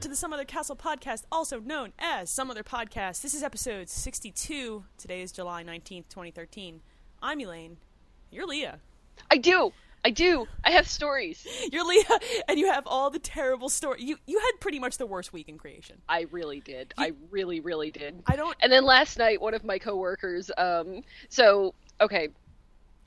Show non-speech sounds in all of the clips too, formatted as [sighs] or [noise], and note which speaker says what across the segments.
Speaker 1: to the Some Other Castle podcast, also known as Some Other Podcast. This is episode 62. Today is July 19th, 2013. I'm Elaine. You're Leah. [laughs]
Speaker 2: I do. I do. I have stories.
Speaker 1: You're Leah, and you have all the terrible story. You you had pretty much the worst week in creation.
Speaker 2: I really did. I really, really did.
Speaker 1: I don't.
Speaker 2: And then last night, one of my coworkers. Um. So okay.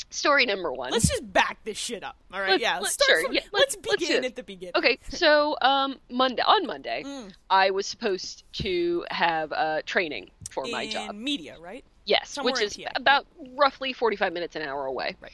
Speaker 2: Story number one.
Speaker 1: Let's just back this shit up. All right.
Speaker 2: Let's-
Speaker 1: yeah.
Speaker 2: let's-
Speaker 1: start
Speaker 2: sure,
Speaker 1: from-
Speaker 2: yeah,
Speaker 1: let's
Speaker 2: let's- let's
Speaker 1: begin
Speaker 2: do it.
Speaker 1: at the beginning.
Speaker 2: Okay, so um, Monday on Monday,
Speaker 1: Mm.
Speaker 2: I was supposed to have uh, training for my
Speaker 1: in
Speaker 2: job.
Speaker 1: media, right?
Speaker 2: Yes,
Speaker 1: somewhere
Speaker 2: which
Speaker 1: in
Speaker 2: is
Speaker 1: PA.
Speaker 2: about roughly forty-five minutes an hour away.
Speaker 1: Right.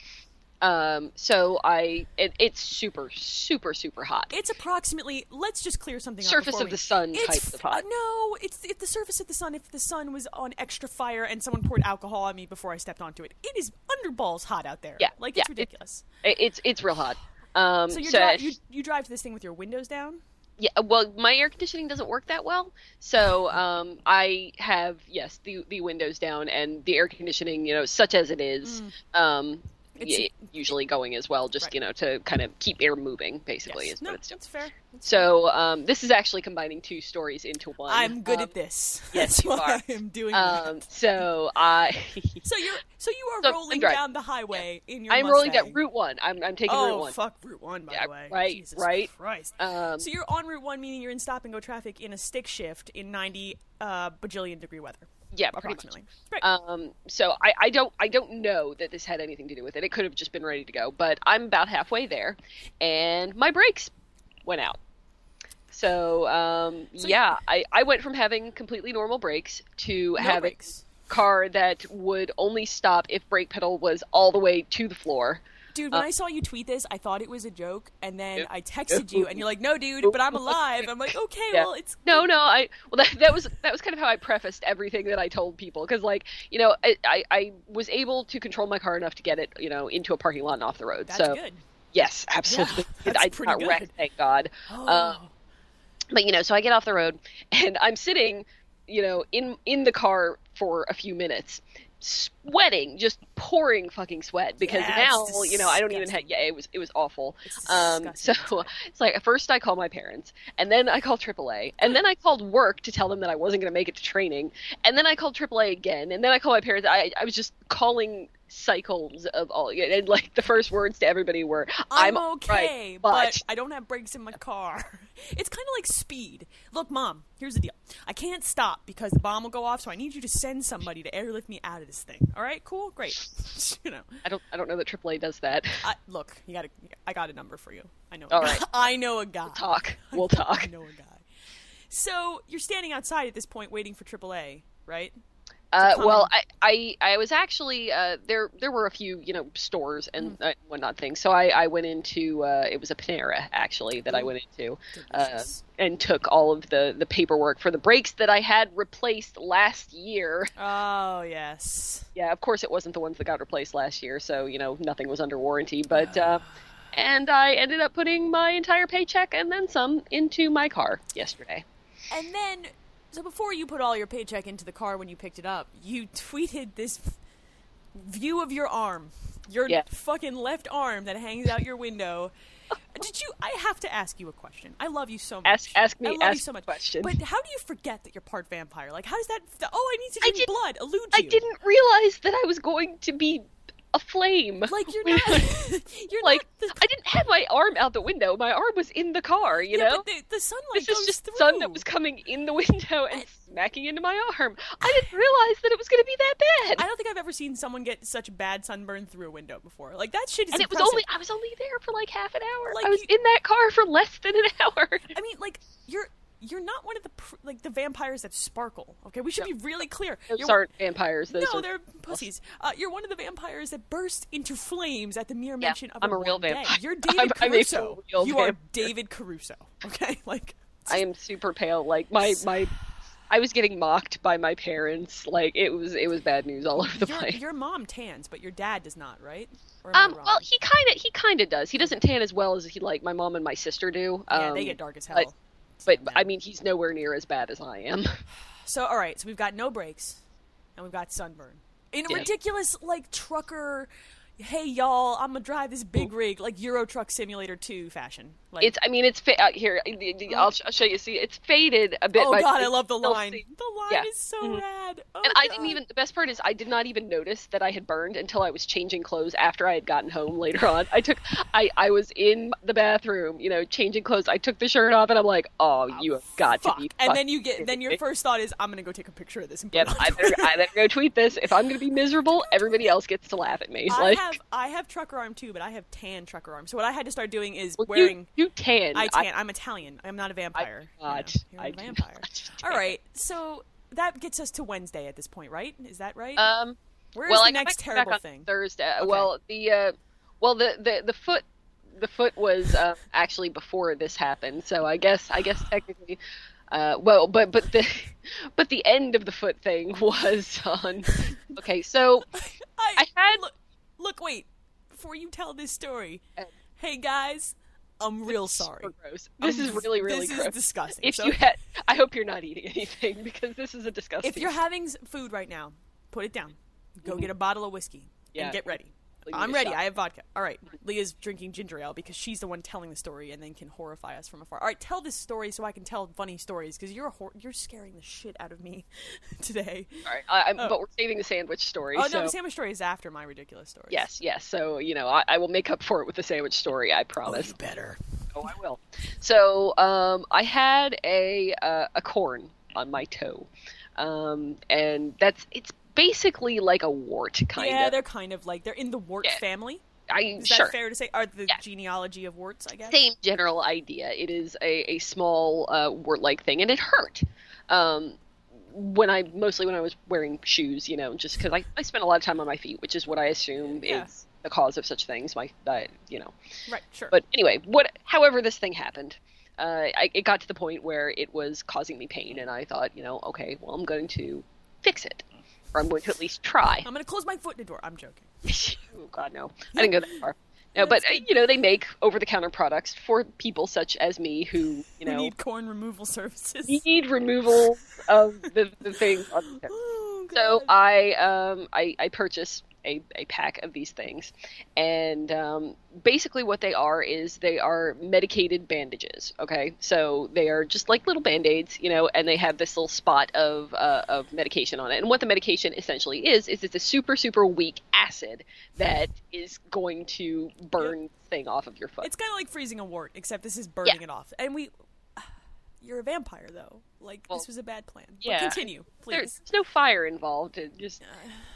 Speaker 2: Um, so I, it, it's super, super, super hot.
Speaker 1: It's approximately. Let's just clear something. up
Speaker 2: Surface
Speaker 1: before
Speaker 2: of
Speaker 1: we-
Speaker 2: the sun
Speaker 1: It's
Speaker 2: type of
Speaker 1: f-
Speaker 2: hot.
Speaker 1: no, it's if the surface of the sun. If the sun was on extra fire and someone poured alcohol on me before I stepped onto it, it is under balls hot out there.
Speaker 2: Yeah,
Speaker 1: like
Speaker 2: yeah,
Speaker 1: it's
Speaker 2: it-
Speaker 1: ridiculous.
Speaker 2: It- It's it's real hot. Um,
Speaker 1: so
Speaker 2: so
Speaker 1: you're
Speaker 2: I-
Speaker 1: dri- you you drive this thing with your windows down.
Speaker 2: yeah, well, my air conditioning doesn't work that well, so um, I have yes the the windows down and the air conditioning, you know, such as it is, um,
Speaker 1: Mm. It's-
Speaker 2: y- usually going as well, just
Speaker 1: Right.
Speaker 2: you know to kind of keep air moving, basically
Speaker 1: Yes.
Speaker 2: is
Speaker 1: no,
Speaker 2: what it's doing.
Speaker 1: that's fair.
Speaker 2: So um, this is actually combining two stories into one.
Speaker 1: I'm good
Speaker 2: um,
Speaker 1: at
Speaker 2: [laughs]
Speaker 1: this.
Speaker 2: yes,
Speaker 1: that's
Speaker 2: you
Speaker 1: why
Speaker 2: are.
Speaker 1: I'm doing. that.
Speaker 2: Um, so I [laughs]
Speaker 1: So you're so you are
Speaker 2: So, I'm
Speaker 1: rolling
Speaker 2: driving.
Speaker 1: down the highway in your.
Speaker 2: I'm rolling
Speaker 1: Mustang.
Speaker 2: down Route One. I'm I'm taking
Speaker 1: Oh
Speaker 2: Route One.
Speaker 1: fuck, Route One by
Speaker 2: Yeah,
Speaker 1: the way.
Speaker 2: right,
Speaker 1: Jesus
Speaker 2: right.
Speaker 1: Christ.
Speaker 2: Um,
Speaker 1: so you're on Route One, meaning you're in stop and go traffic in a stick shift in 90 uh, bajillion degree weather,
Speaker 2: yeah, pretty much.
Speaker 1: approximately. Right.
Speaker 2: Um, so I, I don't I don't know that this had anything to do with it. It could have just been ready to go, but I'm about halfway there, and my brakes went out. So, um,
Speaker 1: So
Speaker 2: yeah, I, I went from having completely normal brakes to
Speaker 1: no
Speaker 2: having
Speaker 1: brakes.
Speaker 2: a car that would only stop if brake pedal was all the way to the floor.
Speaker 1: Dude, when
Speaker 2: Uh,
Speaker 1: I saw you tweet this, I thought it was a joke, and then
Speaker 2: Yeah.
Speaker 1: I texted you, and you're like, "No, dude, but I'm alive." I'm
Speaker 2: [laughs]
Speaker 1: like, "Okay,
Speaker 2: Yeah.
Speaker 1: well, it's
Speaker 2: No, no, I well that, that was that was kind of how I prefaced everything that I told people because like you know I, I I was able to control my car enough to get it you know into a parking lot and off the road.
Speaker 1: that's
Speaker 2: so
Speaker 1: good."
Speaker 2: Yes, absolutely.
Speaker 1: that's
Speaker 2: I did
Speaker 1: pretty
Speaker 2: not
Speaker 1: good.
Speaker 2: wreck, thank God.
Speaker 1: Oh,
Speaker 2: Um, but you know, so I get off the road [laughs] and I'm sitting, you know, in in the car for a few minutes, sweating, just pouring fucking sweat because
Speaker 1: Yeah,
Speaker 2: now
Speaker 1: it's
Speaker 2: you know I don't even have.
Speaker 1: disgusting.
Speaker 2: Yeah, it was it was awful.
Speaker 1: It's
Speaker 2: Um, so
Speaker 1: disgusting,
Speaker 2: [laughs] it's like first I call my parents, and then I call AAA, and then I called work to tell them that I wasn't going to make it to training, and then I called AAA again, and then I called my parents. I I was just calling cycles of all and like the first words to everybody were
Speaker 1: I'm,
Speaker 2: all right,
Speaker 1: okay, but... I don't have brakes in my car. [laughs] It's kind of like speed. Look, mom, here's the deal. I can't stop because the bomb will go off, so I need you to send somebody to airlift me out of this thing. All right, cool, great. [laughs] you know,
Speaker 2: I don't. I don't know that AAA does
Speaker 1: [laughs]
Speaker 2: that.
Speaker 1: I, look, you got to. I got a number for you. I know. a
Speaker 2: All
Speaker 1: guy.
Speaker 2: right.
Speaker 1: [laughs] I know a guy.
Speaker 2: Talk. We'll
Speaker 1: [laughs] I
Speaker 2: talk.
Speaker 1: know a guy. So you're standing outside at this point, waiting for AAA, right?
Speaker 2: Uh,
Speaker 1: come
Speaker 2: well, I, I, I was actually uh, there. There were a few, you know, stores and
Speaker 1: Mm.
Speaker 2: uh, whatnot things. So I, I went into. Uh, it was a Panera actually that I went into, uh,
Speaker 1: Mm. Delicious.
Speaker 2: and took all of the the paperwork for the brakes that I had replaced last
Speaker 1: [laughs]
Speaker 2: year.
Speaker 1: Oh yes.
Speaker 2: Yeah, of course it wasn't the ones that got replaced last year, so you know nothing was under warranty. But
Speaker 1: Ah.
Speaker 2: uh, and I ended up putting my entire paycheck and then some into my car yesterday.
Speaker 1: And then, so before you put all your paycheck into the car when you picked it up, you [laughs] tweeted this view of your arm, your
Speaker 2: Yeah.
Speaker 1: fucking left arm that hangs out your window. [laughs] Did you? I have to ask you a question. I love you so much.
Speaker 2: Ask- ask me-
Speaker 1: I love you
Speaker 2: ask
Speaker 1: so much.
Speaker 2: question.
Speaker 1: But how do you forget that you're part vampire? Like, how does that? Oh, I need to
Speaker 2: I
Speaker 1: drink
Speaker 2: didn't-
Speaker 1: blood. Elude
Speaker 2: I
Speaker 1: you.
Speaker 2: didn't realize that I was going to be a flame.
Speaker 1: Like
Speaker 2: [laughs]
Speaker 1: you're
Speaker 2: We
Speaker 1: not. [laughs]
Speaker 2: were-
Speaker 1: you're
Speaker 2: [laughs] like
Speaker 1: not the
Speaker 2: I didn't have my arm out the window. My arm was in the car. You
Speaker 1: yeah,
Speaker 2: know,
Speaker 1: but the, the sunlight
Speaker 2: this
Speaker 1: goes
Speaker 2: is just
Speaker 1: through.
Speaker 2: sun that was coming in the [laughs] window and smacking into my arm. I didn't realize that it was going to be that
Speaker 1: I
Speaker 2: bad.
Speaker 1: don't think I've ever seen someone get such bad sunburn through a window before. Like that shit is.
Speaker 2: And it was
Speaker 1: impressive.
Speaker 2: only I was only there for like half an hour.
Speaker 1: Like,
Speaker 2: I was
Speaker 1: you-
Speaker 2: in that car for less than an [laughs] hour.
Speaker 1: I mean, like you're you're not one of the pr- like the vampires that sparkle. Okay, we should be really clear.
Speaker 2: Those
Speaker 1: You're-
Speaker 2: aren't vampires. Those
Speaker 1: no,
Speaker 2: are [laughs]
Speaker 1: they're pussies. Uh, you're one of the vampires that burst into flames at the mere
Speaker 2: Yeah,
Speaker 1: mention of
Speaker 2: I'm a
Speaker 1: warm
Speaker 2: real
Speaker 1: day.
Speaker 2: vampire.
Speaker 1: You're David
Speaker 2: [laughs] I'm- I'm a
Speaker 1: Caruso.
Speaker 2: real
Speaker 1: you are
Speaker 2: vampire.
Speaker 1: David Caruso. Okay, [laughs] like
Speaker 2: I am super pale. Like my my. I was getting mocked by my parents. Like it was, it was bad news all [laughs] over the
Speaker 1: your
Speaker 2: place.
Speaker 1: your mom tans, but your dad does not, right? Or am I
Speaker 2: Um,
Speaker 1: wrong?
Speaker 2: well, he kind of he kind of does. He doesn't tan as well as he like my mom and my sister do. Um,
Speaker 1: yeah, they get dark as hell.
Speaker 2: but- But,
Speaker 1: Yeah.
Speaker 2: I mean, he's nowhere near as bad as
Speaker 1: [laughs]
Speaker 2: I am.
Speaker 1: So all right, so we've got no brakes, and we've got sunburn in a
Speaker 2: Yeah.
Speaker 1: ridiculous like trucker hey y'all, I'm gonna drive this big rig like Euro Truck Simulator 2 fashion. Like
Speaker 2: It's. I mean, it's fa- uh, here. I- I- I'll, sh- I'll show you. See, it's faded a bit.
Speaker 1: Oh
Speaker 2: by-
Speaker 1: god, I love the
Speaker 2: You'll
Speaker 1: line.
Speaker 2: see.
Speaker 1: The line
Speaker 2: Yeah.
Speaker 1: is so
Speaker 2: Mhm.
Speaker 1: rad. Oh,
Speaker 2: And I didn't
Speaker 1: God.
Speaker 2: even. The best part is, I did not even notice that I had burned until I was changing clothes after I had gotten home later on. I took. I I was in the bathroom, you know, changing clothes. I took the shirt off, and I'm like, oh, you have got
Speaker 1: Fuck.
Speaker 2: to be.
Speaker 1: And then
Speaker 2: fucking
Speaker 1: you get
Speaker 2: kidding
Speaker 1: then your
Speaker 2: me.
Speaker 1: first thought is I'm gonna go take a picture of this and put
Speaker 2: Yep,
Speaker 1: it on
Speaker 2: [laughs] I better,
Speaker 1: Twitter.
Speaker 2: I better go tweet this. If I'm gonna be miserable, everybody else gets to laugh at me.
Speaker 1: I
Speaker 2: like,
Speaker 1: have I have trucker arm too, but I have tan trucker arm. So what I had to start doing is
Speaker 2: well,
Speaker 1: wearing
Speaker 2: you, you tan.
Speaker 1: I tan. I'm Italian. I'm not a vampire.
Speaker 2: do not.
Speaker 1: You know,
Speaker 2: I
Speaker 1: you're
Speaker 2: do
Speaker 1: a vampire.
Speaker 2: not
Speaker 1: All right. So that gets us to Wednesday at this point, right? Is that right?
Speaker 2: Um,
Speaker 1: Where's
Speaker 2: well,
Speaker 1: the
Speaker 2: I got
Speaker 1: next
Speaker 2: back
Speaker 1: terrible
Speaker 2: on
Speaker 1: thing?
Speaker 2: Thursday.
Speaker 1: Okay.
Speaker 2: Well, the uh, well the, the the foot the foot was uh, actually before this happened, so I guess I guess technically. Uh, well, but but the [laughs] but the end of the foot thing [laughs] was on. Okay, so I had
Speaker 1: look, look, wait. Before you tell this story,
Speaker 2: Uh,
Speaker 1: hey guys, I'm real sorry.
Speaker 2: super gross. This
Speaker 1: I'm-
Speaker 2: is really really
Speaker 1: this
Speaker 2: gross.
Speaker 1: is disgusting.
Speaker 2: if
Speaker 1: So
Speaker 2: you had, I hope you're not eating anything [laughs] because this is a disgusting.
Speaker 1: if you're having s- food right now, put it down. Go get a bottle of whiskey
Speaker 2: Mm-hmm. Yeah.
Speaker 1: and get ready.
Speaker 2: Leave me Mm-hmm.
Speaker 1: I'm
Speaker 2: to
Speaker 1: ready.
Speaker 2: shop.
Speaker 1: I have vodka. All right. Leah's drinking ginger ale because she's the one telling the story and then can horrify us from afar. All right, tell this story so I can tell funny stories because you're hor- you're scaring the shit out of me [laughs] today.
Speaker 2: All right, I, I'm,
Speaker 1: Oh.
Speaker 2: but we're saving the sandwich story.
Speaker 1: Oh
Speaker 2: so.
Speaker 1: no, the sandwich story is after my ridiculous story.
Speaker 2: Yes, yes. So you know, I, I will make up for it with the sandwich story. I
Speaker 1: Oh,
Speaker 2: promise.
Speaker 1: you better.
Speaker 2: Oh, I will. So um, I had a uh, a corn on my toe, um, and that's it's basically like a wart kind
Speaker 1: yeah,
Speaker 2: of.
Speaker 1: they're kind of like they're in the wart
Speaker 2: Yeah.
Speaker 1: family.
Speaker 2: I
Speaker 1: Is
Speaker 2: sure
Speaker 1: that fair to say? Are the
Speaker 2: Yeah.
Speaker 1: genealogy of warts? I guess.
Speaker 2: same general idea. It is a a small uh, wart like thing, and it hurt. Um, when I mostly when I was wearing shoes, you know, just because I I spent a lot of time on my feet, which is what I assume
Speaker 1: Yeah.
Speaker 2: is the cause of such things. My that you know.
Speaker 1: Right. Sure.
Speaker 2: But anyway, what? However, this thing happened. Uh, I, it got to the point where it was causing me pain, and I thought, you know, okay, well, I'm going to fix it, or I'm going to at least try. [laughs]
Speaker 1: I'm gonna close my foot in the door. I'm joking.
Speaker 2: oh God, no, I didn't go that far. No, but
Speaker 1: That's
Speaker 2: uh, you know, they make over-the-counter products for people such as me who, you
Speaker 1: We
Speaker 2: know,
Speaker 1: need corn removal [laughs] services.
Speaker 2: need, removal of the, the thing. On the
Speaker 1: Oh,
Speaker 2: so
Speaker 1: God.
Speaker 2: I um I, I purchased a, a pack of these things, and um, basically what they are is they are medicated bandages. Okay, so they are just like little band aids, you know, and they have this little spot of uh, of medication on it. And what the medication essentially is is it's a super super weak acid that is going to burn thing off of your foot.
Speaker 1: It's kind of like freezing a wart, except this is burning
Speaker 2: Yeah.
Speaker 1: it off. And we, [sighs] you're a vampire though. Like
Speaker 2: Well,
Speaker 1: this was a bad plan. But
Speaker 2: yeah.
Speaker 1: continue,
Speaker 2: There-
Speaker 1: please.
Speaker 2: there's no fire involved. It just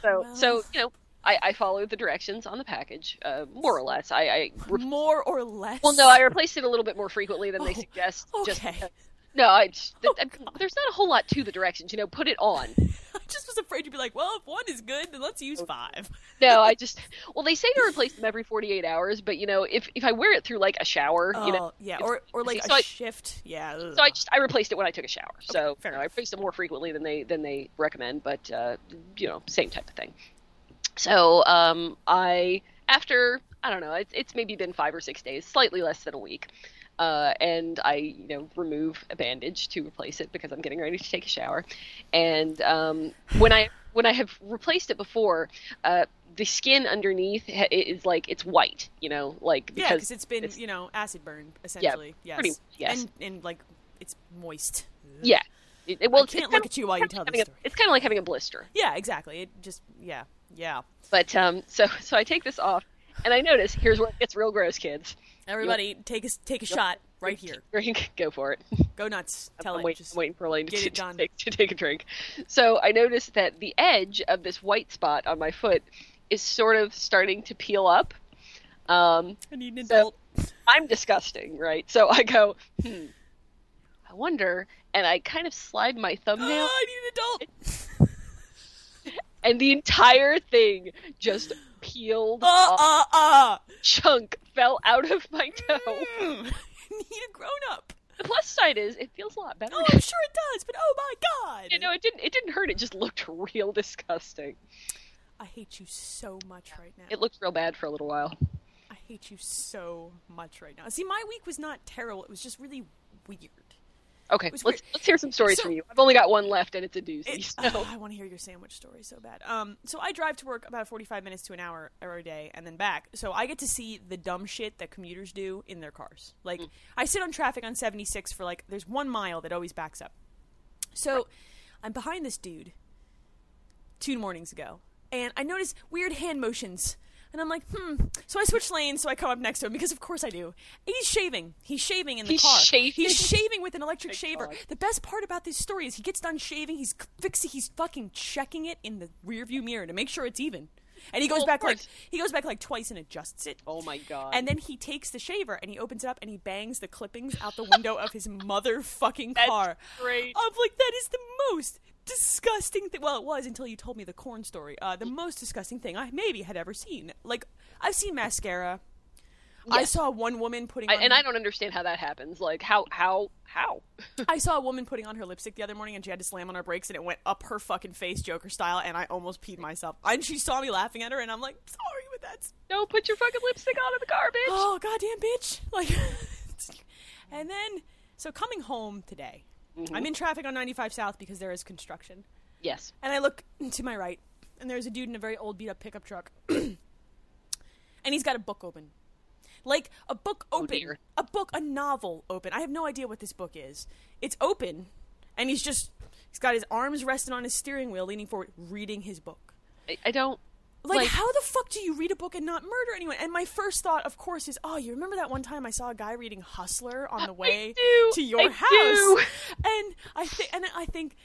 Speaker 2: so
Speaker 1: well.
Speaker 2: so you know. I, I followed the directions on the package, uh, more or less.
Speaker 1: [laughs]
Speaker 2: I, I re-
Speaker 1: More or less.
Speaker 2: Well, no, I replaced it a little bit more frequently than they
Speaker 1: Oh,
Speaker 2: suggest. Just
Speaker 1: okay. Oh,
Speaker 2: because- no, I, just- th- I- there's not a whole lot to the directions. You know, put it on.
Speaker 1: [laughs] I just was afraid you'd be like, well, if one is good, then let's
Speaker 2: Oh,
Speaker 1: use five.
Speaker 2: No, I just. Well, they say to replace them every 48 hours, but you know, if if I wear it through like a shower, you know.
Speaker 1: Oh, yeah,
Speaker 2: it's-
Speaker 1: or or like
Speaker 2: so
Speaker 1: a
Speaker 2: I-
Speaker 1: shift. Yeah.
Speaker 2: So I just I replaced it when I took a shower. so
Speaker 1: fair
Speaker 2: you know, I
Speaker 1: enough.
Speaker 2: replaced it more frequently than they than they recommend, but uh, you know, same type of thing. So um, I after I don't know, it's it's maybe been five or six days, slightly less than a week, uh, and I you know remove a bandage to replace it because I'm getting ready to take a shower, and um, when I when I have replaced it before, uh, the skin underneath ha- is like it's white, you know, like
Speaker 1: yeah,
Speaker 2: because
Speaker 1: because it's been
Speaker 2: it's-
Speaker 1: you know acid burn essentially. yes.
Speaker 2: pretty- yes.
Speaker 1: And and like it's moist.
Speaker 2: yeah. It, it- well,
Speaker 1: I
Speaker 2: it's- it's
Speaker 1: can't look
Speaker 2: kinda-
Speaker 1: at you while you
Speaker 2: kinda
Speaker 1: tell
Speaker 2: like
Speaker 1: this
Speaker 2: having a-
Speaker 1: story.
Speaker 2: It's kind of like having a blister.
Speaker 1: Yeah, exactly. It just yeah yeah.
Speaker 2: But um, so [laughs] so I take this off, and I notice here's where it gets real gross, kids.
Speaker 1: Everybody, take a take a shot right here.
Speaker 2: [laughs] Drink, go for it.
Speaker 1: Go nuts. [laughs] Tell
Speaker 2: I'm,
Speaker 1: it.
Speaker 2: wait-
Speaker 1: just
Speaker 2: I'm waiting for Elaine to,
Speaker 1: get it
Speaker 2: to
Speaker 1: done.
Speaker 2: take, [laughs] to take a drink. So I notice that the edge of this white spot on my foot is sort of starting to peel up. Um,
Speaker 1: I need an
Speaker 2: So-
Speaker 1: adult.
Speaker 2: I'm disgusting, right? So I go, hmm, I wonder, and I kind of slide my
Speaker 1: [gasps]
Speaker 2: thumbnail,
Speaker 1: [laughs] I need an adult.
Speaker 2: and the entire thing
Speaker 1: [gasps]
Speaker 2: just peeled
Speaker 1: Uh,
Speaker 2: off.
Speaker 1: uh, uh.
Speaker 2: chunk fell out of my [laughs] toe.
Speaker 1: Mm. [laughs] need a grown up.
Speaker 2: The plus side is it feels a lot better.
Speaker 1: Oh, I'm sure it does, but oh my god.
Speaker 2: [laughs] you know, it didn't it didn't hurt. It just looked real disgusting.
Speaker 1: I hate you so much right now.
Speaker 2: It looked real bad for a little while.
Speaker 1: I hate you so much right now. See, my week was not terrible. It was just really weird.
Speaker 2: Okay,
Speaker 1: was
Speaker 2: let's
Speaker 1: weird.
Speaker 2: let's hear some stories
Speaker 1: So-
Speaker 2: from you. I've only got one left, and it's a doozy.
Speaker 1: [laughs] It,
Speaker 2: [laughs]
Speaker 1: oh,
Speaker 2: so.
Speaker 1: I want to hear your sandwich story so bad. Um, so I drive to work about forty-five minutes to an hour every day, and then back. So I get to see the dumb shit that commuters do in their cars. Like
Speaker 2: Mm.
Speaker 1: I sit on traffic on seventy-six for like there's one mile that always backs up. So I'm behind this dude two mornings ago, and I notice weird hand motions. And I'm like, hmm. So I switch lanes, so I come up next to him because, of course, I do. And he's shaving. He's shaving in the
Speaker 2: He's
Speaker 1: car.
Speaker 2: shaving?
Speaker 1: He's shaving with an electric shaver.
Speaker 2: God.
Speaker 1: The best part about this story is he gets done shaving. He's c- fixing. He's fucking checking it in the rearview mirror to make sure it's even. And he goes
Speaker 2: Well, of
Speaker 1: back like
Speaker 2: course.
Speaker 1: he goes back like twice and adjusts it.
Speaker 2: oh my god!
Speaker 1: And then he takes the shaver and he opens it up and he bangs the clippings out the window of his motherfucking car.
Speaker 2: great.
Speaker 1: I'm like, that is the most disgusting thing. Well, it was until you told me the corn story. Uh, the most disgusting thing I maybe had ever seen. Like, I've seen mascara. I
Speaker 2: Yes.
Speaker 1: saw one woman putting
Speaker 2: I,
Speaker 1: on
Speaker 2: and
Speaker 1: her-
Speaker 2: I don't understand how that happens. Like how how how? [laughs]
Speaker 1: I saw a woman putting on her lipstick the other morning, and she had to slam on her brakes, and it went up her fucking face, Joker style, and I almost peed myself. And she saw me laughing at her, and I'm like, sorry, but that's
Speaker 2: no, put your fucking lipstick on in the car, bitch.
Speaker 1: [gasps] oh goddamn bitch, like. [laughs] and then, so coming home today, I'm in traffic on 95 South because there is construction,
Speaker 2: Yes.
Speaker 1: and I look to my right, and there's a dude in a very old beat up pickup truck, [clears throat] and he's got a book open. Like a book open,
Speaker 2: dear.
Speaker 1: a book, a novel open. I have no idea what this book is. It's open, and he's just he's got his arms resting on his steering wheel, leaning forward, reading his book.
Speaker 2: I, I don't.
Speaker 1: Like,
Speaker 2: Like-
Speaker 1: how the fuck do you read a book and not murder anyone? And my first thought, of course, is, oh, you remember that one time I saw a guy reading Hustler on the way
Speaker 2: do,
Speaker 1: to your
Speaker 2: I
Speaker 1: house,
Speaker 2: do.
Speaker 1: and I think, and I think,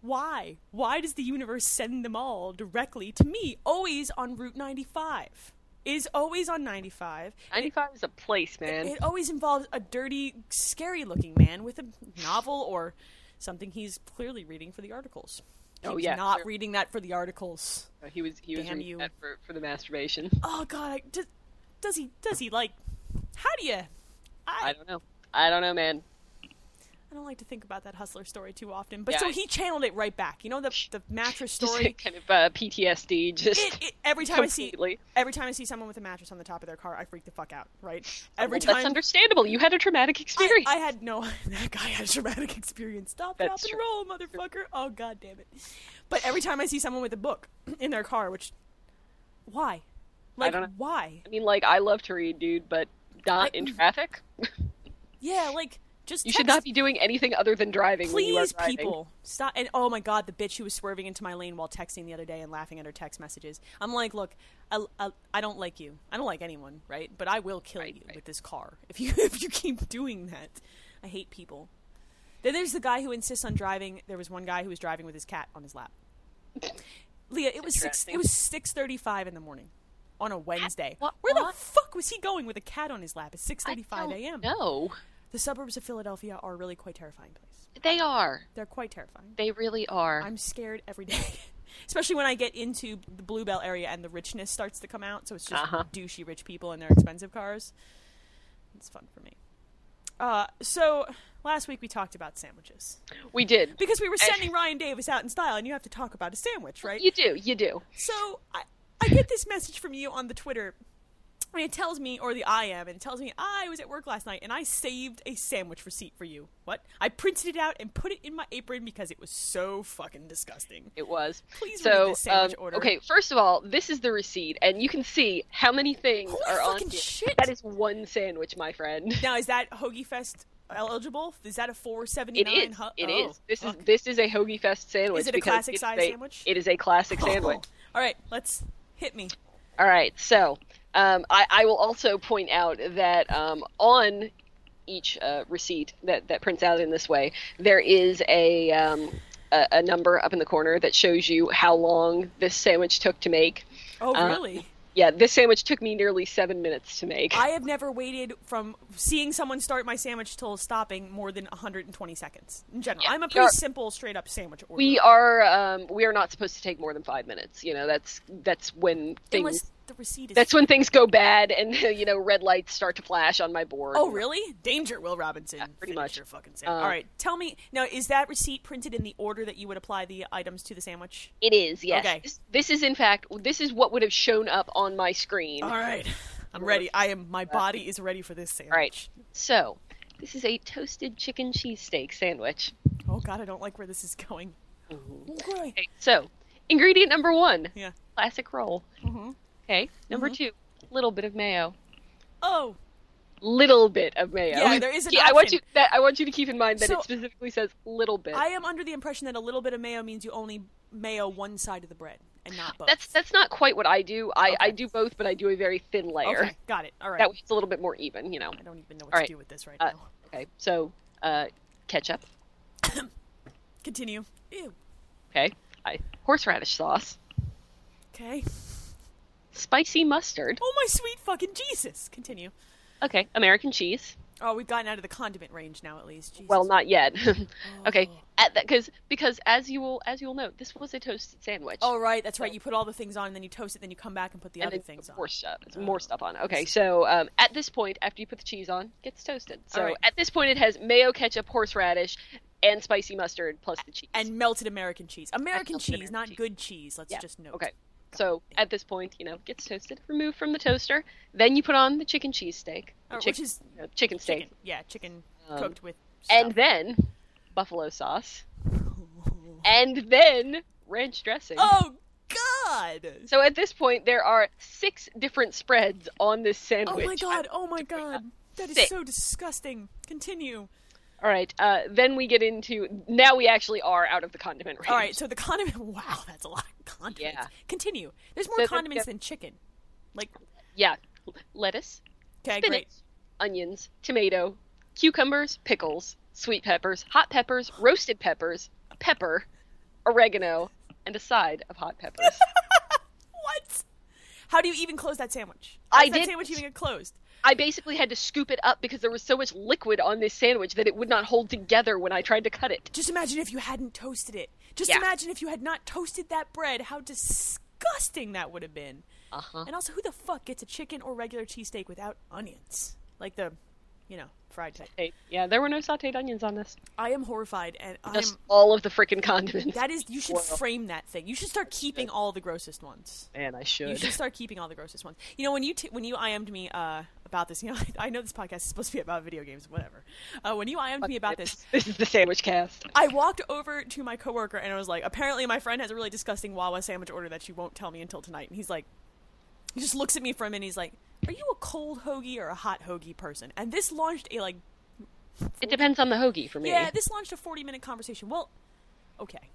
Speaker 1: why? Why does the universe send them all directly to me? Always on Route ninety five. Is always on ninety five.
Speaker 2: 95 is a place, man.
Speaker 1: It always involves a dirty, scary looking man with a novel or something he's clearly reading for the articles. He
Speaker 2: Oh,
Speaker 1: was
Speaker 2: yeah,
Speaker 1: not
Speaker 2: clear-
Speaker 1: reading that for the articles.
Speaker 2: he was he was
Speaker 1: Damn
Speaker 2: reading
Speaker 1: you.
Speaker 2: that for, for the masturbation.
Speaker 1: Oh God, I, does, does he? Does he like? How do you? I,
Speaker 2: I don't know. I don't know, man.
Speaker 1: I don't like to think about that hustler story too often. But
Speaker 2: Yeah,
Speaker 1: so
Speaker 2: I-
Speaker 1: he channeled it right back. You know the the mattress [laughs]
Speaker 2: Just
Speaker 1: story.
Speaker 2: kind of uh, PTSD. Just [laughs]
Speaker 1: It, it, every time I see
Speaker 2: completely.
Speaker 1: every time I see someone with a mattress on the top of their car, I freak the fuck out.
Speaker 2: [laughs]
Speaker 1: Right? Every
Speaker 2: Well, that's
Speaker 1: time
Speaker 2: understandable. You had a traumatic
Speaker 1: I,
Speaker 2: experience.
Speaker 1: I had no [laughs] that guy had a traumatic experience. Stop, drop,
Speaker 2: That's
Speaker 1: and
Speaker 2: true.
Speaker 1: roll, motherfucker. Oh god damn it. But every time I see someone with a book in their car, which why? Like
Speaker 2: don't know.
Speaker 1: why?
Speaker 2: I mean, like I love to read, dude, but not
Speaker 1: I-
Speaker 2: in traffic. [laughs]
Speaker 1: Yeah, like just
Speaker 2: You should
Speaker 1: text
Speaker 2: not be doing anything other than driving. when you are
Speaker 1: Please,
Speaker 2: driving.
Speaker 1: people, stop! And oh my god, the bitch who was swerving into my lane while texting the other day and laughing at her text messages. I'm like, look, I, I, I don't like you. I don't like anyone, right? But I will kill
Speaker 2: Right,
Speaker 1: you
Speaker 2: right.
Speaker 1: with this car [laughs] if you if you keep doing that. I hate people. Then there's the guy who insists on driving. There was one guy who was driving with his cat on
Speaker 2: [laughs]
Speaker 1: his lap. Leah, it was six.
Speaker 2: Interesting.
Speaker 1: It was six thirty-five in the morning on a Wednesday.
Speaker 2: What-
Speaker 1: Where
Speaker 2: what?
Speaker 1: the fuck was he going with a cat on his lap at six
Speaker 2: I
Speaker 1: thirty-five
Speaker 2: don't
Speaker 1: a.m.?
Speaker 2: No,
Speaker 1: The suburbs of Philadelphia are really quite terrifying place.
Speaker 2: they are.
Speaker 1: They're quite terrifying.
Speaker 2: They really are.
Speaker 1: I'm scared every day. [laughs] Especially when I get into the Bluebell area and the richness starts to come out, so it's just
Speaker 2: Uh-huh.
Speaker 1: douchey rich people and their expensive cars. It's fun for me. Uh, so last week we talked about sandwiches
Speaker 2: We did.
Speaker 1: because we were sending Ryan Davis out in style, and you have to talk about a sandwich, right?
Speaker 2: You do. You do.
Speaker 1: So I, I get this message from you on the Twitter, and it tells me, or the I am, and it tells me I was at work last night and I saved a sandwich receipt for you. What? I printed it out and put it in my apron because it was so fucking disgusting.
Speaker 2: It was.
Speaker 1: Please
Speaker 2: so,
Speaker 1: read this sandwich
Speaker 2: um,
Speaker 1: order.
Speaker 2: Okay, first of all, this is the receipt, and you can see how many things
Speaker 1: Holy
Speaker 2: are on
Speaker 1: fucking
Speaker 2: here.
Speaker 1: shit.
Speaker 2: That is one sandwich, my friend. [laughs]
Speaker 1: Now is that Hoagie Fest eligible? Is that a four Oh. seventy
Speaker 2: It
Speaker 1: nine?
Speaker 2: is. It is.
Speaker 1: [laughs]
Speaker 2: This is this is a hoagie fest sandwich.
Speaker 1: Is it a
Speaker 2: because
Speaker 1: classic
Speaker 2: it's
Speaker 1: size
Speaker 2: a-
Speaker 1: sandwich? Oh.
Speaker 2: It is a classic sandwich.
Speaker 1: All right, let's hit me.
Speaker 2: All right, so um, I, I will also point out that um, on each uh, receipt that, that prints out in this way, there is a, um, a a number up in the corner that shows you how long this sandwich took to make.
Speaker 1: Oh
Speaker 2: Uh,
Speaker 1: really?
Speaker 2: Yeah, this sandwich took me nearly seven minutes to make.
Speaker 1: I have never waited from seeing someone start my sandwich till stopping more than 120 seconds. In general, I'm a pretty
Speaker 2: you're-
Speaker 1: simple, straight up sandwich order.
Speaker 2: we are um, we are not supposed to take more than five minutes. You know, that's that's when things
Speaker 1: Unless the receipt is.
Speaker 2: that's when things go bad, and [laughs] you know, red lights start to flash on my board.
Speaker 1: oh really? Danger, Will Robinson.
Speaker 2: pretty
Speaker 1: Finish
Speaker 2: much. Uh,
Speaker 1: your fucking sandwich. All right, tell me now. Is that receipt printed in the order that you would apply the items to the sandwich?
Speaker 2: It is, yes.
Speaker 1: Okay.
Speaker 2: This, this is, in fact, this is what would have shown up on my screen.
Speaker 1: All right, I'm ready. I am. My body is ready for this sandwich.
Speaker 2: All right. So, This is a toasted chicken cheesesteak sandwich.
Speaker 1: Oh god, I don't like where this is going. Okay.
Speaker 2: Okay, so ingredient number one,
Speaker 1: Yeah.
Speaker 2: classic roll.
Speaker 1: hmm
Speaker 2: Okay, number
Speaker 1: Mm-hmm.
Speaker 2: two, little bit of mayo.
Speaker 1: Oh,
Speaker 2: Little bit of mayo.
Speaker 1: Yeah, there is an
Speaker 2: I want
Speaker 1: option.
Speaker 2: you. That, I want you to keep in mind that
Speaker 1: So-
Speaker 2: it specifically says little bit.
Speaker 1: I am under the impression that a little bit of mayo means you only mayo one side of the bread and not both.
Speaker 2: that's that's not quite what I do. I,
Speaker 1: Okay.
Speaker 2: I do both, but I do a very thin layer.
Speaker 1: okay. Got it. All right.
Speaker 2: That way it's a little bit more even, you know.
Speaker 1: I don't even know what
Speaker 2: All
Speaker 1: to
Speaker 2: right.
Speaker 1: do with this right
Speaker 2: Uh,
Speaker 1: now.
Speaker 2: okay, so uh, ketchup.
Speaker 1: Continue. Ew.
Speaker 2: Okay, I, horseradish sauce,
Speaker 1: Okay.
Speaker 2: spicy mustard.
Speaker 1: Oh my sweet fucking Jesus. Continue.
Speaker 2: Okay, American cheese.
Speaker 1: Oh, we've gotten out of the condiment range now at least. Jesus.
Speaker 2: Well, not yet. [laughs] okay,
Speaker 1: Oh.
Speaker 2: at that because because as you will as you will note, this was a toasted sandwich.
Speaker 1: Oh right, that's right. You put all the things on, and then you toast it, then you come back and put the
Speaker 2: and
Speaker 1: other
Speaker 2: then
Speaker 1: things on. Oh.
Speaker 2: more stuff, more stuff on. Okay, so um, at this point, after you put the cheese on, gets toasted. So
Speaker 1: All right.
Speaker 2: at this point, it has mayo, ketchup, horseradish, and spicy mustard plus the cheese.
Speaker 1: And melted American cheese. American
Speaker 2: melted
Speaker 1: cheese,
Speaker 2: American
Speaker 1: not
Speaker 2: cheese.
Speaker 1: good cheese. Let's
Speaker 2: Yeah,
Speaker 1: just note.
Speaker 2: Okay. So at this point, you know, gets toasted, removed from the toaster. Then you put on the chicken cheese steak, the
Speaker 1: Or-
Speaker 2: chick-
Speaker 1: which is
Speaker 2: you know, chicken steak,
Speaker 1: chicken. Yeah, chicken
Speaker 2: Um,
Speaker 1: cooked with.
Speaker 2: and then buffalo sauce,
Speaker 1: [laughs]
Speaker 2: and then ranch dressing.
Speaker 1: oh God!
Speaker 2: So at this point, there are six different spreads on this
Speaker 1: Oh
Speaker 2: sandwich.
Speaker 1: my God! Oh my God! That is
Speaker 2: Sick.
Speaker 1: so disgusting. Continue.
Speaker 2: All right. Uh, then we get into now we actually are out of the condiment range.
Speaker 1: All right, so the condiment. [laughs] Wow, that's a lot of condiments.
Speaker 2: Yeah.
Speaker 1: Continue. There's more
Speaker 2: So the-
Speaker 1: condiments
Speaker 2: the-
Speaker 1: than chicken. Like,
Speaker 2: Yeah. L- Lettuce,
Speaker 1: okay,
Speaker 2: spinach,
Speaker 1: great.
Speaker 2: onions, tomato, cucumbers, pickles, sweet peppers, hot peppers, roasted peppers, pepper, oregano, and a side of hot
Speaker 1: [laughs]
Speaker 2: peppers.
Speaker 1: What? How do you even close that sandwich? How
Speaker 2: I
Speaker 1: does that
Speaker 2: did-
Speaker 1: sandwich even get closed?
Speaker 2: I basically had to scoop it up because there was so much liquid on this sandwich that it would not hold together when I tried to cut it.
Speaker 1: Just imagine if you hadn't toasted it. Just
Speaker 2: Yeah.
Speaker 1: imagine if you had not toasted that bread. How disgusting that would have been.
Speaker 2: Uh huh.
Speaker 1: And also, who the fuck gets a chicken or regular cheesesteak without onions? Like the, you know, fried type.
Speaker 2: Yeah, there were no sautéed onions on this.
Speaker 1: I am horrified, and I am.
Speaker 2: Just all of the freaking condiments.
Speaker 1: That is, you should
Speaker 2: Well.
Speaker 1: frame that thing. You should start keeping all the grossest ones.
Speaker 2: Man, I
Speaker 1: You
Speaker 2: should.
Speaker 1: should start keeping all the grossest ones. You know, when you t- when you IM'd me uh, about this, you know, [laughs] I, I know this podcast is supposed to be about video games, whatever. Uh, when you IM'd me about this,
Speaker 2: This is the sandwich cast.
Speaker 1: I walked over to my coworker and I was like, apparently my friend has a really disgusting Wawa sandwich order that she won't tell me until tonight. And he's like, he just looks at me for a minute. He's like, are you a cold hoagie or a hot hoagie person? And this launched a like,
Speaker 2: It depends on the hoagie for me.
Speaker 1: yeah, this launched a forty minute conversation. Well, okay,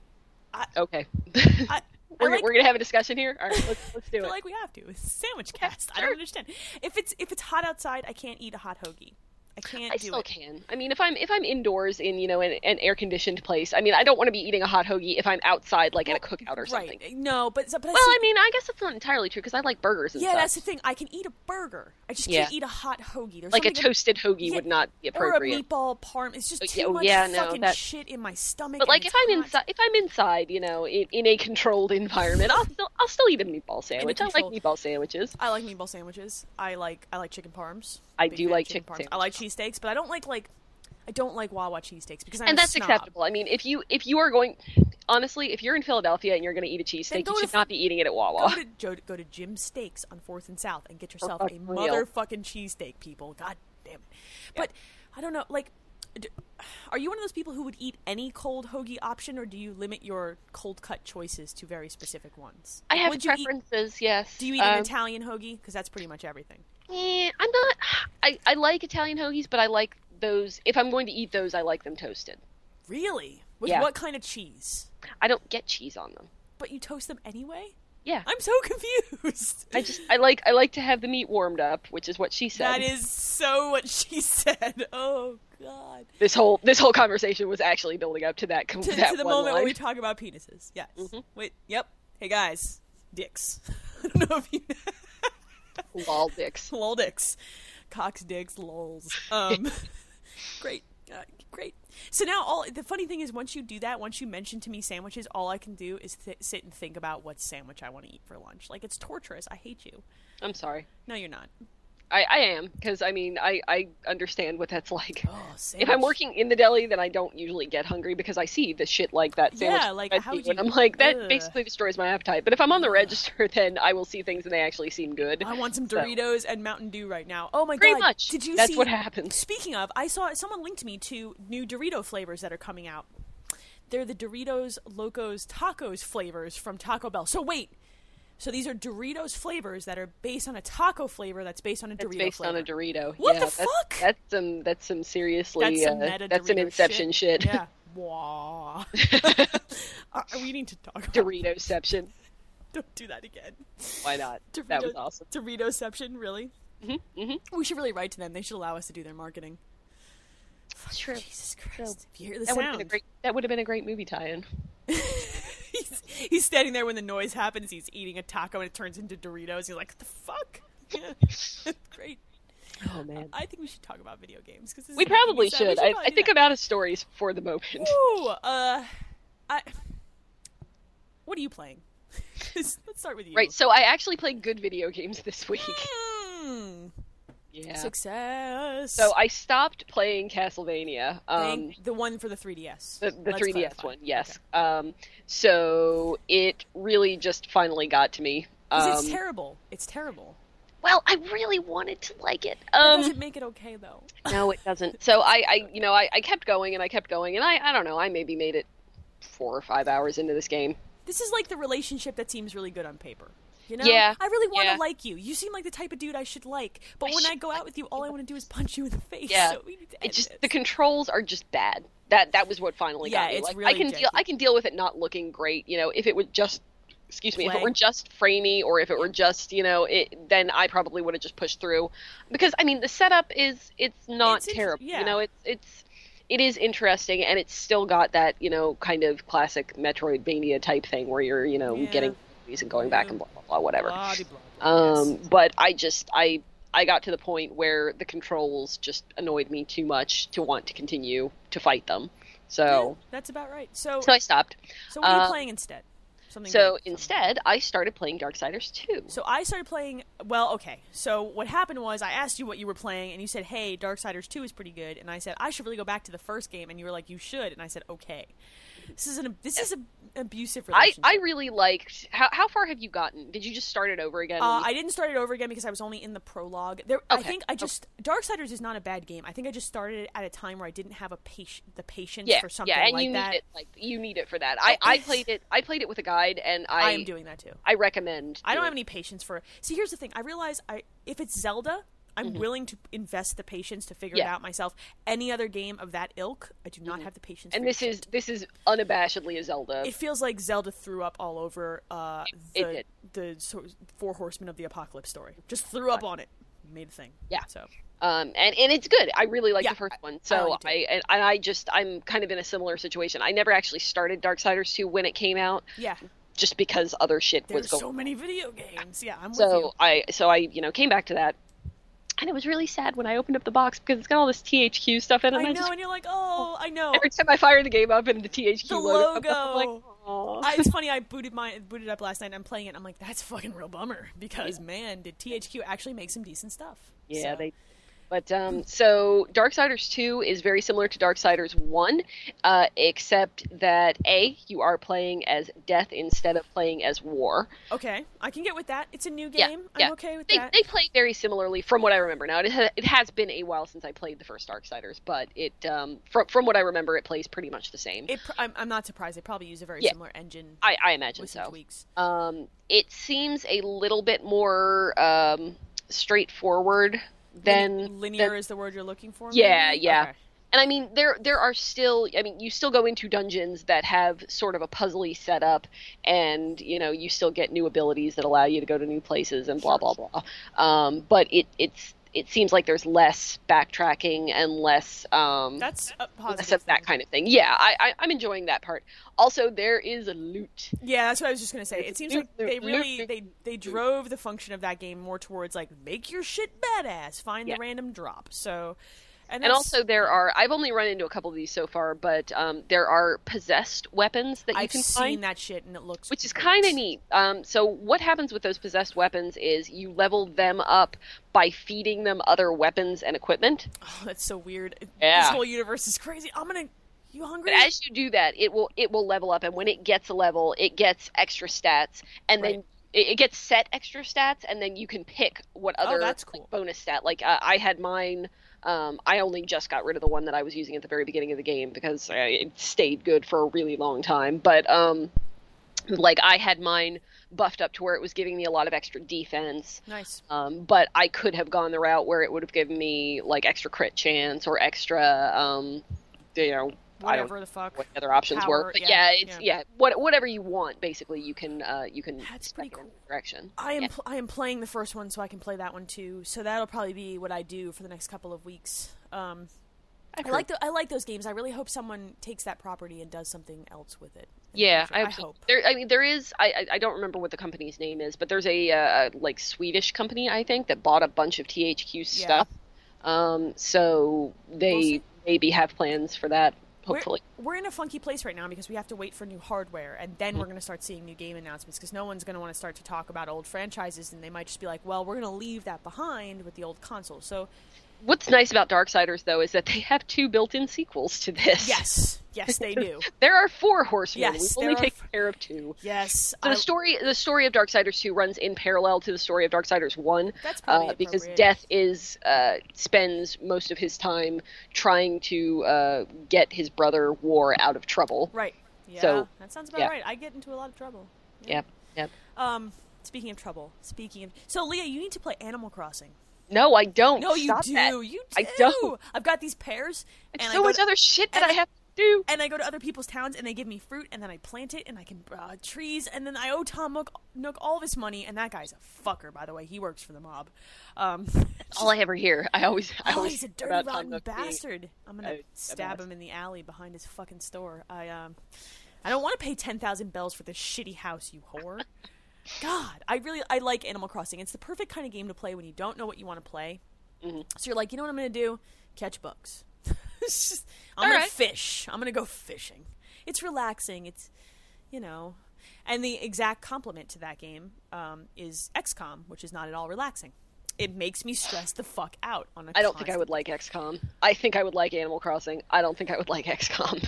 Speaker 2: Okay. [laughs]
Speaker 1: I, I
Speaker 2: we're,
Speaker 1: like
Speaker 2: we're gonna have a discussion here. All right, let's, let's do
Speaker 1: feel
Speaker 2: it.
Speaker 1: like we have to. It's sandwich cast. I
Speaker 2: sure.
Speaker 1: don't understand. If it's if it's hot outside, I can't eat a hot hoagie. I can't
Speaker 2: I
Speaker 1: do
Speaker 2: still
Speaker 1: it.
Speaker 2: can. I mean, if I'm if I'm indoors in you know an, an air conditioned place, I mean, I don't want to be eating a hot hoagie if I'm outside like at a cookout or something.
Speaker 1: Right? No, but but I
Speaker 2: Well,
Speaker 1: see,
Speaker 2: I mean, I guess that's not entirely true because I like burgers and
Speaker 1: yeah,
Speaker 2: stuff.
Speaker 1: that's the thing. I can eat a burger. I just can't
Speaker 2: Yeah.
Speaker 1: eat a hot hoagie. There's
Speaker 2: like a
Speaker 1: something ab-
Speaker 2: toasted hoagie
Speaker 1: Yeah,
Speaker 2: would not be appropriate.
Speaker 1: Or a meatball parm. It's just
Speaker 2: Uh,
Speaker 1: too
Speaker 2: yeah, oh,
Speaker 1: much
Speaker 2: yeah, no,
Speaker 1: fucking
Speaker 2: that-
Speaker 1: shit in my stomach.
Speaker 2: but
Speaker 1: and
Speaker 2: like if
Speaker 1: it's
Speaker 2: I'm
Speaker 1: hot.
Speaker 2: inside, if I'm inside, you know, in, in a controlled [laughs] environment, I'll still I'll still eat a meatball sandwich. I like
Speaker 1: controlled-
Speaker 2: meatball sandwiches.
Speaker 1: I like meatball sandwiches. I like I like chicken parms.
Speaker 2: I
Speaker 1: Big
Speaker 2: do
Speaker 1: fan of
Speaker 2: like chicken
Speaker 1: I like cheesesteaks, but I don't like like I don't like Wawa cheesesteaks because I'm
Speaker 2: and
Speaker 1: a
Speaker 2: that's
Speaker 1: snob.
Speaker 2: acceptable. I mean, if you if you are going, honestly, if you're in Philadelphia and you're going to eat a
Speaker 1: Then
Speaker 2: cheesesteak,
Speaker 1: go
Speaker 2: you
Speaker 1: to
Speaker 2: should
Speaker 1: f-
Speaker 2: not be eating it at Wawa.
Speaker 1: Go to, go, to, go to Jim Steaks on Fourth and South and get yourself a
Speaker 2: fucking real.
Speaker 1: motherfucking cheesesteak, people. God damn it! But I don't know. Like, d- are you one of those people who would eat any cold hoagie option, or do you limit your cold cut choices to very specific ones?
Speaker 2: I have
Speaker 1: Would you eat-
Speaker 2: preferences. yes.
Speaker 1: Do you eat an
Speaker 2: um,
Speaker 1: Italian hoagie? Because that's pretty much everything.
Speaker 2: eh, I'm not. I, I like Italian hoagies, but I like those. If I'm going to eat those, I like them toasted.
Speaker 1: Really? With
Speaker 2: Yeah.
Speaker 1: what kind of cheese?
Speaker 2: I don't get cheese on them.
Speaker 1: But you toast them anyway?
Speaker 2: Yeah,
Speaker 1: I'm so confused.
Speaker 2: I just I like I like to have the meat warmed up, which is what she
Speaker 1: [laughs]
Speaker 2: said.
Speaker 1: that is so what she [laughs] said. Oh God.
Speaker 2: this whole this whole conversation was actually building up to that com-
Speaker 1: To,
Speaker 2: that
Speaker 1: to the
Speaker 2: one
Speaker 1: moment where
Speaker 2: line. Mm-hmm.
Speaker 1: we talk about penises. Yes. Wait. Yep. Hey guys, dicks. [laughs] I don't know if you [laughs]
Speaker 2: Lol, dicks.
Speaker 1: lol dicks, cocks dicks lols. Um, [laughs] great. Uh, great. So now, all the funny thing is, once you do that, once you mention to me sandwiches, all I can do is th- sit and think about what sandwich I want to eat for lunch. Like it's torturous. I hate you.
Speaker 2: I'm sorry.
Speaker 1: No, you're not.
Speaker 2: I, I am because I mean I, I understand what that's like.
Speaker 1: Oh, sandwich.
Speaker 2: If I'm working in the deli, then I don't usually get hungry because I see the shit like that sandwich.
Speaker 1: Yeah, like,
Speaker 2: I
Speaker 1: how
Speaker 2: see,
Speaker 1: would
Speaker 2: and
Speaker 1: you-
Speaker 2: I'm like that
Speaker 1: Ugh.
Speaker 2: basically destroys my appetite. But if I'm on the register, [laughs] then I will see things and they actually seem good.
Speaker 1: I want some
Speaker 2: So-
Speaker 1: Doritos and Mountain Dew right now. Oh my
Speaker 2: Pretty
Speaker 1: god!
Speaker 2: much.
Speaker 1: Did you
Speaker 2: That's
Speaker 1: see?
Speaker 2: what happens.
Speaker 1: Speaking of, I saw someone linked me to new Dorito flavors that are coming out. They're the Doritos Locos Tacos flavors from Taco Bell. So wait, so these are Doritos flavors that are based on a taco flavor that's based on a
Speaker 2: That's
Speaker 1: Dorito
Speaker 2: based
Speaker 1: flavor.
Speaker 2: on a Dorito.
Speaker 1: What
Speaker 2: yeah,
Speaker 1: the
Speaker 2: that's-
Speaker 1: fuck?
Speaker 2: That's some. That's some seriously.
Speaker 1: that's some
Speaker 2: uh,
Speaker 1: meta
Speaker 2: that's some
Speaker 1: Dorito
Speaker 2: Inception shit. [laughs]
Speaker 1: Yeah. Wow. [laughs] uh, we need to talk. About
Speaker 2: Doritoception.
Speaker 1: Don't do that again.
Speaker 2: Why [laughs] not?
Speaker 1: Dorito,
Speaker 2: That was awesome.
Speaker 1: Doritoception, really? Mm-hmm, We should really write to them. They should allow us to do their marketing.
Speaker 2: True.
Speaker 1: Jesus Christ! If you hear the
Speaker 2: That would have
Speaker 1: sound,
Speaker 2: been a great. That would have been a great movie tie-in.
Speaker 1: he's, [laughs] he's standing there when the noise happens. He's eating a taco and it turns into Doritos. He's like, "What the fuck?" [laughs] Yeah. great.
Speaker 2: Oh man.
Speaker 1: I think we should talk about video games because
Speaker 2: We probably should. I, I think I'm out of stories for the moment.
Speaker 1: Ooh, uh, I. What are you playing? [laughs] Let's start with you.
Speaker 2: Right, so I actually played good video games this week.
Speaker 1: Mm,
Speaker 2: [laughs] Yeah.
Speaker 1: Success.
Speaker 2: So I stopped playing Castlevania. Um,
Speaker 1: Thank- the one for the 3DS.
Speaker 2: the, the
Speaker 1: Let's
Speaker 2: 3DS
Speaker 1: clarify.
Speaker 2: one, yes. Um, so it really just finally got to me.
Speaker 1: 'Cause
Speaker 2: Um,
Speaker 1: it's terrible. It's terrible.
Speaker 2: well, I really wanted to like it.
Speaker 1: That
Speaker 2: Um,
Speaker 1: doesn't make it okay though.
Speaker 2: no, it doesn't. So I, I, you know, I, I kept going and I kept going and I, I don't know, I maybe made it four or five hours into this game.
Speaker 1: this is like the relationship that seems really good on paper. You know?
Speaker 2: Yeah.
Speaker 1: I really want to
Speaker 2: Yeah.
Speaker 1: like you. You seem like the type of dude I should like. But
Speaker 2: I
Speaker 1: when I
Speaker 2: should
Speaker 1: go out with you, all I want to do is punch you in the face.
Speaker 2: Yeah.
Speaker 1: So we need to end
Speaker 2: It just
Speaker 1: this.
Speaker 2: the controls are just bad. That that was what finally
Speaker 1: Yeah,
Speaker 2: got me.
Speaker 1: it's
Speaker 2: like
Speaker 1: really
Speaker 2: I can deal
Speaker 1: janky.
Speaker 2: I can deal with it not looking great, you know, if it would just excuse me, if
Speaker 1: Play.
Speaker 2: it were just framey or if it were just, you know, it then I probably would have just pushed through because I mean the setup is it's not
Speaker 1: It's int-
Speaker 2: terrible.
Speaker 1: yeah.
Speaker 2: You know, it's it's it is interesting and it's still got that, you know, kind of classic Metroidvania type thing where you're, you know,
Speaker 1: Yeah.
Speaker 2: getting movies and going back
Speaker 1: Yeah.
Speaker 2: and blah blah blah whatever.
Speaker 1: Blah, de- blah, blah,
Speaker 2: Um,
Speaker 1: yes.
Speaker 2: but I just I I got to the point where the controls just annoyed me too much to want to continue to fight them. So
Speaker 1: Yeah, that's about right. So,
Speaker 2: so I stopped.
Speaker 1: Mm. so what are you
Speaker 2: uh,
Speaker 1: playing instead? Something
Speaker 2: So
Speaker 1: good.
Speaker 2: instead, I started playing Darksiders 2.
Speaker 1: So I started playing. Well, okay. So what happened was I asked you what you were playing, and you said, "Hey, Darksiders Two is pretty good." And I said, "I should really go back to the first game," and you were like, "You should." And I said, "Okay." This is an this is an abusive
Speaker 2: I,
Speaker 1: relationship.
Speaker 2: I really liked how how far have you gotten? Did you just start it over again?
Speaker 1: Uh, I didn't start it over again because I was only in the prologue. There, I
Speaker 2: Okay. Oh.
Speaker 1: think I just Darksiders is not a bad game. I think I just started it at a time where I didn't have a patient, the patience
Speaker 2: yeah,
Speaker 1: for something
Speaker 2: yeah, and
Speaker 1: like
Speaker 2: you
Speaker 1: that.
Speaker 2: need it like you need it for that. I, I played it I played it with a guide and I
Speaker 1: I am doing that too.
Speaker 2: I recommend.
Speaker 1: I don't
Speaker 2: doing
Speaker 1: have any patience for. See, here's the thing. I realize I if it's Zelda, I'm willing to invest the patience to figure it
Speaker 2: Mm-hmm. Yeah. Mm-hmm.
Speaker 1: out myself. Any other game of that ilk, I do not have the patience.
Speaker 2: And
Speaker 1: for
Speaker 2: this
Speaker 1: shit.
Speaker 2: is this is unabashedly a Zelda.
Speaker 1: It feels like Zelda threw up all over uh,
Speaker 2: It
Speaker 1: the
Speaker 2: did.
Speaker 1: the so- Four Horsemen of the Apocalypse story. Just threw up on it, made a thing.
Speaker 2: Yeah.
Speaker 1: So
Speaker 2: um, and and it's good. I really like
Speaker 1: Yeah,
Speaker 2: the first one.
Speaker 1: I
Speaker 2: So
Speaker 1: liked it.
Speaker 2: I, and, and I just I'm kind of in a similar situation. I never actually started Darksiders 2 when it came out,
Speaker 1: yeah,
Speaker 2: just because other shit was
Speaker 1: there's
Speaker 2: going.
Speaker 1: so many video games. Yeah, I'm with you.
Speaker 2: so I so I you know came back to that, and it was really sad when I opened up the box because it's got all this THQ stuff in it.
Speaker 1: I
Speaker 2: and
Speaker 1: know,
Speaker 2: I just,
Speaker 1: and you're like, oh, I know.
Speaker 2: every time I fire the game up and the THQ
Speaker 1: The
Speaker 2: logo, comes up, I'm
Speaker 1: logo.
Speaker 2: like, "Aw."
Speaker 1: I,
Speaker 2: [laughs]
Speaker 1: it's funny. I booted my booted up last night. and I'm playing it. and I'm like, that's a fucking real bummer because man, did THQ actually make some decent stuff?
Speaker 2: Yeah,
Speaker 1: So-
Speaker 2: they. But um, so Darksiders 2 is very similar to Darksiders 1, uh, except that A, you are playing as Death instead of playing as War.
Speaker 1: Okay, I can get with that. It's a new
Speaker 2: Yeah,
Speaker 1: game.
Speaker 2: yeah.
Speaker 1: I'm okay with
Speaker 2: They,
Speaker 1: that.
Speaker 2: they play very similarly from what I remember. Now, it, ha- it has been a while since I played the first Darksiders, but it um, from, from what I remember, it plays pretty much the same.
Speaker 1: It pr- I'm, I'm not surprised. They probably use a very
Speaker 2: Yeah.
Speaker 1: similar engine
Speaker 2: I, I imagine
Speaker 1: with some
Speaker 2: so.
Speaker 1: tweaks.
Speaker 2: Um, it seems a little bit more um, straightforward than.
Speaker 1: Lin-
Speaker 2: than-
Speaker 1: linear is the word you're looking for.
Speaker 2: um, Yeah,
Speaker 1: maybe?
Speaker 2: yeah.
Speaker 1: Mm-hmm. Okay.
Speaker 2: And I mean, there there are still, I mean, you still go into dungeons that have sort of a puzzly setup, and you know, you still get new abilities that allow you to go to new places and blah blah blah. Um, but it it's it seems like there's less backtracking and less um,
Speaker 1: That's a positive.
Speaker 2: less of that
Speaker 1: thing.
Speaker 2: kind of thing. Yeah, I, I I'm enjoying that part. Also, there is loot.
Speaker 1: Yeah, that's what I was just gonna say. It seems like they
Speaker 2: Loop,
Speaker 1: really
Speaker 2: loop,
Speaker 1: they they drove the function of that game more towards like make your shit badass, find
Speaker 2: Yeah.
Speaker 1: the random drop. So And,
Speaker 2: And
Speaker 1: that's-
Speaker 2: also, there are. I've only run into a couple of these so far, but um, there are possessed weapons that you
Speaker 1: I've
Speaker 2: can
Speaker 1: seen
Speaker 2: find.
Speaker 1: that shit and it looks
Speaker 2: which is
Speaker 1: great. [laughs]
Speaker 2: kind of neat. Um, so what happens with those possessed weapons is you level them up by feeding them other weapons and equipment.
Speaker 1: Oh, that's so weird. This
Speaker 2: Yeah.
Speaker 1: whole universe is crazy. I'm gonna. You hungry?
Speaker 2: But as you do that, it will it will level up, and when it gets a level, it gets extra stats, and
Speaker 1: Right.
Speaker 2: then it, it gets set extra stats, and then you can pick what
Speaker 1: Oh,
Speaker 2: other
Speaker 1: that's
Speaker 2: like,
Speaker 1: cool.
Speaker 2: bonus stat. Like uh, I had mine. Um, I only just got rid of the one that I was using at the very beginning of the game because uh, it stayed good for a really long time. But um, like I had mine buffed up to where it was giving me a lot of extra defense.
Speaker 1: nice.
Speaker 2: Um, but I could have gone the route where it would have given me like extra crit chance or extra, um, you know, I don't
Speaker 1: Whatever the fuck.
Speaker 2: what other options
Speaker 1: Power,
Speaker 2: were. But
Speaker 1: yeah,
Speaker 2: yeah, it's yeah, what whatever you want, basically, you can uh, you can.
Speaker 1: That's
Speaker 2: set
Speaker 1: pretty
Speaker 2: it in
Speaker 1: cool.
Speaker 2: that Direction.
Speaker 1: I am
Speaker 2: Yeah.
Speaker 1: pl- I am playing the first one, so I can play that one too. So that'll probably be what I do for the next couple of weeks. Um, I like the, I like those games. I really hope someone takes that property and does something else with it. in the
Speaker 2: Yeah,
Speaker 1: future.
Speaker 2: I,
Speaker 1: I
Speaker 2: hope.
Speaker 1: hope.
Speaker 2: There, I mean, there is. I, I I don't remember what the company's name is, but there's a uh, like Swedish company I think that bought a bunch of THQ stuff. Um, so they
Speaker 1: We'll see.
Speaker 2: maybe have plans for that.
Speaker 1: We're-
Speaker 2: Hopefully,
Speaker 1: We're, in a funky place right now because we have to wait for new hardware, and then we're going to start seeing new game announcements because no one's going to want to start to talk about old franchises, and they might just be like, "Well, we're going to leave that behind with the old console." So
Speaker 2: what's nice about Darksiders though is that they have two built-in sequels to this.
Speaker 1: yes, yes, they
Speaker 2: [laughs]
Speaker 1: do.
Speaker 2: there are four horsemen.
Speaker 1: Yes,
Speaker 2: We've
Speaker 1: there
Speaker 2: only
Speaker 1: are
Speaker 2: taken
Speaker 1: f-
Speaker 2: care of two.
Speaker 1: Yes,
Speaker 2: So
Speaker 1: I-
Speaker 2: the story the story of Darksiders 2 runs in parallel to the story of Darksiders 1
Speaker 1: That's probably
Speaker 2: uh, because
Speaker 1: appropriate.
Speaker 2: Death is uh, spends most of his time trying to uh, get his brother War out of trouble.
Speaker 1: right. Yeah,
Speaker 2: So,
Speaker 1: that sounds about
Speaker 2: yeah.
Speaker 1: right. I get into a lot of trouble.
Speaker 2: Yep. Yep.
Speaker 1: Um, speaking of trouble, speaking of so, Leah, you need to play Animal Crossing.
Speaker 2: No, I don't.
Speaker 1: No, you
Speaker 2: Stop
Speaker 1: do.
Speaker 2: that.
Speaker 1: You do.
Speaker 2: I don't.
Speaker 1: I've got these pears,
Speaker 2: It's
Speaker 1: and I
Speaker 2: so
Speaker 1: go
Speaker 2: much
Speaker 1: to-
Speaker 2: other shit that
Speaker 1: and
Speaker 2: I have to do.
Speaker 1: [laughs] and I go to other people's towns and they give me fruit and then I plant it and I can uh, trees and then I owe Tom Nook, Nook all of his money and that guy's a fucker by the way he works for the mob. Um, [laughs]
Speaker 2: All I ever hear, I always, I
Speaker 1: oh,
Speaker 2: always
Speaker 1: he's a
Speaker 2: hear
Speaker 1: dirty
Speaker 2: about Tom
Speaker 1: rotten
Speaker 2: Nook being-
Speaker 1: bastard. I'm gonna
Speaker 2: a- a
Speaker 1: stab
Speaker 2: mess.
Speaker 1: him in the alley behind his fucking store. I um, I don't want to pay ten thousand bells for this shitty house, you
Speaker 2: [laughs]
Speaker 1: whore. God, I really I like Animal Crossing. It's the perfect kind of game to play when you don't know what you want to play.
Speaker 2: Mm-hmm.
Speaker 1: So you're like, you know what I'm gonna do? Catch bugs. [laughs] It's just- I'm
Speaker 2: All
Speaker 1: gonna
Speaker 2: right.
Speaker 1: fish. I'm gonna go fishing. It's relaxing. It's you know, and the exact complement to that game um, is XCOM, which is not at all relaxing. It makes me stress the fuck out on a
Speaker 2: I don't think I would like XCOM. I think I would like Animal Crossing. I don't think I would
Speaker 1: [sighs]
Speaker 2: like XCOM.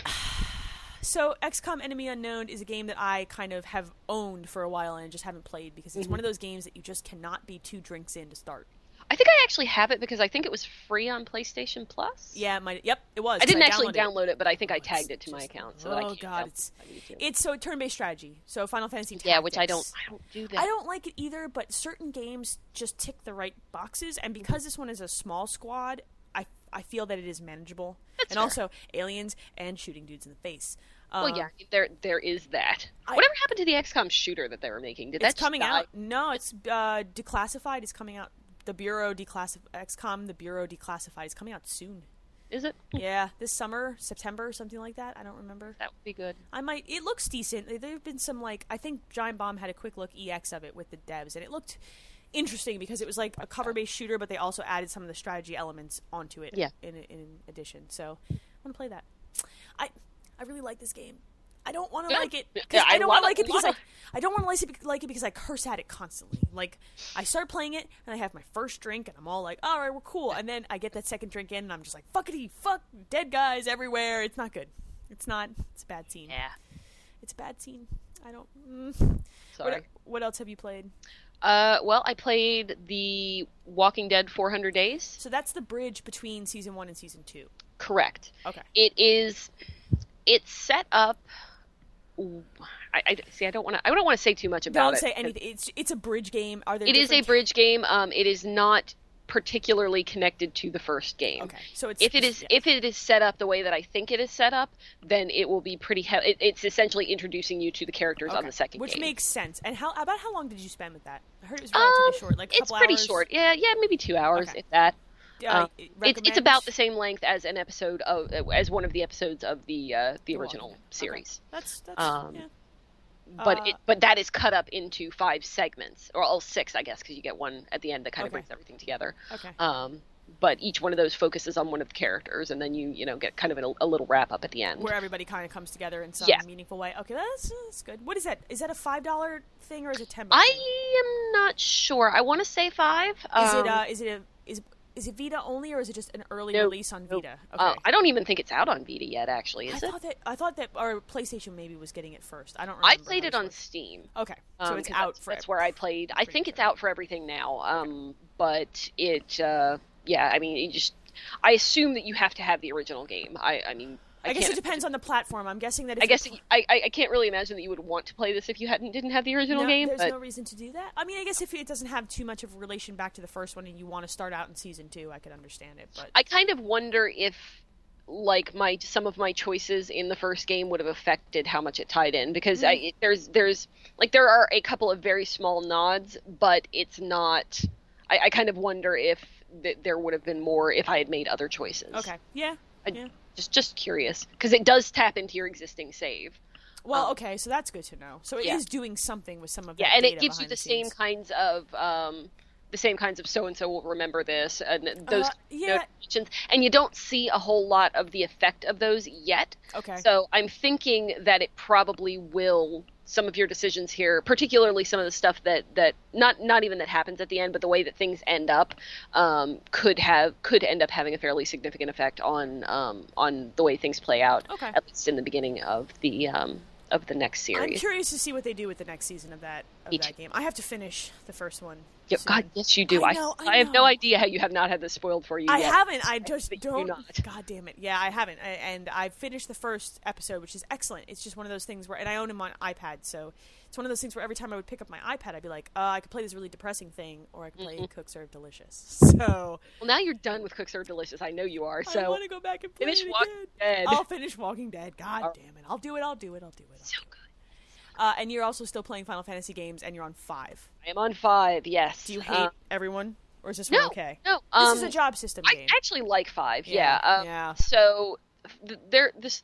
Speaker 1: So, XCOM Enemy Unknown is a game that I kind of have owned for a while and just haven't played because
Speaker 2: Mm-hmm.
Speaker 1: it's one of those games that you just cannot be two drinks in to start.
Speaker 2: I think I actually have it because I think it was free on PlayStation Plus.
Speaker 1: Yeah, it might, yep, it was.
Speaker 2: I didn't
Speaker 1: 'cause
Speaker 2: actually
Speaker 1: downloaded
Speaker 2: download it, but I think I
Speaker 1: It's
Speaker 2: tagged it to my
Speaker 1: just-
Speaker 2: account. So
Speaker 1: oh
Speaker 2: that I can't
Speaker 1: god,
Speaker 2: download
Speaker 1: it's
Speaker 2: it.
Speaker 1: it's so turn-based strategy. So Final Fantasy.
Speaker 2: yeah, which I don't
Speaker 1: Tactics.
Speaker 2: I don't do that.
Speaker 1: I don't like it either, but certain games just tick the right boxes, and
Speaker 2: Mm-hmm.
Speaker 1: because this one is a small squad, I I feel that it is manageable. and
Speaker 2: fair.
Speaker 1: also aliens and shooting dudes in the face. Um,
Speaker 2: Well, yeah, there there is that.
Speaker 1: I-
Speaker 2: Whatever happened to the XCOM shooter that they were making? Did
Speaker 1: it's
Speaker 2: that just
Speaker 1: coming
Speaker 2: die?
Speaker 1: out. No, it's uh, declassified. Is coming out. The Bureau declassified XCOM. The Bureau declassified is coming out soon.
Speaker 2: Is it?
Speaker 1: Yeah, this summer, September, something like that. I don't remember.
Speaker 2: That would be good.
Speaker 1: I might. It looks decent. There- There've been some like I think Giant Bomb had a quick look ex of it with the devs, and it looked interesting because it was like a cover-based shooter, but they also added some of the strategy elements onto it.
Speaker 2: Yeah.
Speaker 1: In in addition, so I want to play that. I I really like this game. I don't want to
Speaker 2: Yeah.
Speaker 1: like it. 'cause
Speaker 2: Yeah,
Speaker 1: I
Speaker 2: a
Speaker 1: don't
Speaker 2: lot
Speaker 1: want to like
Speaker 2: of-
Speaker 1: it because
Speaker 2: lot
Speaker 1: I,
Speaker 2: of-
Speaker 1: I don't want to like it, like it because I curse at it constantly. Like I start playing it and I have my first drink and I'm all like, all right, we're cool. And then I get that second drink in and I'm just like, fuckity fuck, dead guys everywhere. It's not good. It's not. It's a bad scene.
Speaker 2: Yeah.
Speaker 1: It's a bad scene. I don't. Mm.
Speaker 2: Sorry.
Speaker 1: What, what else have you played?
Speaker 2: Uh, well, I played the Walking Dead 400 Days.
Speaker 1: So that's the bridge between season one and season two.
Speaker 2: Correct.
Speaker 1: Okay.
Speaker 2: It is. It's set up. I, I see. I don't want to. I don't want to say too much about
Speaker 1: Don't
Speaker 2: it.
Speaker 1: say
Speaker 2: 'cause-
Speaker 1: anything. It's it's a bridge game. Are there?
Speaker 2: It is a
Speaker 1: different-
Speaker 2: bridge game. Um, it is not particularly connected to the first game.
Speaker 1: Okay. So it's
Speaker 2: If it is
Speaker 1: yeah.
Speaker 2: if it is set up the way that I think it is set up, then it will be pretty. He- it, it's essentially introducing you to the characters on
Speaker 1: Okay.
Speaker 2: the second
Speaker 1: which
Speaker 2: game.
Speaker 1: makes sense. And how about how long did you spend with that? I heard it was relatively
Speaker 2: Um,
Speaker 1: short, like a
Speaker 2: it's
Speaker 1: couple
Speaker 2: pretty
Speaker 1: hours.
Speaker 2: short. Yeah, yeah, maybe two hours
Speaker 1: Okay.
Speaker 2: if that.
Speaker 1: Uh,
Speaker 2: Um, it's
Speaker 1: recommend?
Speaker 2: it's about the same length as an episode of as one of the episodes of the uh, the
Speaker 1: Walking
Speaker 2: original
Speaker 1: Dead. Okay.
Speaker 2: series.
Speaker 1: That's that's
Speaker 2: um,
Speaker 1: yeah.
Speaker 2: But
Speaker 1: Uh,
Speaker 2: it but that is cut up into five segments or all six, I guess, because you get one at the end that kind
Speaker 1: Okay.
Speaker 2: of brings everything together.
Speaker 1: okay.
Speaker 2: Um, but each one of those focuses on one of the characters, and then you you know get kind of an, a little wrap up at the end.
Speaker 1: where everybody kind of comes together in some
Speaker 2: Yeah.
Speaker 1: meaningful way. Okay, that's, that's good. What is that? Is that a five dollar thing or is it ten?
Speaker 2: I am not sure. I want to say five.
Speaker 1: Is
Speaker 2: um,
Speaker 1: it uh, is it a is is it Vita only or is it just an early
Speaker 2: No,
Speaker 1: release on
Speaker 2: no.
Speaker 1: Vita? Okay.
Speaker 2: uh, I don't even think it's out on Vita yet. Actually,
Speaker 1: I
Speaker 2: is it?
Speaker 1: thought that I thought that our PlayStation maybe was getting it first. I don't remember.
Speaker 2: I
Speaker 1: how
Speaker 2: played it
Speaker 1: this
Speaker 2: on
Speaker 1: works.
Speaker 2: Steam.
Speaker 1: Okay, so
Speaker 2: um,
Speaker 1: it's
Speaker 2: 'cause
Speaker 1: out
Speaker 2: that's,
Speaker 1: for
Speaker 2: that's where I played. I
Speaker 1: pretty
Speaker 2: think it's
Speaker 1: sure.
Speaker 2: out for everything now. Um, but it, uh, yeah, I mean, it just. I assume that you have to have the original game. I, I mean, I,
Speaker 1: I guess
Speaker 2: can't,
Speaker 1: it depends on the platform. I'm guessing that if
Speaker 2: I guess
Speaker 1: you,
Speaker 2: it- I, I, I can't really imagine that you would want to play this if you hadn't didn't have the original
Speaker 1: no,
Speaker 2: game.
Speaker 1: there's
Speaker 2: But
Speaker 1: no reason to do that. I mean, I guess if it doesn't have too much of a relation back to the first one and you want to start out in season two, I could understand it. But
Speaker 2: I kind of wonder if like my some of my choices in the first game would have affected how much it tied in because I, it- there's there's like there are a couple of very small nods but it's not I, I kind of wonder if th- there would have been more if I had made other choices
Speaker 1: okay, yeah,
Speaker 2: I- uh,
Speaker 1: yeah.
Speaker 2: just just curious because it does tap into your existing save
Speaker 1: Well,
Speaker 2: um,
Speaker 1: okay, so that's good to know. So it is
Speaker 2: yeah.
Speaker 1: doing something with some of
Speaker 2: yeah
Speaker 1: that
Speaker 2: and it
Speaker 1: data
Speaker 2: gives you
Speaker 1: behind
Speaker 2: the
Speaker 1: scenes.
Speaker 2: same kinds of um the same kinds of so and so will remember this and those
Speaker 1: Uh,
Speaker 2: you
Speaker 1: yeah.
Speaker 2: know, notifications. and you don't see a whole lot of the effect of those yet
Speaker 1: Okay.
Speaker 2: So I'm thinking that it probably will some of your decisions here, particularly some of the stuff that that not not even that happens at the end, but the way that things end up um, could have could end up having a fairly significant effect on um, on the way things play out.
Speaker 1: Okay.
Speaker 2: At least in the beginning of the um, of the next
Speaker 1: I'm
Speaker 2: series.
Speaker 1: curious to see what they do with the next season of that of
Speaker 2: Me
Speaker 1: that
Speaker 2: too.
Speaker 1: game. I have to finish the first one.
Speaker 2: Yeah,
Speaker 1: soon.
Speaker 2: God, yes, you do.
Speaker 1: I
Speaker 2: I,
Speaker 1: know, I
Speaker 2: I have
Speaker 1: know.
Speaker 2: no idea how you have not had this spoiled for you.
Speaker 1: I
Speaker 2: yet.
Speaker 1: haven't. I just
Speaker 2: but you do
Speaker 1: don't.
Speaker 2: not.
Speaker 1: God damn it. Yeah, I haven't. I, and I finished the first episode, which is excellent. It's just one of those things where, and I own them on iPad, so it's one of those things where every time I would pick up my iPad, I'd be like, uh, I could play this really depressing thing, or I could play Cook Serve Delicious. [laughs] So
Speaker 2: Well, now you're done with Cooks Are Delicious. I know you are.
Speaker 1: I
Speaker 2: So
Speaker 1: want to go back and play
Speaker 2: finish
Speaker 1: it
Speaker 2: Walking
Speaker 1: again.
Speaker 2: Dead. Oh.
Speaker 1: I'll finish Walking Dead. God damn it. I'll do it. I'll do it. I'll do it. I'll do
Speaker 2: So good.
Speaker 1: it. Uh, and you're also still playing Final Fantasy games, and you're on five.
Speaker 2: I am on five. Yes.
Speaker 1: Do you hate
Speaker 2: Um,
Speaker 1: everyone, or is this one
Speaker 2: no,
Speaker 1: okay?
Speaker 2: no.
Speaker 1: This
Speaker 2: um,
Speaker 1: is a job system game.
Speaker 2: I actually like five.
Speaker 1: Yeah,
Speaker 2: Yeah. um,
Speaker 1: yeah.
Speaker 2: So th- there, this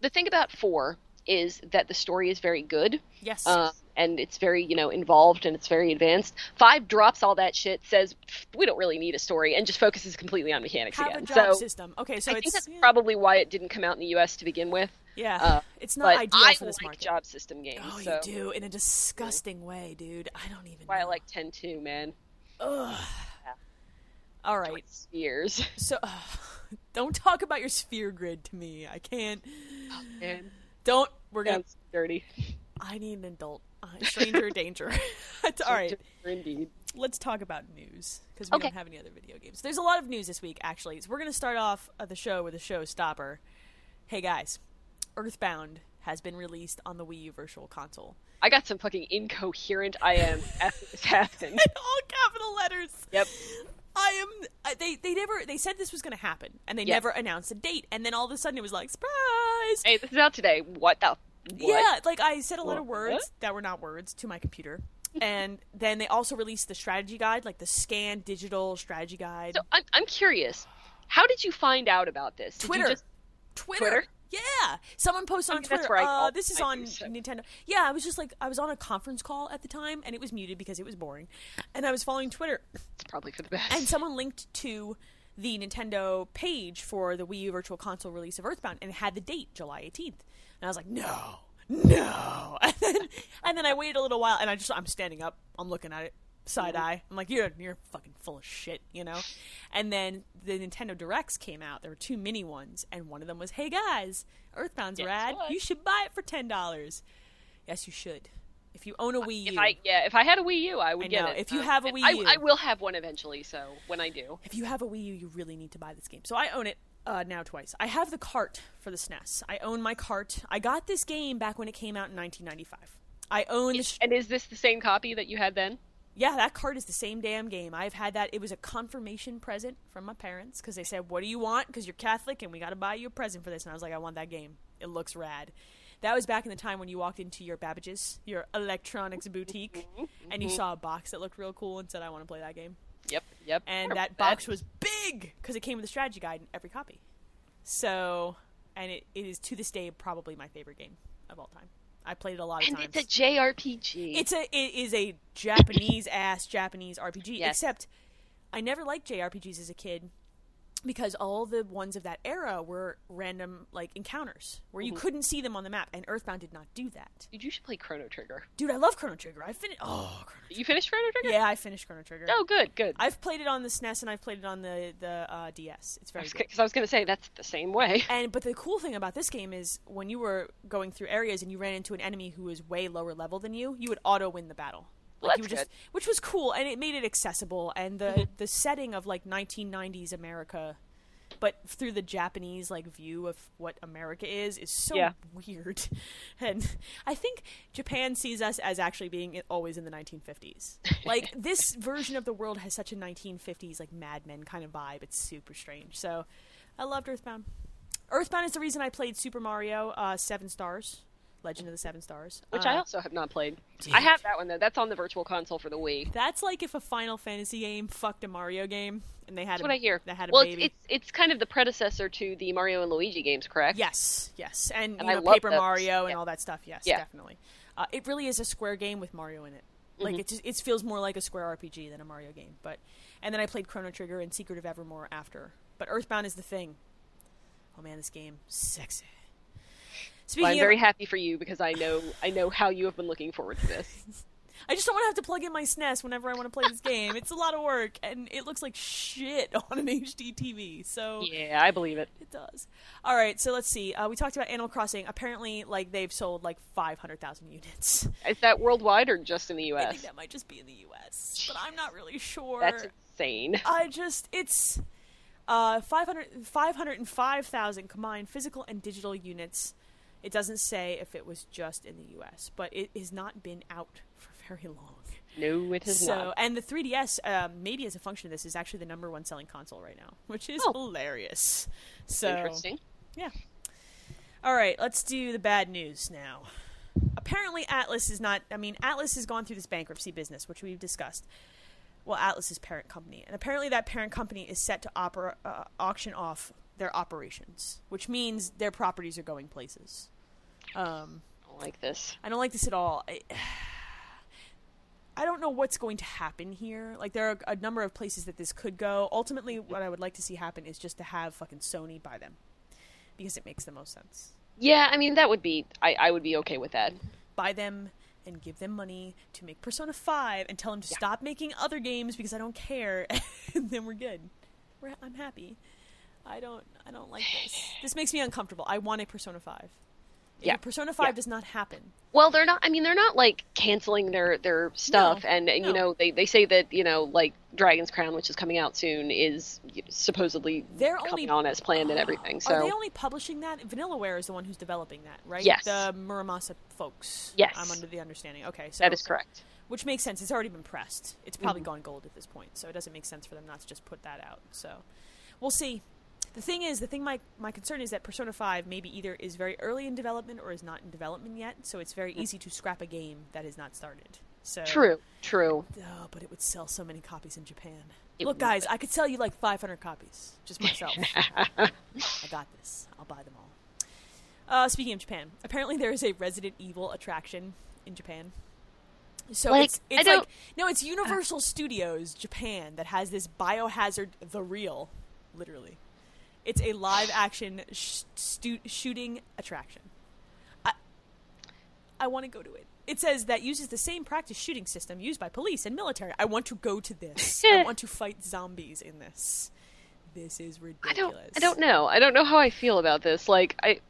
Speaker 2: the thing about four is that the story is very good.
Speaker 1: yes.
Speaker 2: Uh, and it's very, you know, involved and it's very advanced. Five drops all that shit, says "Pff, we don't really need a story, and just focuses completely on mechanics
Speaker 1: have
Speaker 2: again.
Speaker 1: a job
Speaker 2: so
Speaker 1: system. Okay, so
Speaker 2: I think
Speaker 1: it's
Speaker 2: that's
Speaker 1: yeah,
Speaker 2: probably why it didn't come out in the U.S. to begin with.
Speaker 1: yeah,
Speaker 2: uh,
Speaker 1: it's not
Speaker 2: but
Speaker 1: ideal
Speaker 2: I
Speaker 1: for this
Speaker 2: like
Speaker 1: market.
Speaker 2: job system games.
Speaker 1: oh,
Speaker 2: so
Speaker 1: you do in a disgusting way, dude. I don't even.
Speaker 2: why I
Speaker 1: know.
Speaker 2: like ten two, man.
Speaker 1: Ugh. All right,
Speaker 2: It's
Speaker 1: [laughs]
Speaker 2: years.
Speaker 1: so [laughs] ugh, don't talk about your sphere grid to me. I can't.
Speaker 2: [laughs] And
Speaker 1: Don't. We're gonna.
Speaker 2: sounds dirty.
Speaker 1: I need an adult. Uh, stranger danger. [laughs] All
Speaker 2: [laughs]
Speaker 1: right.
Speaker 2: Indeed.
Speaker 1: let's talk about news because we
Speaker 2: Okay.
Speaker 1: don't have any other video games. There's a lot of news this week, actually. So we're going to start off uh, the show with a showstopper. Hey guys, Earthbound has been released on the Wii U Virtual Console. [laughs]
Speaker 2: I got some fucking incoherent I am after this happened.
Speaker 1: [laughs] All capital letters.
Speaker 2: Yep.
Speaker 1: I am. I- They they never they said this was going to happen, and they
Speaker 2: Yeah.
Speaker 1: never announced a date. And then all of a sudden, it was like surprise.
Speaker 2: Hey, this is out today. What the? What?
Speaker 1: Yeah, like I said a lot of
Speaker 2: What?
Speaker 1: words that were not words to my computer. [laughs] and then they also released the strategy guide, like the scan digital strategy guide.
Speaker 2: So I'm, I'm curious. How did you find out about this? Did you
Speaker 1: Twitter.
Speaker 2: just-
Speaker 1: Twitter.
Speaker 2: Twitter?
Speaker 1: Yeah. Someone posted on
Speaker 2: mean,
Speaker 1: Twitter.
Speaker 2: that's where I
Speaker 1: uh,
Speaker 2: call
Speaker 1: this is
Speaker 2: my
Speaker 1: on
Speaker 2: news, so-
Speaker 1: Nintendo. Yeah, I was just like, I was on a conference call at the time, and it was muted because it was boring. And I was following Twitter,
Speaker 2: it's probably for the best.
Speaker 1: [laughs] and someone linked to the Nintendo page for the Wii U Virtual Console release of Earthbound, and it had the date, July 18th. And I was like, no, no. [laughs] And then, and then I waited a little while, and I just, I'm standing up, I'm looking at it. Side
Speaker 2: Mm-hmm.
Speaker 1: eye. I'm like, you're you're fucking full of shit, you know. And then the Nintendo Directs came out. There were two mini ones, and one of them was, "Hey guys, Earthbound's
Speaker 2: Guess
Speaker 1: rad.
Speaker 2: what?"
Speaker 1: You should buy it for ten dollars." Yes, you should. If you own a Wii U,
Speaker 2: if I yeah, if I had a Wii U, I would
Speaker 1: I
Speaker 2: get
Speaker 1: know.
Speaker 2: it.
Speaker 1: If you
Speaker 2: Um,
Speaker 1: have a
Speaker 2: and
Speaker 1: Wii
Speaker 2: I-
Speaker 1: U.
Speaker 2: I will have one eventually. So when I do,
Speaker 1: if you have a Wii U, you really need to buy this game. So I own it uh, now twice. I have the cart for the SNES. I own my cart. I got this game back when it came out in 1995. I own the. Sh-
Speaker 2: and is this the same copy that you had then?
Speaker 1: yeah, that cart is the same damn game. I've had that. It was a confirmation present from my parents because they said, "What do you want?" Because you're Catholic, and we got to buy you a present for this. And I was like, "I want that game. It looks rad." That was back in the time when you walked into your Babbage's, your electronics boutique, and you saw a box that looked real cool and said, "I want to play that game."
Speaker 2: Yep. Yep. I
Speaker 1: and
Speaker 2: remember
Speaker 1: that box was big because it came with a strategy guide in every copy. So, and it, it is to this day probably my favorite game of all time. I played it a lot of
Speaker 2: And
Speaker 1: times.
Speaker 2: it's a JRPG.
Speaker 1: It's a it is a Japanese ass Japanese RPG.
Speaker 2: Yes.
Speaker 1: Except I never liked JRPGs as a kid because all the ones of that era were random like encounters where
Speaker 2: Mm-hmm.
Speaker 1: you couldn't see them on the map, and Earthbound did not do that.
Speaker 2: Dude, you should play Chrono Trigger.
Speaker 1: Dude, I love Chrono Trigger. I finished. Oh, Chrono-
Speaker 2: You finished Chrono Trigger?
Speaker 1: yeah, I finished Chrono Trigger.
Speaker 2: Oh, good, good.
Speaker 1: I've played it on the SNES and I've played it on the the uh, DS. It's very good.
Speaker 2: Because I was going to say that's the same way.
Speaker 1: And but the cool thing about this game is when you were going through areas and you ran into an enemy who was way lower level than you, you would auto win the battle.
Speaker 2: Well,
Speaker 1: Like you
Speaker 2: that's
Speaker 1: would
Speaker 2: Mm-hmm.
Speaker 1: just, which was cool, and it made it accessible. And the the setting of like 1990s America, but through the Japanese like view of what America is, is so
Speaker 2: Yeah.
Speaker 1: weird. [laughs] And I think Japan sees us as actually being i- always in the 1950s.
Speaker 2: [laughs]
Speaker 1: Like this version of the world has such a 1950s like Mad Men kind of vibe. It's super strange. So I loved Earthbound. Earthbound is the reason I played Super Mario uh, Seven Stars, Legend of the Seven Stars,
Speaker 2: Which
Speaker 1: Uh,
Speaker 2: I also have not played. I have that one though. That's on the Virtual Console for the Wii.
Speaker 1: That's like if a Final Fantasy game fucked a Mario game, and they had
Speaker 2: That's
Speaker 1: a,
Speaker 2: what I hear.
Speaker 1: They had a
Speaker 2: well,
Speaker 1: baby.
Speaker 2: it's it's it's kind of the predecessor to the Mario and Luigi games, correct?
Speaker 1: yes, yes, and,
Speaker 2: And
Speaker 1: you
Speaker 2: I
Speaker 1: know,
Speaker 2: love
Speaker 1: Paper
Speaker 2: those.
Speaker 1: Mario and
Speaker 2: Yeah.
Speaker 1: all that stuff. Yes,
Speaker 2: Yeah.
Speaker 1: definitely. Uh, it really is a Square game with Mario in it.
Speaker 2: Mm-hmm.
Speaker 1: Like it just it feels more like a Square RPG than a Mario game. But and then I played Chrono Trigger and Secret of Evermore after. But Earthbound is the thing. Oh man, this game sexy. Speaking
Speaker 2: Well, I'm
Speaker 1: of,
Speaker 2: very happy for you because I know I know how you have been looking forward to this.
Speaker 1: I just don't want to have to plug in my SNES whenever I want to play this game. It's a lot of work, and it looks like shit [laughs] on an HD TV. So
Speaker 2: yeah, I believe it.
Speaker 1: it does. All right, so let's see. Uh, we talked about Animal Crossing. Apparently, like they've sold like five hundred thousand units. [laughs]
Speaker 2: Is that worldwide or just in the
Speaker 1: I think
Speaker 2: U.S.?
Speaker 1: that might just be in the U.S., but I'm not really sure.
Speaker 2: That's insane.
Speaker 1: I just it's uh 500 505,000 combined physical and digital units. It doesn't say if it was just in the U.S., but it has not been out for very long.
Speaker 2: No, it is
Speaker 1: So,
Speaker 2: not.
Speaker 1: and the 3DS, um, maybe as a function of this, is actually the number one selling console right now, which is
Speaker 2: Oh.
Speaker 1: hilarious. So,
Speaker 2: Interesting.
Speaker 1: yeah. All right, let's do the bad news now. Apparently, Atlas is not. I mean, Atlas has gone through this bankruptcy business, which we've discussed. Well, Atlas's parent company, and apparently that parent company is set to opera, uh, auction off their operations, which means their properties are going places. Um,
Speaker 2: I don't like this.
Speaker 1: I don't like this at all. I, [sighs] I don't know what's going to happen here. Like there are a number of places that this could go. Ultimately, what I would like to see happen is just to have fucking Sony buy them because it makes the most sense.
Speaker 2: Yeah, I mean that would be I, I would be okay with that.
Speaker 1: Buy them and give them money to make Persona 5 and tell them to stop making other games because I don't care [laughs] and then we're good. We're, I'm happy. I don't I don't like
Speaker 2: [sighs]
Speaker 1: this. This makes me uncomfortable. I want a Persona 5. If
Speaker 2: Yeah.
Speaker 1: a Persona 5
Speaker 2: Yeah.
Speaker 1: does not happen,
Speaker 2: Well, they're not. I mean, they're not like canceling their their stuff, and, and you
Speaker 1: no.
Speaker 2: know they, they say that you know like Dragon's Crown, which is coming out soon, is supposedly
Speaker 1: They're only-
Speaker 2: coming on as planned
Speaker 1: [gasps]
Speaker 2: and everything. So
Speaker 1: Are they only publishing that? Vanillaware is the one who's developing that, right?
Speaker 2: Yes.
Speaker 1: The Muramasa folks.
Speaker 2: Yes.
Speaker 1: I'm under the understanding. Okay, so
Speaker 2: that is correct.
Speaker 1: which makes sense. It's already been pressed. It's probably gone gold at this point, so it doesn't make sense for them not to just put that out. So we'll see. The thing is, the thing my my concern is that Persona Five maybe either is very early in development or is not in development yet, so it's very easy to scrap a game that has not started. So
Speaker 2: True, true.
Speaker 1: Oh, but it would sell so many copies in Japan.
Speaker 2: It
Speaker 1: Look,
Speaker 2: would.
Speaker 1: guys, I could sell you like 500 copies, just
Speaker 2: [laughs]
Speaker 1: myself. I got this. I'll buy them all. Uh, speaking of Japan, apparently there is a Resident Evil attraction in Japan. So
Speaker 2: Like,
Speaker 1: it's,
Speaker 2: I
Speaker 1: it's
Speaker 2: don't-
Speaker 1: like no, it's Universal Studios Japan that has this Biohazard the Real, literally. It's a live action sh- stu- shooting attraction. I want to go to it. It says that uses the same practice shooting system used by police and military. I want to go to this.
Speaker 2: [laughs]
Speaker 1: I want to fight zombies in this. This is
Speaker 2: I don't.
Speaker 1: ridiculous.
Speaker 2: I don't know. I don't know how I feel about this. Like I,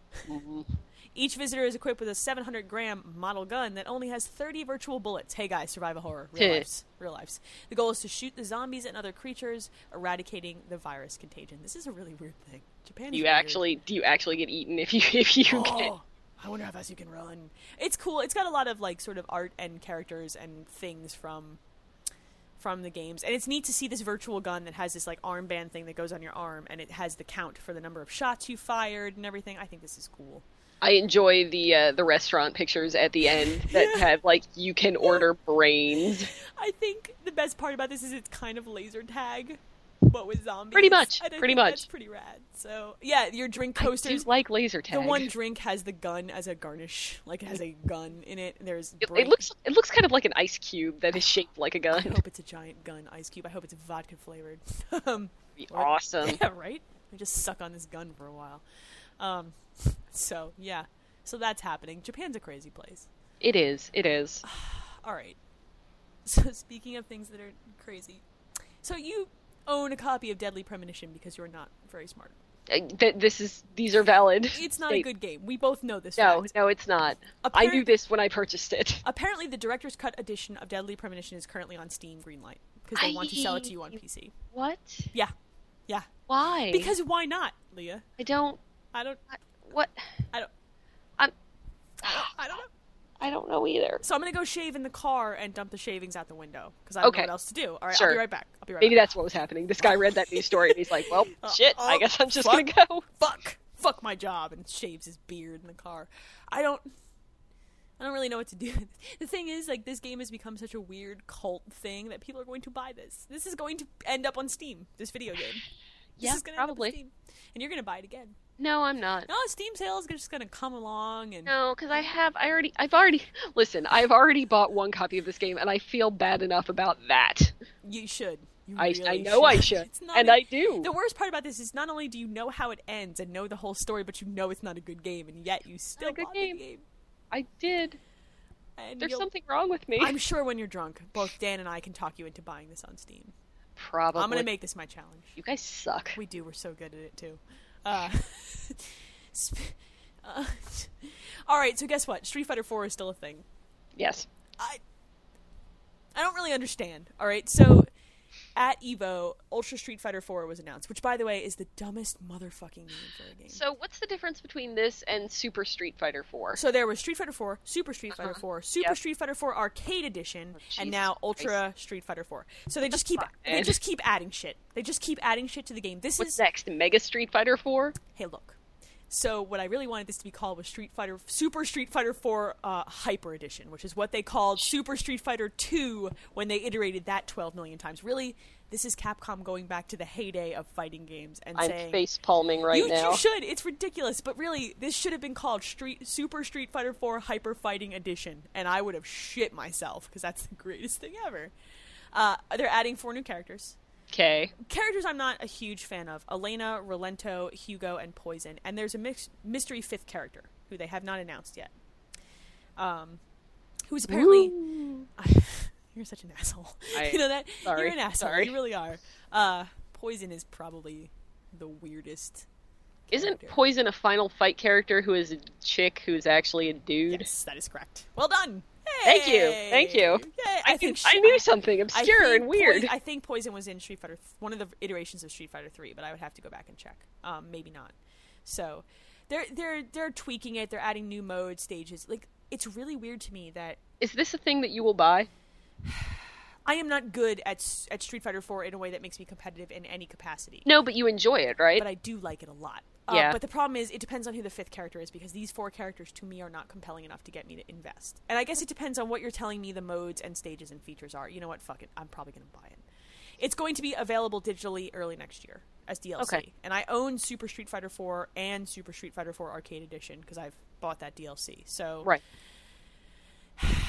Speaker 1: Each visitor is equipped with a 700 gram model gun that only has 30 virtual bullets. Hey guys, survive a horror. Real
Speaker 2: Yeah.
Speaker 1: lives. Real lives. The goal is to shoot the zombies and other creatures, eradicating the virus contagion. This is a really weird thing. Japan.
Speaker 2: do
Speaker 1: is [laughs]
Speaker 2: you
Speaker 1: weird.
Speaker 2: actually do you actually get eaten if you [laughs]
Speaker 1: [gasps]
Speaker 2: if you get?
Speaker 1: Oh, I wonder how fast you can run. It's cool. It's got a lot of like sort of art and characters and things from from the games, and it's neat to see this virtual gun that has this like armband thing that goes on your arm, and it has the count for the number of shots you fired and everything. I think this is cool.
Speaker 2: I enjoy the uh, the restaurant pictures at the end that have like you can order brains.
Speaker 1: I think the best part about this is it's kind of laser tag. But with zombies.
Speaker 2: Pretty much,
Speaker 1: And I
Speaker 2: pretty
Speaker 1: think
Speaker 2: much.
Speaker 1: That's pretty rad. So yeah, your drink
Speaker 2: I
Speaker 1: coasters.
Speaker 2: do like laser tag.
Speaker 1: the one drink has the gun as a garnish, like it has a gun in it. There's
Speaker 2: It,
Speaker 1: break.
Speaker 2: it looks it looks kind of like an ice cube that is shaped like a [laughs]
Speaker 1: I
Speaker 2: gun.
Speaker 1: hope it's a giant gun ice cube. I hope it's vodka flavored. [laughs] um,
Speaker 2: Be
Speaker 1: [laughs]
Speaker 2: awesome.
Speaker 1: yeah, right. We just suck on this gun for a while. Um, so yeah, so that's happening. Japan's a crazy place.
Speaker 2: It is. It is.
Speaker 1: All right. [laughs] So speaking of things that are crazy, so you own a copy of Deadly Premonition because you're not very smart.
Speaker 2: Uh, Th- this is. These are valid.
Speaker 1: It's not a
Speaker 2: statements.
Speaker 1: good game. We both know this.
Speaker 2: No,
Speaker 1: fact.
Speaker 2: no, it's not. I
Speaker 1: Apparent-
Speaker 2: knew this when I
Speaker 1: [laughs]
Speaker 2: purchased it.
Speaker 1: Apparently, the director's cut edition of Deadly Premonition is currently on Steam Greenlight because they want to sell it to you on
Speaker 2: I-
Speaker 1: PC.
Speaker 2: What?
Speaker 1: Yeah, yeah.
Speaker 2: Why?
Speaker 1: Because why not, Leah?
Speaker 2: I don't.
Speaker 1: I don't.
Speaker 2: I- What?
Speaker 1: I don't.
Speaker 2: I'm.
Speaker 1: I don't, I don't know.
Speaker 2: I don't know either.
Speaker 1: So I'm gonna go shave in the car and dump the shavings out the window because I don't
Speaker 2: Okay.
Speaker 1: know what else to do. All right, I'll
Speaker 2: Sure.
Speaker 1: be right back. I'll be right
Speaker 2: Maybe
Speaker 1: back.
Speaker 2: that's what was happening. This guy read that news story and he's like, "Well,
Speaker 1: [laughs] Uh,
Speaker 2: shit. I
Speaker 1: oh,
Speaker 2: guess I'm just
Speaker 1: fuck.
Speaker 2: gonna go."
Speaker 1: fuck, fuck my job, and shaves his beard in the car. I don't. I don't really know what to do. [laughs] The thing is, like, this game has become such a weird cult thing that people are going to buy this. This is going to end up on Steam. This video game. This
Speaker 2: Yeah,
Speaker 1: is gonna end up on
Speaker 2: probably.
Speaker 1: Steam. and you're going to buy it again.
Speaker 2: No, I'm not.
Speaker 1: No, Steam sales are just going to come along, and
Speaker 2: No, because I have, I already, I've already, [laughs] listen, I've already bought one copy of this game, and I feel bad enough about that.
Speaker 1: you should. You
Speaker 2: I, I
Speaker 1: really
Speaker 2: know I
Speaker 1: [laughs]
Speaker 2: should,
Speaker 1: It's not
Speaker 2: and
Speaker 1: a-
Speaker 2: I do.
Speaker 1: The worst part about this is not only do you know how it ends and know the whole story, but you know it's not a good game, and yet you still
Speaker 2: good
Speaker 1: bought
Speaker 2: game.
Speaker 1: the game.
Speaker 2: I did.
Speaker 1: And
Speaker 2: There's
Speaker 1: you'll-
Speaker 2: something wrong with me.
Speaker 1: I'm sure when you're drunk, both Dan and I can talk you into buying this on Steam.
Speaker 2: probably.
Speaker 1: I'm gonna make this my challenge.
Speaker 2: you guys suck.
Speaker 1: We do. We're so good at it too. Uh, [laughs] sp- uh, [laughs] all right. So guess what? Street Fighter Four is still a thing.
Speaker 2: Yes.
Speaker 1: I I don't really understand. All right. So at Evo, Ultra Street Fighter Four was announced, which by the way is the dumbest motherfucking name for a game.
Speaker 2: So what's the difference between this and Super Street Fighter 4?
Speaker 1: So there was Street Fighter 4, Super Street Fighter 4, Super
Speaker 2: Uh-huh. Yep. Oh,
Speaker 1: Street Fighter 4 Arcade Edition, and
Speaker 2: Jesus
Speaker 1: now Ultra Street Fighter 4. So they just keep they
Speaker 2: man.
Speaker 1: just keep adding shit. They just keep adding shit to the game. This
Speaker 2: What's
Speaker 1: is
Speaker 2: next? Mega Street Fighter 4?
Speaker 1: hey look. So what I really wanted this to be called was Street Fighter Super Street Fighter 4 uh, Hyper Edition, which is what they called Super Street Fighter 2 when they iterated that 12 million times. Really, this is Capcom going back to the heyday of fighting games and
Speaker 2: I'm
Speaker 1: saying
Speaker 2: face palming right
Speaker 1: you, you
Speaker 2: now.
Speaker 1: should. It's ridiculous, but really, this should have been called Street Super Street Fighter 4 Hyper Fighting Edition, and I would have shit myself because that's the greatest thing ever. Uh, they're adding four new characters.
Speaker 2: Okay.
Speaker 1: Characters I'm not a huge fan of: Elena, Relento, Hugo, and Poison. And there's a mix- mystery fifth character who they have not announced yet. Um, who's apparently [laughs] you're such an asshole.
Speaker 2: I-
Speaker 1: [laughs] you know that
Speaker 2: sorry,
Speaker 1: you're an asshole.
Speaker 2: sorry.
Speaker 1: You really are. Uh, Poison is probably the weirdest.
Speaker 2: Isn't
Speaker 1: character.
Speaker 2: Poison a final fight character who is a chick who's actually a dude?
Speaker 1: Yes, that is correct. Well done.
Speaker 2: Thank you.
Speaker 1: Hey!
Speaker 2: Thank you.
Speaker 1: Yay.
Speaker 2: I,
Speaker 1: I think
Speaker 2: knew- I
Speaker 1: she-
Speaker 2: knew something
Speaker 1: I
Speaker 2: obscure
Speaker 1: think
Speaker 2: and weird.
Speaker 1: Poi- I think Poison was in Street Fighter, one of the iterations of Street Fighter Three, but I would have to go back and check. Um, maybe not. So they're they're they're tweaking it. They're adding new modes, stages. Like it's really weird to me that
Speaker 2: Is this a thing that you will buy?
Speaker 1: I am not good at s- at Street Fighter Four in a way that makes me competitive in any capacity.
Speaker 2: No, but you enjoy it, right?
Speaker 1: But I do like it a lot. Uh,
Speaker 2: Yeah.
Speaker 1: But the problem is, it depends on who the fifth character is because these four characters to me are not compelling enough to get me to invest. And I guess it depends on what you're telling me the modes and stages and features are. You know what? Fuck it. I'm probably going to buy it. It's going to be available digitally early next year as DLC.
Speaker 2: Okay.
Speaker 1: And I own Super Street Fighter 4 and Super Street Fighter 4 Arcade Edition because I've bought that DLC. So
Speaker 2: Right.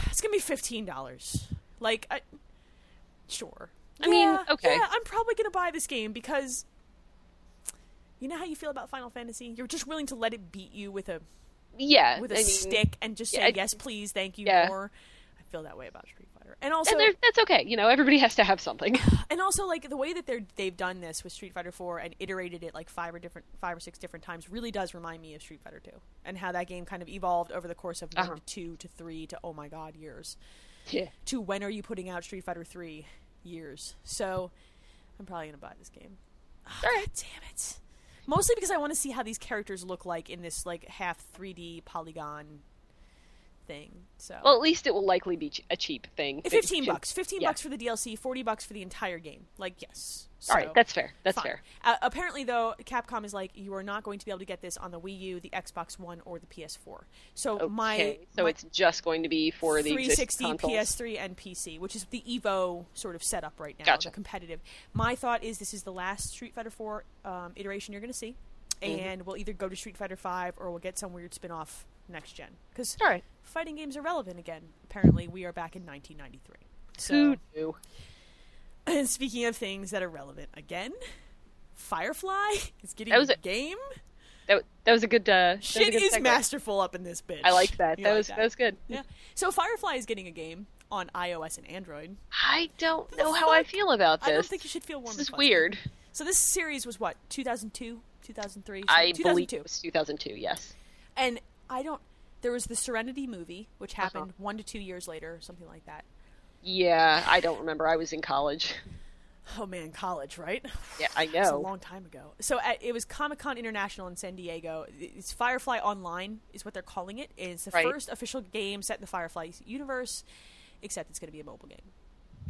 Speaker 1: it's going to be fifteen dollars. Like, I, sure.
Speaker 2: I mean,
Speaker 1: Yeah,
Speaker 2: okay.
Speaker 1: Yeah, I'm probably gonna buy this game because you know how you feel about Final Fantasy. You're just willing to let it beat you with a
Speaker 2: Yeah.
Speaker 1: with a
Speaker 2: I mean,
Speaker 1: stick and just say
Speaker 2: yeah, I-
Speaker 1: yes, please, thank you
Speaker 2: yeah.
Speaker 1: more. I feel that way about Street Fighter, and also
Speaker 2: And there- that's okay. You know, everybody has to have something. [laughs]
Speaker 1: and also like the way that they're they've done this with Street Fighter Four and iterated it like five or different five or six different times really does remind me of Street Fighter Two and how that game kind of evolved over the course of one
Speaker 2: Uh-huh.
Speaker 1: to two to three to oh my god years.
Speaker 2: Yeah.
Speaker 1: to when are you putting out Street Fighter 3 years. So I'm probably going to buy this game.
Speaker 2: All right.
Speaker 1: God damn it. Mostly because I want to see how these characters look like in this like half 3D polygon thing. So
Speaker 2: Well, at least it will likely be ch- a cheap thing. It
Speaker 1: fifteen
Speaker 2: should-
Speaker 1: bucks, fifteen
Speaker 2: yeah.
Speaker 1: bucks for the DLC, forty bucks for the entire game. Like yes.
Speaker 2: All right,
Speaker 1: So-
Speaker 2: that's fair. That's
Speaker 1: Fine.
Speaker 2: fair.
Speaker 1: Uh, apparently, though, Capcom is like, you are not going to be able to get this on the Wii U, the Xbox One, or the PS4. So
Speaker 2: Okay,
Speaker 1: my
Speaker 2: so
Speaker 1: my
Speaker 2: it's just going to be for the existing
Speaker 1: 360,
Speaker 2: consoles.
Speaker 1: PS3, and PC, which is the Evo sort of setup right now,
Speaker 2: Gotcha.
Speaker 1: the competitive. My thought is this is the last Street Fighter 4 um, iteration you're going to see,
Speaker 2: Mm-hmm.
Speaker 1: and we'll either go to Street Fighter 5 or we'll get some weird spin off next gen because
Speaker 2: All right.
Speaker 1: fighting games are relevant again. Apparently, we are back in 1993. So.
Speaker 2: Who knew?
Speaker 1: And [laughs] speaking of things that are relevant again, Firefly is getting
Speaker 2: That was
Speaker 1: a
Speaker 2: a-
Speaker 1: game.
Speaker 2: That, w- that was a good. Uh, that was a
Speaker 1: Shit
Speaker 2: good
Speaker 1: is
Speaker 2: segue.
Speaker 1: masterful up in this bitch.
Speaker 2: I like that.
Speaker 1: You
Speaker 2: That
Speaker 1: like
Speaker 2: was that. was good.
Speaker 1: Yeah. So Firefly is getting a game on iOS and Android.
Speaker 2: I don't know
Speaker 1: the
Speaker 2: how I
Speaker 1: fuck?
Speaker 2: feel about this.
Speaker 1: I don't think you should feel warm.
Speaker 2: This
Speaker 1: and
Speaker 2: is
Speaker 1: fuzzy.
Speaker 2: weird.
Speaker 1: So this series was what 2002, 2003,
Speaker 2: I believe
Speaker 1: 2002,
Speaker 2: it was 2002. Yes.
Speaker 1: and I don't. There was the Serenity movie, which
Speaker 2: Uh-huh.
Speaker 1: happened one to two years later, something like that.
Speaker 2: Yeah, I don't remember. I was in college.
Speaker 1: Oh man, college, right?
Speaker 2: [laughs] Yeah, I
Speaker 1: It's a
Speaker 2: know.
Speaker 1: long time ago. So uh, it was Comic Con International in San Diego. It's Firefly Online is what they're calling it. It's the
Speaker 2: Right.
Speaker 1: first official game set in the Firefly universe, except it's going to be a mobile game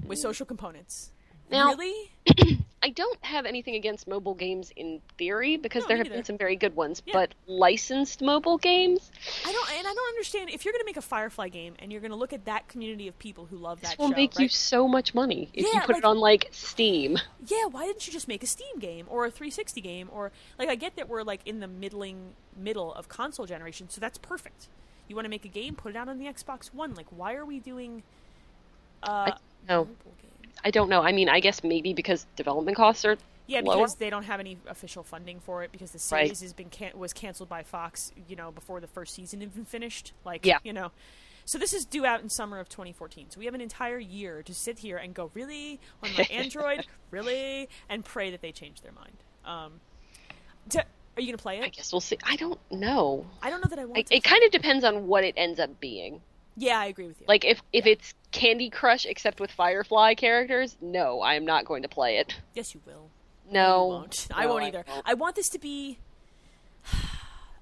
Speaker 1: with social components.
Speaker 2: Mm. Now-
Speaker 1: really?
Speaker 2: I don't have anything against mobile games in theory because
Speaker 1: No,
Speaker 2: there
Speaker 1: me
Speaker 2: have
Speaker 1: neither.
Speaker 2: been some very good ones,
Speaker 1: Yeah.
Speaker 2: but licensed mobile games
Speaker 1: I don't, and I don't understand if you're going to make a Firefly game and you're going to look at that community of people who love that
Speaker 2: will
Speaker 1: show.
Speaker 2: make you
Speaker 1: right?
Speaker 2: so much money if you
Speaker 1: Yeah,
Speaker 2: put
Speaker 1: like-
Speaker 2: it on like Steam.
Speaker 1: yeah, why didn't you just make a Steam game or a 360 game or like I get that we're like in the middling middle of console generation, so that's perfect. You want to make a game, put it out on the Xbox One. Like, why are we doing? Uh,
Speaker 2: I, no,
Speaker 1: mobile games?
Speaker 2: I don't know. I mean, I guess maybe because development costs are
Speaker 1: Yeah,
Speaker 2: lower.
Speaker 1: because they don't have any official funding for it because the
Speaker 2: Right.
Speaker 1: series has been can- was canceled by Fox, you know, before the first season even finished. Like,
Speaker 2: Yeah.
Speaker 1: you know, so this is due out in summer of 2014. So we have an entire year to sit here and go, really, on
Speaker 2: [laughs]
Speaker 1: my Android, really, and pray that they change their mind. Um, to, are you gonna play
Speaker 2: I
Speaker 1: it?
Speaker 2: guess we'll see. I don't know.
Speaker 1: I don't know that I want
Speaker 2: Like,
Speaker 1: to.
Speaker 2: it kind of depends on what it ends up being.
Speaker 1: yeah, I agree with you.
Speaker 2: Like if if it's Candy Crush except with Firefly characters, no, I am not going to play it.
Speaker 1: yes, you will.
Speaker 2: No,
Speaker 1: I won't. I
Speaker 2: oh, No,
Speaker 1: won't either.
Speaker 2: won't.
Speaker 1: I want this to be. [sighs]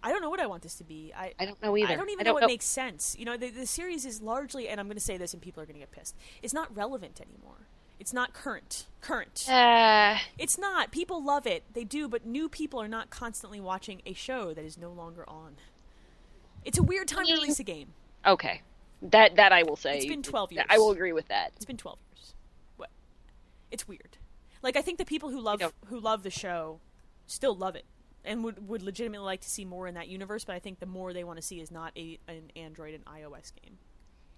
Speaker 1: I don't know what I want this to be. I
Speaker 2: I don't know either.
Speaker 1: I don't even
Speaker 2: I
Speaker 1: know
Speaker 2: don't
Speaker 1: what
Speaker 2: know.
Speaker 1: makes sense. You know, the, the series is largely, and I'm going to say this, and people are going to get pissed. It's not relevant anymore. It's not current. Current.
Speaker 2: Uh,
Speaker 1: It's not. People love it. They do, but new people are not constantly watching a show that is no longer on. It's a weird time to
Speaker 2: mean-
Speaker 1: release a game.
Speaker 2: okay, that that I will say.
Speaker 1: It's been 12 years.
Speaker 2: I will agree with that.
Speaker 1: It's been 12 years. What? It's weird. Like I think the people who love
Speaker 2: don't-
Speaker 1: who love the show still love it and would would legitimately like to see more in that universe, but I think the more they want to see is not a an Android and iOS game.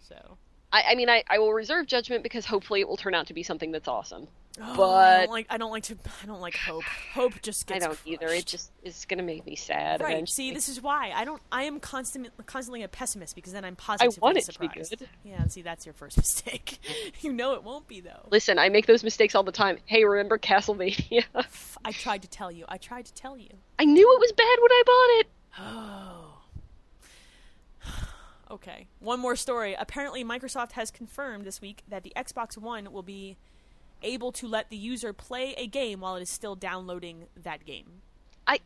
Speaker 1: So
Speaker 2: I, I mean, I, I will reserve judgment because hopefully it will turn out to be something that's awesome.
Speaker 1: Oh, I don't
Speaker 2: but
Speaker 1: like I don't like to I don't like hope. Hope just
Speaker 2: I
Speaker 1: gets
Speaker 2: don't either. It
Speaker 1: crushed.
Speaker 2: just is going to make me sad.
Speaker 1: right.
Speaker 2: eventually.
Speaker 1: See, this is why I don't. I am constantly constantly a pessimist because then I'm
Speaker 2: I
Speaker 1: positively
Speaker 2: want it to be
Speaker 1: surprised.
Speaker 2: good.
Speaker 1: Yeah, see, that's your first [laughs] mistake. you know it won't be though.
Speaker 2: Listen, I make those mistakes all the time. Hey, remember Castlevania?
Speaker 1: [laughs] F- I tried to tell you. I tried to tell you.
Speaker 2: [laughs] I knew it was bad when I bought it.
Speaker 1: Oh. [sighs] Okay. One more story. Apparently, Microsoft has confirmed this week that the Xbox One will be able to let the user play a game while it is still downloading that game.
Speaker 2: I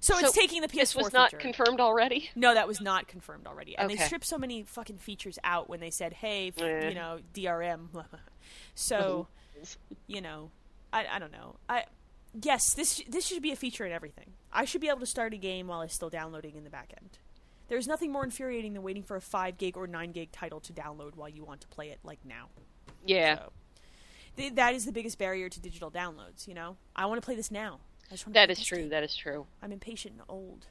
Speaker 1: So, it's
Speaker 2: So
Speaker 1: taking the PS4
Speaker 2: this was not
Speaker 1: feature.
Speaker 2: confirmed already. [laughs]
Speaker 1: no, that was not confirmed already. And they
Speaker 2: Okay.
Speaker 1: stripped so many fucking features out when they said, "Hey, f-
Speaker 2: Eh.
Speaker 1: you know, DRM." [laughs] so,
Speaker 2: Mm-hmm.
Speaker 1: you know, I I don't know. I yes, this this should be a feature in everything. I should be able to start a game while it's still downloading in the back end. There's nothing more infuriating than waiting for a 5 gig or 9 gig title to download while you want to play it like now.
Speaker 2: Yeah.
Speaker 1: So, th- that is the biggest barrier to digital downloads, you know? I want to play this now. I just want
Speaker 2: That is true. That is true.
Speaker 1: I'm impatient and old.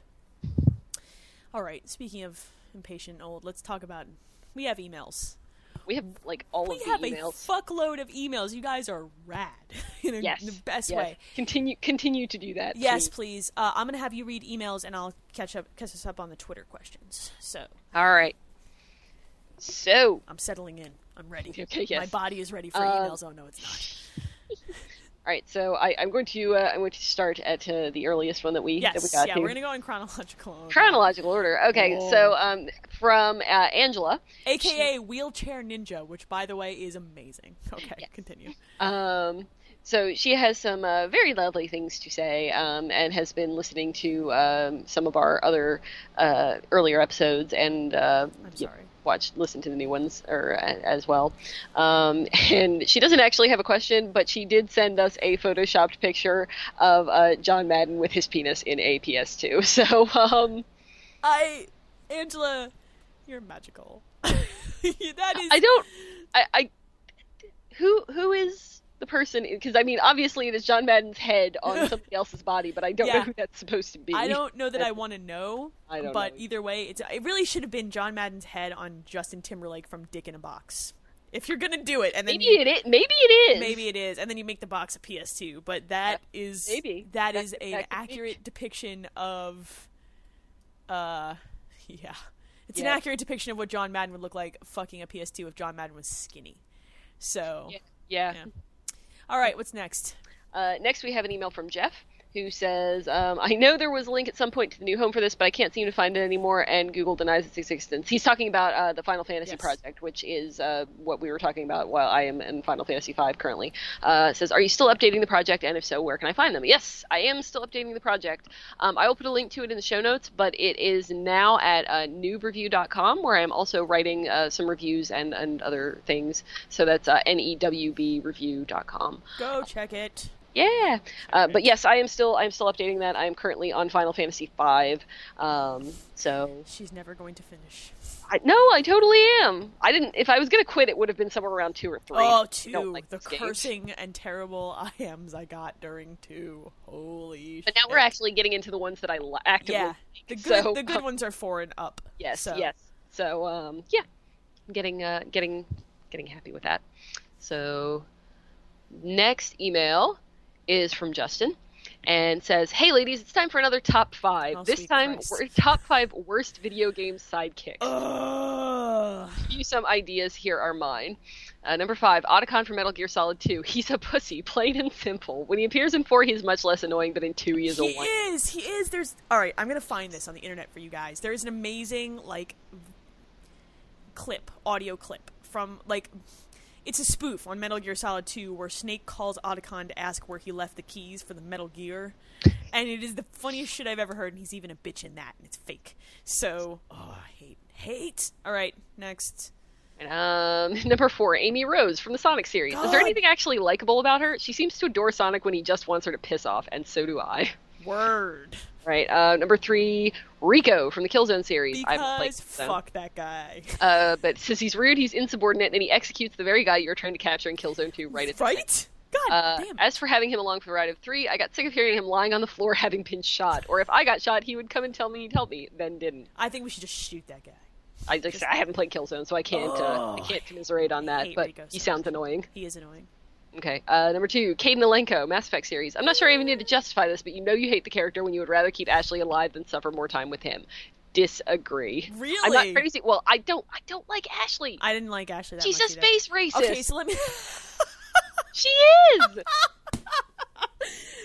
Speaker 1: All right, speaking of impatient and old, let's talk about we have emails.
Speaker 2: We have like all
Speaker 1: We
Speaker 2: of
Speaker 1: have
Speaker 2: the emails.
Speaker 1: a fuckload of emails. You guys are rad [laughs] in, a, in
Speaker 2: yes,
Speaker 1: the best
Speaker 2: yes.
Speaker 1: way.
Speaker 2: Continue, continue to do that.
Speaker 1: Yes,
Speaker 2: please.
Speaker 1: please. Uh, I'm gonna have you read emails, and I'll catch up, catch us up on the Twitter questions. So
Speaker 2: All right. So,
Speaker 1: I'm settling in. I'm ready.
Speaker 2: [laughs] Okay, yes.
Speaker 1: My body is ready for
Speaker 2: Uh,
Speaker 1: emails. Oh no, it's not.
Speaker 2: all right. So I, I'm going to uh, I'm going to start at uh, the earliest one that we that we
Speaker 1: Yes,
Speaker 2: got.
Speaker 1: yeah,
Speaker 2: here.
Speaker 1: we're gonna go in chronological. order.
Speaker 2: chronological order. Okay.
Speaker 1: Whoa.
Speaker 2: So um, from uh, Angela.
Speaker 1: AKA wheelchair ninja, which by the way is amazing. Okay, continue.
Speaker 2: Um, so she has some uh, very lovely things to say, um, and has been listening to um, some of our other uh, earlier episodes and uh,
Speaker 1: I'm sorry.
Speaker 2: watched, listened to the new ones or uh, as well. Um, [laughs] and she doesn't actually have a question, but she did send us a photoshopped picture of uh, John Madden with his penis in a PS2. [laughs] So um,
Speaker 1: I, Angela, you're magical. [laughs] that is.
Speaker 2: I don't. I, I who who is the person? Because I mean, obviously it is John Madden's head on
Speaker 1: [laughs]
Speaker 2: somebody else's body, but I don't
Speaker 1: Yeah.
Speaker 2: know who that's supposed to be.
Speaker 1: I don't know that I want to know,
Speaker 2: [laughs] I don't
Speaker 1: but
Speaker 2: know.
Speaker 1: either way, it's it really should have been John Madden's head on Justin Timberlake from Dick in a Box. If you're gonna do it, and then
Speaker 2: Maybe
Speaker 1: you-
Speaker 2: it is. Maybe it is.
Speaker 1: maybe it is, and then you make the box a PS2, but that is
Speaker 2: maybe.
Speaker 1: that
Speaker 2: That
Speaker 1: is
Speaker 2: could-
Speaker 1: an
Speaker 2: that could be.
Speaker 1: accurate depiction of, uh, [laughs] yeah, it's
Speaker 2: Yeah.
Speaker 1: an accurate depiction of what John Madden would look like fucking a PS2 if John Madden was skinny. So,
Speaker 2: Yeah.
Speaker 1: Yeah. all right, what's next?
Speaker 2: Uh, next, we have an email from Jeff who says, um, I know there was a link at some point to the new home for this, but I can't seem to find it anymore, and Google denies its existence. He's talking about uh, the Final Fantasy
Speaker 1: Yes.
Speaker 2: project, which is uh, what we were talking about while I am in Final Fantasy V currently. Uh, it says, Are you still updating the project, and if so, where can I find them? Yes, I am still updating the project. Um, I will put a link to it in the show notes, but it is now at uh, noobreview.com, where I'm also writing uh, some reviews and, and other things. So that's uh, newbreview.com.
Speaker 1: Go check it.
Speaker 2: Yeah, uh, but yes, I am still I am still updating that. I am currently on Final Fantasy V. Um, so
Speaker 1: She's never going to finish.
Speaker 2: I, no, I totally am. I didn't. If I was gonna quit, it would have been somewhere around two or three.
Speaker 1: Oh,
Speaker 2: I
Speaker 1: two.
Speaker 2: don't like
Speaker 1: the
Speaker 2: this game.
Speaker 1: cursing and terrible [laughs] IMs I got during two. Holy
Speaker 2: But now
Speaker 1: shit.
Speaker 2: we're actually getting into the ones that I li- actively.
Speaker 1: Yeah.
Speaker 2: like.
Speaker 1: The good,
Speaker 2: So,
Speaker 1: the good
Speaker 2: um,
Speaker 1: ones are four and up.
Speaker 2: Yes.
Speaker 1: so.
Speaker 2: Yes. So um, yeah, I'm getting uh, getting getting happy with that. So next email is from Justin and says, "Hey ladies, it's time for another top five.
Speaker 1: Oh,
Speaker 2: this
Speaker 1: sweet
Speaker 2: time,
Speaker 1: Christ.
Speaker 2: we're top five worst video game sidekicks.
Speaker 1: Ugh.
Speaker 2: Give you some ideas. Here are mine. Uh, number five, Otacon from Metal Gear Solid Two. He's a pussy, [laughs] plain and simple. When he appears in four, he's much less annoying, but in two, he is
Speaker 1: He
Speaker 2: a one.
Speaker 1: is. He is. There's. All right. I'm gonna find this on the internet for you guys. There is an amazing like clip, audio clip from like. It's a spoof on Metal Gear Solid 2 where Snake calls Otacon to ask where he left the keys for the Metal Gear. And it is the funniest shit I've ever heard, and he's even a bitch in that, and it's fake. So, oh, I hate. Hate? Alright, next.
Speaker 2: Um, [laughs] number four, Amy Rose from the Sonic series. Is there
Speaker 1: God.
Speaker 2: anything actually likable about her? She seems to adore Sonic when he just wants her to piss off, and so do I. [laughs]
Speaker 1: Word.
Speaker 2: Right. Uh, number three, Rico from the Killzone series. I haven't played
Speaker 1: Because
Speaker 2: Killzone.
Speaker 1: fuck that
Speaker 2: [laughs]
Speaker 1: guy.
Speaker 2: Uh, but since he's rude, he's insubordinate, and he executes the very guy you're trying to capture in Killzone 2 right at the end.
Speaker 1: Right? God
Speaker 2: Uh,
Speaker 1: damn.
Speaker 2: as for having him along for the ride of three, I got sick of hearing him lying on the floor [laughs] having been shot. Or if I got shot, he would come and tell me he'd help me, then didn't.
Speaker 1: I think we should just shoot that guy.
Speaker 2: I, like I said, I haven't played Killzone, so I can't uh, I can't commiserate on that.
Speaker 1: hate
Speaker 2: But
Speaker 1: Rico so
Speaker 2: he sounds annoying.
Speaker 1: He is annoying.
Speaker 2: Okay. Uh, number two, Caden Elenko, Mass Effect series. I'm not sure I even need to justify this, but you know you hate the character when you would rather keep Ashley alive than suffer more time with him. Disagree. I'm
Speaker 1: Really?
Speaker 2: not crazy. Well, I don't. I don't like Ashley.
Speaker 1: I didn't like Ashley that
Speaker 2: She's a
Speaker 1: much. either.
Speaker 2: space racist.
Speaker 1: Okay, so let me. [laughs]
Speaker 2: she is.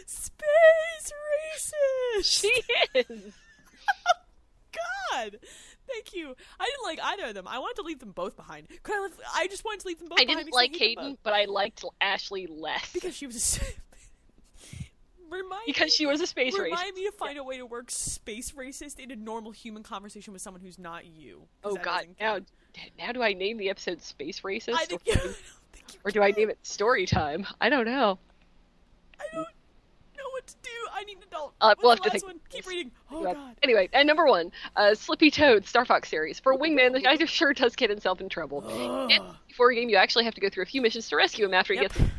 Speaker 1: space racist.
Speaker 2: she is.
Speaker 1: God, thank you. I didn't like either of them. I wanted to leave them both behind. Could I? Leave... I just wanted to leave them both.
Speaker 2: I
Speaker 1: behind
Speaker 2: didn't
Speaker 1: because
Speaker 2: like
Speaker 1: hate them
Speaker 2: Caden,
Speaker 1: both.
Speaker 2: but I liked Ashley less because,
Speaker 1: because she was. A... s- [laughs] remind
Speaker 2: [laughs] she was a
Speaker 1: me,
Speaker 2: space racist.
Speaker 1: remind me to find a way to work space racist in a normal human conversation with someone who's not you. 'cause
Speaker 2: Oh
Speaker 1: that
Speaker 2: God.
Speaker 1: doesn't
Speaker 2: Now,
Speaker 1: count.
Speaker 2: now do I name the episode "Space Racist"
Speaker 1: I think you. [laughs] I don't think you
Speaker 2: or do I name it "Story Time"? I don't know.
Speaker 1: I don't know what to do. I need an adult.
Speaker 2: Uh,
Speaker 1: What's
Speaker 2: we'll have
Speaker 1: the
Speaker 2: to
Speaker 1: last
Speaker 2: think
Speaker 1: one?
Speaker 2: about
Speaker 1: Keep
Speaker 2: this.
Speaker 1: reading. Oh
Speaker 2: Well,
Speaker 1: God.
Speaker 2: Anyway, and number one, uh, Slippy Toad, Star Fox series. For Wingman, the guy sure does get himself in trouble.
Speaker 1: Oh.
Speaker 2: In the before game, you actually have to go through a few missions to rescue him after he
Speaker 1: Yep.
Speaker 2: gets.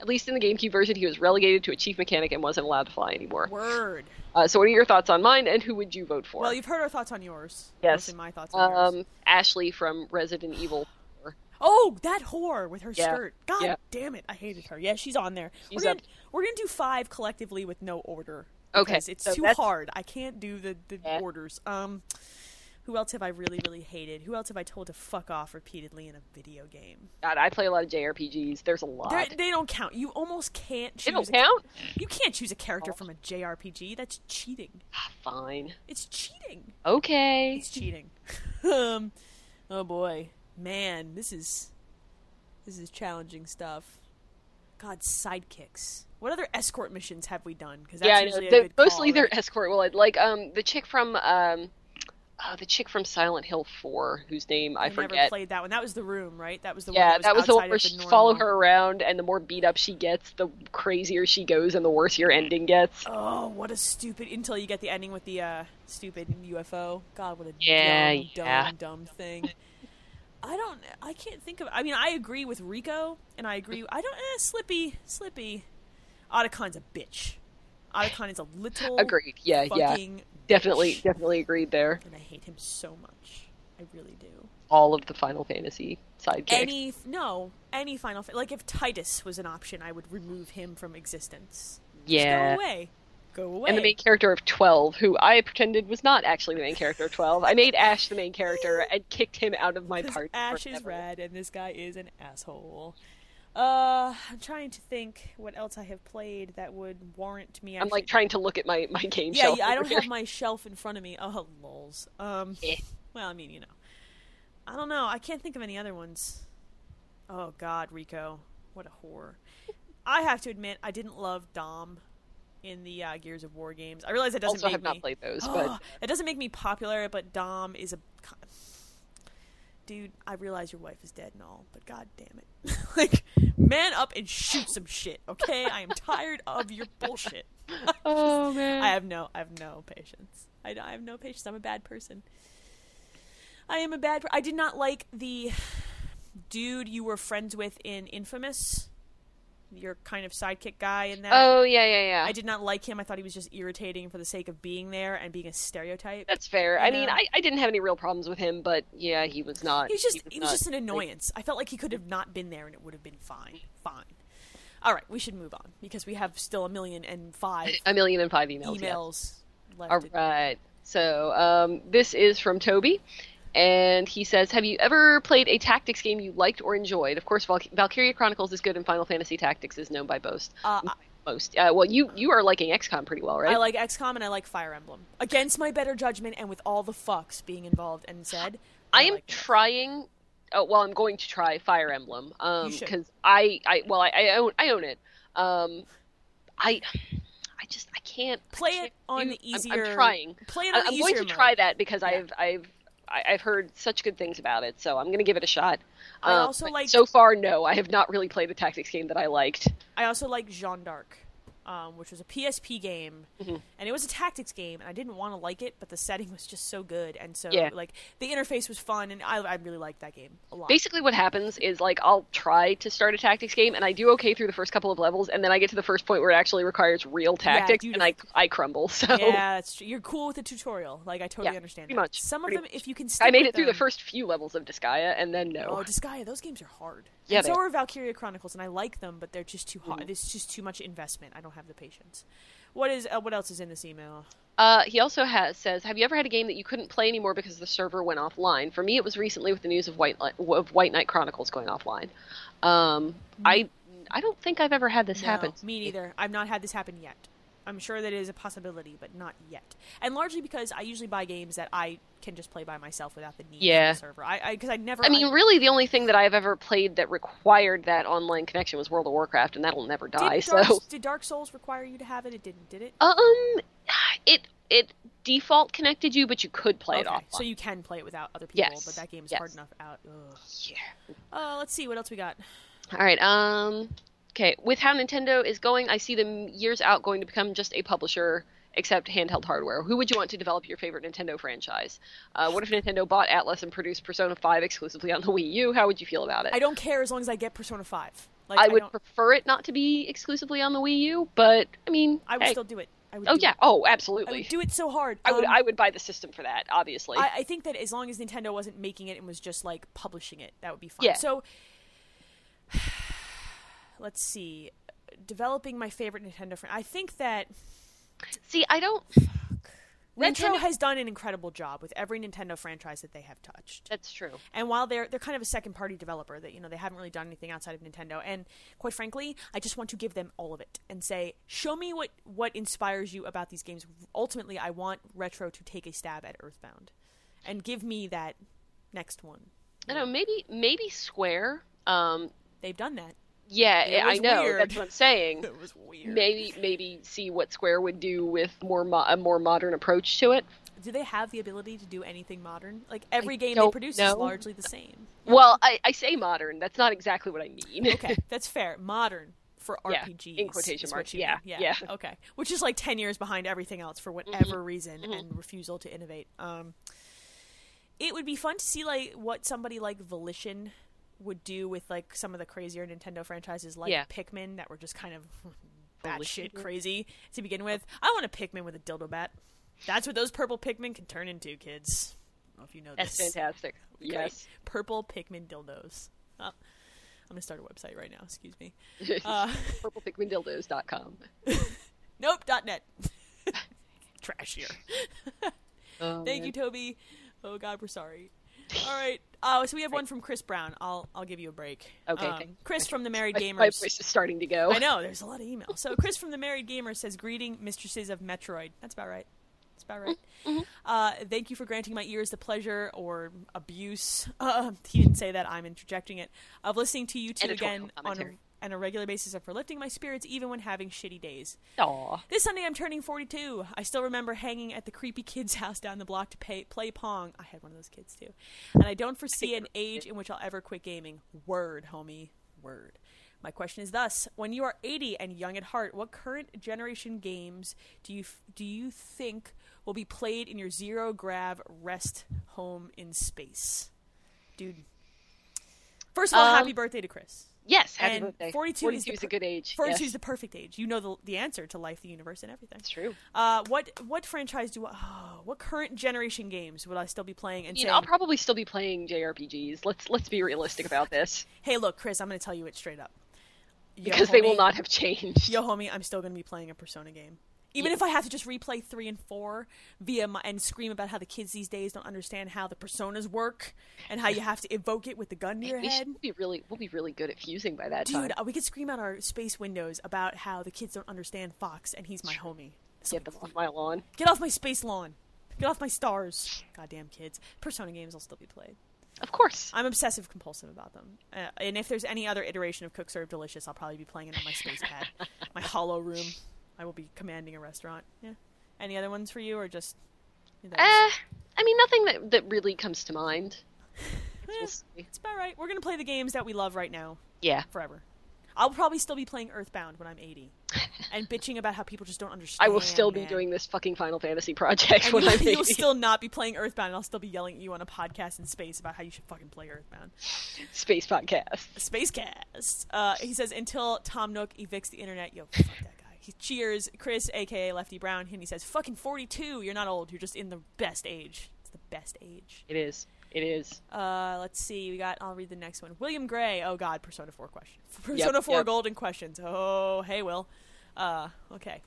Speaker 2: At least in the GameCube version, he was relegated to a chief mechanic and wasn't allowed to fly anymore.
Speaker 1: Word.
Speaker 2: Uh, so, what are your thoughts on mine, and who would you vote for?
Speaker 1: Well, you've heard our thoughts on yours.
Speaker 2: Yes.
Speaker 1: Mostly my thoughts on yours.
Speaker 2: um, Ashley from Resident Evil. 4.
Speaker 1: Oh, that whore with her
Speaker 2: Yeah.
Speaker 1: skirt. God
Speaker 2: Yeah.
Speaker 1: damn it. I hated her. Yeah, she's on there.
Speaker 2: She's
Speaker 1: we're, gonna,
Speaker 2: up.
Speaker 1: we're gonna do five collectively with no order.
Speaker 2: Okay,
Speaker 1: because It's
Speaker 2: so
Speaker 1: too
Speaker 2: that's-
Speaker 1: hard. I can't do the, the
Speaker 2: Yeah.
Speaker 1: orders. Um who else have I really, really hated? Who else have I told to fuck off repeatedly in a video game?
Speaker 2: God, I play a lot of JRPGs. There's a lot.
Speaker 1: They're- They don't count. You almost can't choose.
Speaker 2: it don't
Speaker 1: a-
Speaker 2: count?
Speaker 1: You can't choose a
Speaker 2: Oh.
Speaker 1: character from a JRPG. That's cheating.
Speaker 2: Fine.
Speaker 1: It's cheating.
Speaker 2: Okay.
Speaker 1: It's cheating. [laughs] um, oh boy, man, this is this is challenging stuff. God, sidekicks. What other escort missions have we done? Because
Speaker 2: yeah,
Speaker 1: that's
Speaker 2: I know.
Speaker 1: usually a
Speaker 2: They're-
Speaker 1: good
Speaker 2: mostly
Speaker 1: call,
Speaker 2: they're
Speaker 1: right?
Speaker 2: escort. Well, like um, the chick from um, uh, the chick from Silent Hill 4, whose name [laughs] I,
Speaker 1: I
Speaker 2: forget.
Speaker 1: never played that one. That was the room, right? That was the
Speaker 2: yeah,
Speaker 1: one
Speaker 2: that was the
Speaker 1: outside
Speaker 2: one where
Speaker 1: of
Speaker 2: she
Speaker 1: the normal-
Speaker 2: follow her around, and the more beat up she gets, the crazier she goes, and the worse your ending gets.
Speaker 1: Oh, what a stupid! Until you get the ending with the uh, stupid UFO. God, what a
Speaker 2: Yeah,
Speaker 1: dumb,
Speaker 2: yeah.
Speaker 1: dumb, dumb thing. I don't. I can't think of. I mean, I agree with Rico, and I agree. I don't. Eh, Slippy, Slippy, Otacon's a bitch. Otacon is a little
Speaker 2: Agreed. Yeah, yeah,
Speaker 1: fucking
Speaker 2: definitely,
Speaker 1: bitch.
Speaker 2: definitely agreed there.
Speaker 1: and I hate him so much. I really do.
Speaker 2: All of the Final Fantasy sidekicks.
Speaker 1: Any no, any Final Fa- like if Titus was an option, I would remove him from existence. Just
Speaker 2: yeah.
Speaker 1: go away, go away.
Speaker 2: And the main character of 12, who I pretended was not actually the main character of 12. I made Ash the main character and kicked him out of my
Speaker 1: 'Cause
Speaker 2: party.
Speaker 1: Ash is
Speaker 2: forever.
Speaker 1: rad, and this guy is an asshole. Uh, I'm trying to think what else I have played that would warrant me.
Speaker 2: I'm
Speaker 1: Actually,
Speaker 2: like trying to look at my, my game
Speaker 1: yeah,
Speaker 2: shelf.
Speaker 1: yeah, I
Speaker 2: over
Speaker 1: don't
Speaker 2: here. [laughs]
Speaker 1: have my shelf in front of me. Oh, lols. Um,
Speaker 2: Eh.
Speaker 1: well, I mean, you know, I don't know. I can't think of any other ones. Oh God, Rico, what a horror! I have to admit, I didn't love Dom in the uh, Gears of War games. I realize that doesn't
Speaker 2: also
Speaker 1: make
Speaker 2: have not
Speaker 1: me... [gasps]
Speaker 2: played those, [gasps] but
Speaker 1: it doesn't make me popular, but Dom is a dude. I realize your wife is dead and all, but god damn it, [laughs] like man up and shoot some shit, okay? I am tired of your bullshit. [laughs]
Speaker 2: oh man,
Speaker 1: I have no, I have no patience. I, I have no patience. I'm a bad person. I am a bad. Per- I did not like the dude you were friends with in Infamous. Your kind of sidekick guy in that.
Speaker 2: oh yeah yeah yeah.
Speaker 1: I did not like him. I thought he was just irritating for the sake of being there and being a stereotype.
Speaker 2: That's fair.
Speaker 1: You
Speaker 2: I mean,
Speaker 1: know?
Speaker 2: I, I didn't have any real problems with him, but yeah, he was not.
Speaker 1: He was just he was
Speaker 2: not-
Speaker 1: just an annoyance. I felt like he could have not been there and it would have been fine. Fine. All right, we should move on because we have still a million and five
Speaker 2: a million and five emails. yeah.
Speaker 1: emails left.
Speaker 2: All right. So um, this is from Toby, and he says, "Have you ever played a tactics game you liked or enjoyed? Of course, Valk Valkyria Chronicles is good, and Final Fantasy Tactics is known by most.
Speaker 1: Uh, I-
Speaker 2: most. Uh, well, you you are liking XCOM pretty well, right?
Speaker 1: I like XCOM and I like Fire Emblem. Against my better judgment and with all the fucks being involved and said,
Speaker 2: I am
Speaker 1: like it.
Speaker 2: trying. Oh, well, I'm going to try Fire Emblem
Speaker 1: You should.
Speaker 2: because I, I well I, I own I own it. Um, I I just I can't I
Speaker 1: play
Speaker 2: can't
Speaker 1: it on the
Speaker 2: do- I'm-
Speaker 1: easier.
Speaker 2: I'm, trying.
Speaker 1: Play it
Speaker 2: I-
Speaker 1: on the
Speaker 2: I'm going
Speaker 1: easier mode.
Speaker 2: to try that because
Speaker 1: Yeah.
Speaker 2: I've I've I- I've heard such good things about it, so I'm going to give it a shot.
Speaker 1: I
Speaker 2: Um,
Speaker 1: also
Speaker 2: but
Speaker 1: liked-
Speaker 2: so far, no, I have not really played the tactics game that I liked.
Speaker 1: I also like Jeanne d'Arc, um, which was a PSP game,
Speaker 2: Mm-hmm.
Speaker 1: and it was a tactics game, and I didn't want to like it, but the setting was just so good, and so
Speaker 2: Yeah.
Speaker 1: like the interface was fun, and I, I really liked that game a lot.
Speaker 2: Basically, what happens is like I'll try to start a tactics game, and I do okay through the first couple of levels, and then I get to the first point where it actually requires real tactics,
Speaker 1: you
Speaker 2: and I I crumble. [laughs] So
Speaker 1: yeah, that's true. You're cool with the tutorial. Like I totally
Speaker 2: Yeah,
Speaker 1: understand.
Speaker 2: pretty
Speaker 1: that.
Speaker 2: much,
Speaker 1: Some
Speaker 2: pretty
Speaker 1: of them, if you can, stick
Speaker 2: I made
Speaker 1: with
Speaker 2: it through the
Speaker 1: them-
Speaker 2: first few levels of Disgaea, and then no.
Speaker 1: Oh, Disgaea, those games are hard.
Speaker 2: Yeah,
Speaker 1: and so
Speaker 2: they Mm-hmm.
Speaker 1: are Valkyria Chronicles, and I like them, but they're just too hard. It's just too much investment. I don't have the patience. What is? Uh, what else is in this email?
Speaker 2: Uh, he also has says, "Have you ever had a game that you couldn't play anymore because the server went offline?" For me, it was recently with the news of White Li- of White Knight Chronicles going offline. Um, I I don't think I've ever had this happen.
Speaker 1: No, me neither. I've not had this happen yet. I'm sure that it is a possibility, but not yet. And largely because I usually buy games that I can just play by myself without the need
Speaker 2: Yeah.
Speaker 1: of a server. I because I, never.
Speaker 2: I mean, really, the only thing that I've ever played that required that online connection was World of Warcraft, and that'll never
Speaker 1: did
Speaker 2: die.
Speaker 1: Dark,
Speaker 2: so,
Speaker 1: did Dark Souls require you to have it? It didn't, did it?
Speaker 2: [laughs] um, it it default connected you, but you could play it
Speaker 1: okay,
Speaker 2: offline.
Speaker 1: so you can play it without other people,
Speaker 2: Yes,
Speaker 1: but that game's
Speaker 2: yes.
Speaker 1: hard enough out. Ugh.
Speaker 2: yeah.
Speaker 1: Uh, let's see what else we got.
Speaker 2: All right. Um. Okay. With how Nintendo is going, I see them years out going to become just a publisher, except handheld hardware. Who would you want to develop your favorite Nintendo franchise? Uh, what if Nintendo bought Atlas and produced Persona 5 exclusively on the Wii U? How would you feel about it?
Speaker 1: I don't care as long as I get Persona Five. Like
Speaker 2: I would
Speaker 1: don't-
Speaker 2: prefer it not to be exclusively on the Wii U, but I mean,
Speaker 1: I would
Speaker 2: hey.
Speaker 1: still do it. I would
Speaker 2: Oh
Speaker 1: do
Speaker 2: yeah.
Speaker 1: it.
Speaker 2: Oh,
Speaker 1: I
Speaker 2: absolutely.
Speaker 1: would do it so hard.
Speaker 2: I would.
Speaker 1: Um,
Speaker 2: I would buy the system for that. Obviously.
Speaker 1: I, I think that as long as Nintendo wasn't making it and was just like publishing it, that would be fine.
Speaker 2: Yeah.
Speaker 1: So [sighs] let's see. Developing my favorite Nintendo friend. I think that
Speaker 2: see, I don't.
Speaker 1: Retro
Speaker 2: Nintendo-
Speaker 1: has done an incredible job with every Nintendo franchise that they have touched.
Speaker 2: That's true.
Speaker 1: And while they're they're kind of a second party developer that you know they haven't really done anything outside of Nintendo and quite frankly I just want to give them all of it and say show me what what inspires you about these games ultimately I want Retro to take a stab at Earthbound and give me that next one
Speaker 2: I don't know. Maybe. Maybe Square. Um.
Speaker 1: they've done that
Speaker 2: Yeah.
Speaker 1: It
Speaker 2: I
Speaker 1: was
Speaker 2: know.
Speaker 1: weird.
Speaker 2: That's what
Speaker 1: [laughs]
Speaker 2: I'm saying.
Speaker 1: it was weird
Speaker 2: maybe maybe see what Square would do with more mo- a more modern approach to it.
Speaker 1: do they have the ability to do anything modern? Like every game they
Speaker 2: don't
Speaker 1: produce is
Speaker 2: know.
Speaker 1: largely the same.
Speaker 2: Well, I, I say modern. That's not exactly what I mean.
Speaker 1: Okay, that's fair. Modern for
Speaker 2: Yeah,
Speaker 1: RPGs
Speaker 2: in quotation
Speaker 1: is
Speaker 2: marks,
Speaker 1: What you
Speaker 2: yeah,
Speaker 1: mean.
Speaker 2: yeah. Mm-hmm.
Speaker 1: Okay, which is like ten years behind everything else for whatever reason and refusal to innovate. Um, it would be fun to see like what somebody like Volition would do with like some of the crazier Nintendo franchises like
Speaker 2: Yeah.
Speaker 1: Pikmin that were just kind [laughs] of
Speaker 2: Volition.
Speaker 1: shit crazy to begin with. I want a Pikmin with a dildo bat. That's what those purple Pikmin can turn into, kids. I don't know if you know
Speaker 2: [laughs] That's
Speaker 1: this.
Speaker 2: fantastic.
Speaker 1: Great.
Speaker 2: Yes.
Speaker 1: Purple Pikmin dildos. Oh, I'm gonna start a website right now. Excuse me.
Speaker 2: [laughs]
Speaker 1: Uh, [laughs]
Speaker 2: PurplePikminDildos.com.
Speaker 1: nope. Dot
Speaker 2: [laughs]
Speaker 1: net. Trashier. [laughs]
Speaker 2: Oh,
Speaker 1: Thank
Speaker 2: man.
Speaker 1: you, Toby. Oh God, we're sorry. All right. Oh, so we have one from Chris Brown. I'll I'll give you a break.
Speaker 2: Okay,
Speaker 1: Um,
Speaker 2: thank-
Speaker 1: Chris from the Married
Speaker 2: My, my
Speaker 1: Gamers.
Speaker 2: voice is starting to go.
Speaker 1: I know there's a lot of emails. So Chris from the Married Gamer says, "Greeting, mistresses of Metroid." That's about right. That's about right.
Speaker 2: Mm-hmm,
Speaker 1: Uh, thank you for granting my ears the pleasure or abuse. [laughs] Uh, he didn't say that. I'm interjecting it of listening to you two
Speaker 2: Editorial
Speaker 1: again on
Speaker 2: commentary.
Speaker 1: a, on a regular basis and for lifting my spirits even when having shitty days.
Speaker 2: Aw.
Speaker 1: This Sunday I'm turning 42. I still remember hanging at the creepy kid's [laughs] house down the block to pay, play Pong. I had one of those kids too. And I don't foresee an age in which I'll ever quit gaming. Word, homie. Word. My question is thus: When you are 80 and young at heart, what current generation games do you f- do you think will be played in your zero grav rest home in space, dude? First of all,
Speaker 2: Um,
Speaker 1: happy birthday to Chris.
Speaker 2: Yes, happy
Speaker 1: And
Speaker 2: birthday.
Speaker 1: 42 is the
Speaker 2: is,
Speaker 1: per-
Speaker 2: a good age.
Speaker 1: 42
Speaker 2: yes.
Speaker 1: is the perfect age. You know the, the answer to life, the universe, and everything.
Speaker 2: It's true.
Speaker 1: Uh, what what franchise do I, oh, what current generation games would I still be playing and
Speaker 2: You
Speaker 1: saying,
Speaker 2: know, I'll probably still be playing JRPGs. Let's let's be realistic about
Speaker 1: [laughs]
Speaker 2: this
Speaker 1: "Hey, look, Chris, I'm going to tell you it straight up." Yo,
Speaker 2: because they will
Speaker 1: homie-
Speaker 2: not have changed.
Speaker 1: Yo, homie, I'm still going to be playing a Persona game, even if I have to just replay three and four via my, and scream about how the kids these days don't understand how the personas work and how you have to evoke it with the gun to your
Speaker 2: we
Speaker 1: head.
Speaker 2: should be really we'll be really good at fusing by that time.
Speaker 1: Dude, uh, we could scream out our space windows about how the kids don't understand Fox and he's my homie. This will
Speaker 2: Get
Speaker 1: be
Speaker 2: them off my lawn.
Speaker 1: Get off my space lawn. Get off my stars. Goddamn kids. Persona games will still be played.
Speaker 2: Of course.
Speaker 1: I'm obsessive compulsive about them. Uh, and if there's any other iteration of Cook Serve Delicious, I'll probably be playing it on my space pad,
Speaker 2: [laughs]
Speaker 1: my hollow room. I will be commanding a restaurant. Yeah. Any other ones for you, or just? that
Speaker 2: Uh,
Speaker 1: was-
Speaker 2: I mean, nothing that that really comes to mind.
Speaker 1: Eh,
Speaker 2: Just,
Speaker 1: it's about right. We're gonna play the games that we love right now
Speaker 2: yeah, [laughs]
Speaker 1: forever. I'll probably still be playing Earthbound when I'm 80, and bitching about how people just don't
Speaker 2: I
Speaker 1: understand.
Speaker 2: will still be
Speaker 1: man.
Speaker 2: doing this fucking Final Fantasy project
Speaker 1: And
Speaker 2: when I'm
Speaker 1: [laughs] you'll
Speaker 2: 80.
Speaker 1: still not be playing Earthbound, and I'll still be yelling at you on a podcast in space about how you should fucking play Earthbound.
Speaker 2: [laughs] space podcast.
Speaker 1: Spacecast. Uh, he says, until Tom Nook evicts the internet, yo, fuck that guy. He cheers Chris, aka Lefty Brown, and he says, fucking 42, you're not old, you're just in the best age. It's the best age.
Speaker 2: It is. It is.
Speaker 1: Uh, let's see, we got, I'll read the next one. William Gray, oh god, Persona 4 question. [laughs] Persona 4
Speaker 2: yep.
Speaker 1: golden questions. Oh, hey, Will. Uh, okay.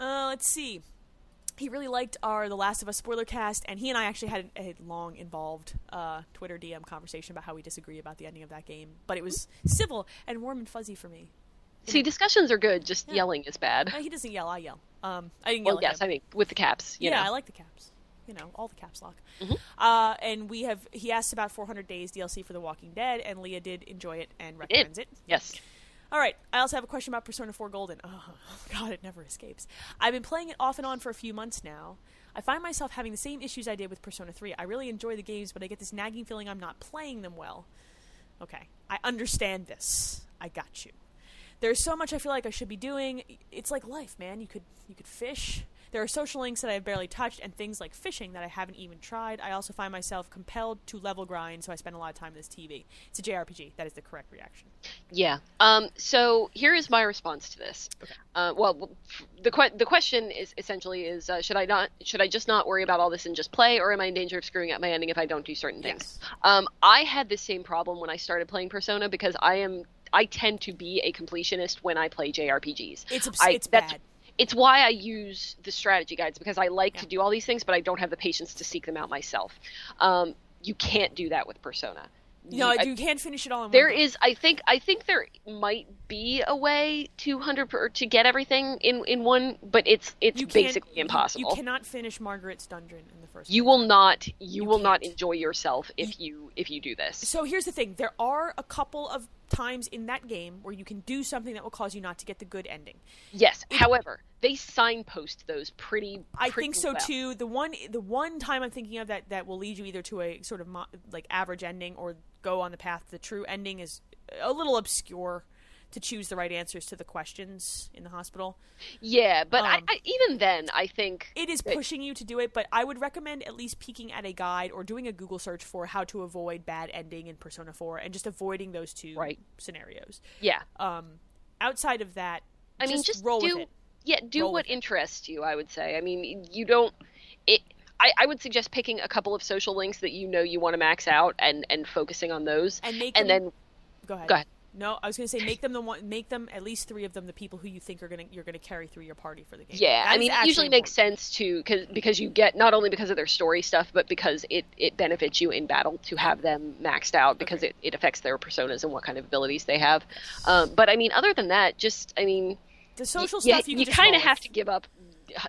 Speaker 1: Uh, let's see. He really liked our The Last of Us spoiler cast, and he and I actually had a long, involved uh, Twitter DM conversation about how we disagree about the ending of that game. But it was civil and warm and fuzzy for me.
Speaker 2: See, discussions are good. Just yelling is bad.
Speaker 1: Uh, he doesn't yell; I yell. Um, I didn't yell. at
Speaker 2: Well,
Speaker 1: him.
Speaker 2: yes, I mean with the caps. You
Speaker 1: yeah,
Speaker 2: know. Mm-hmm.
Speaker 1: I like the caps. You know, all the caps lock. Uh, and we have he asked about 400 days DLC for The Walking Dead, and Leah did enjoy it and
Speaker 2: It-
Speaker 1: recommends it.
Speaker 2: Yes.
Speaker 1: All right. I also have a question about Persona 4 Golden. [laughs] Oh, God, it never escapes. I've been playing it off and on for a few months now. I find myself having the same issues I did with Persona 3. I really enjoy the games, but I get this nagging feeling I'm not playing them well. Okay. I understand this. I got you. There's so much I feel like I should be doing. It's like life, man. You could you could fish. There are social links that I've barely touched and things like fishing that I haven't even tried. I also find myself compelled to level grind, so I spend a lot of time on this TV. It's a JRPG. That is the correct reaction.
Speaker 2: Yeah. Um, so here is my response to this. Uh, well, the que- the question is essentially is uh, should I not should I just not worry about all this and just play, or am I in danger of screwing up my ending if I don't do certain things? Um, I had this same problem when I started playing Persona because I am I tend to be a completionist when I play JRPGs.
Speaker 1: It's obs-
Speaker 2: I-
Speaker 1: it's
Speaker 2: that's-
Speaker 1: bad.
Speaker 2: It's why I use the strategy guides because I like to do all these things, but I don't have the patience to seek them out myself. Um, you can't do that with Persona.
Speaker 1: No,
Speaker 2: You- I-
Speaker 1: you can't finish it all in
Speaker 2: there
Speaker 1: one go.
Speaker 2: is i think i think there might be a way to 100 per, to get everything in in one but it's it's
Speaker 1: You can't-
Speaker 2: basically
Speaker 1: you-
Speaker 2: impossible
Speaker 1: You, cannot finish Margaret's dungeon in the first.
Speaker 2: You
Speaker 1: one.
Speaker 2: will not you, will not
Speaker 1: can't.
Speaker 2: enjoy yourself if you if you do this
Speaker 1: So here's the thing: there are a couple of times in that game where you can do something that will cause you not to get the good ending.
Speaker 2: Yes. However, they signpost those pretty.
Speaker 1: I
Speaker 2: pretty
Speaker 1: think so
Speaker 2: well.
Speaker 1: too. The one, the one time I'm thinking of that that will lead you either to a sort of mo- like average ending or go on the path to the true ending is a little obscure to choose the right answers to the questions in the hospital.
Speaker 2: Yeah, but I,
Speaker 1: Um,
Speaker 2: I, even then, I think
Speaker 1: It is
Speaker 2: Right.
Speaker 1: pushing you to do it, but I would recommend at least peeking at a guide or doing a Google search for how to avoid bad ending in Persona 4 and just avoiding those two
Speaker 2: Right.
Speaker 1: scenarios.
Speaker 2: yeah.
Speaker 1: Um, outside of that,
Speaker 2: I mean,
Speaker 1: just,
Speaker 2: just
Speaker 1: roll
Speaker 2: do
Speaker 1: with it.
Speaker 2: yeah, do
Speaker 1: Roll
Speaker 2: what
Speaker 1: with it.
Speaker 2: interests you. I would say. I mean, you don't. It. I, I would suggest picking a couple of social links that you know you want to max out and and focusing on those,
Speaker 1: And make
Speaker 2: and
Speaker 1: them-
Speaker 2: then
Speaker 1: Go ahead.
Speaker 2: go ahead.
Speaker 1: No, I was going to say make them the one, make them at least three of them the people who you think are going to you're going to carry through your party for the game.
Speaker 2: Yeah,
Speaker 1: That
Speaker 2: I
Speaker 1: is
Speaker 2: mean, it
Speaker 1: actually
Speaker 2: usually makes
Speaker 1: important.
Speaker 2: sense to cause, because you get not only because of their story stuff, but because it it benefits you in battle to have them maxed out because
Speaker 1: Okay.
Speaker 2: it, it affects their personas and what kind of abilities they have. Um, but I mean, other than that, just I mean,
Speaker 1: The social
Speaker 2: yeah,
Speaker 1: stuff you,
Speaker 2: you
Speaker 1: can just
Speaker 2: kind
Speaker 1: roll
Speaker 2: of
Speaker 1: with.
Speaker 2: have to give up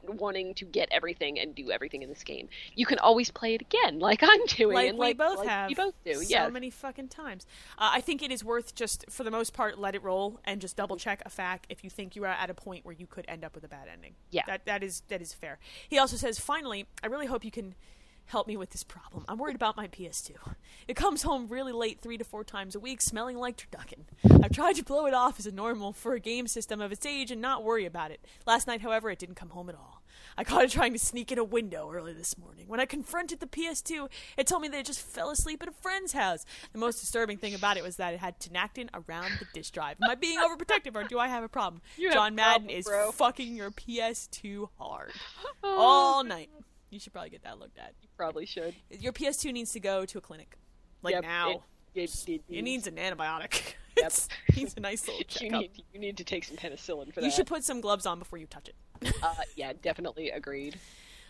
Speaker 2: wanting to get everything and do everything in this game. You can always play it again, like I'm doing,
Speaker 1: like
Speaker 2: and
Speaker 1: we
Speaker 2: like
Speaker 1: both
Speaker 2: like
Speaker 1: have
Speaker 2: You both do,
Speaker 1: so
Speaker 2: yes.
Speaker 1: many fucking times. Uh, I think it is worth just for the most part let it roll and just double check a fact if you think you are at a point where you could end up with a bad ending.
Speaker 2: Yeah.
Speaker 1: that that is that is fair. He also says, finally, I really hope you can help me with this problem. I'm worried about my PS2. It comes home really late, three to four times a week, smelling like turducken. I've tried to blow it off as a normal for a game system of its age and not worry about it. Last night, however, it didn't come home at all. I caught it trying to sneak in a window early this morning. When I confronted the PS2, it told me that it just fell asleep at a friend's house. The most disturbing thing about it was that it had tenactin around the disk drive. Am I being overprotective or do I have a problem?
Speaker 2: You have
Speaker 1: John
Speaker 2: a
Speaker 1: Madden
Speaker 2: problem,
Speaker 1: is
Speaker 2: bro. Oh.
Speaker 1: fucking your PS2 hard all night. You should probably get that looked at.
Speaker 2: Probably should.
Speaker 1: Your PS2 needs to go to a clinic, like
Speaker 2: Yep,
Speaker 1: now.
Speaker 2: It, it, it,
Speaker 1: It, needs an antibiotic. [laughs]
Speaker 2: Yep.
Speaker 1: It's needs a nice little
Speaker 2: [laughs] you
Speaker 1: checkup.
Speaker 2: need you need to take some penicillin for that.
Speaker 1: You should put some gloves on before you touch it.
Speaker 2: Uh, yeah, definitely agreed.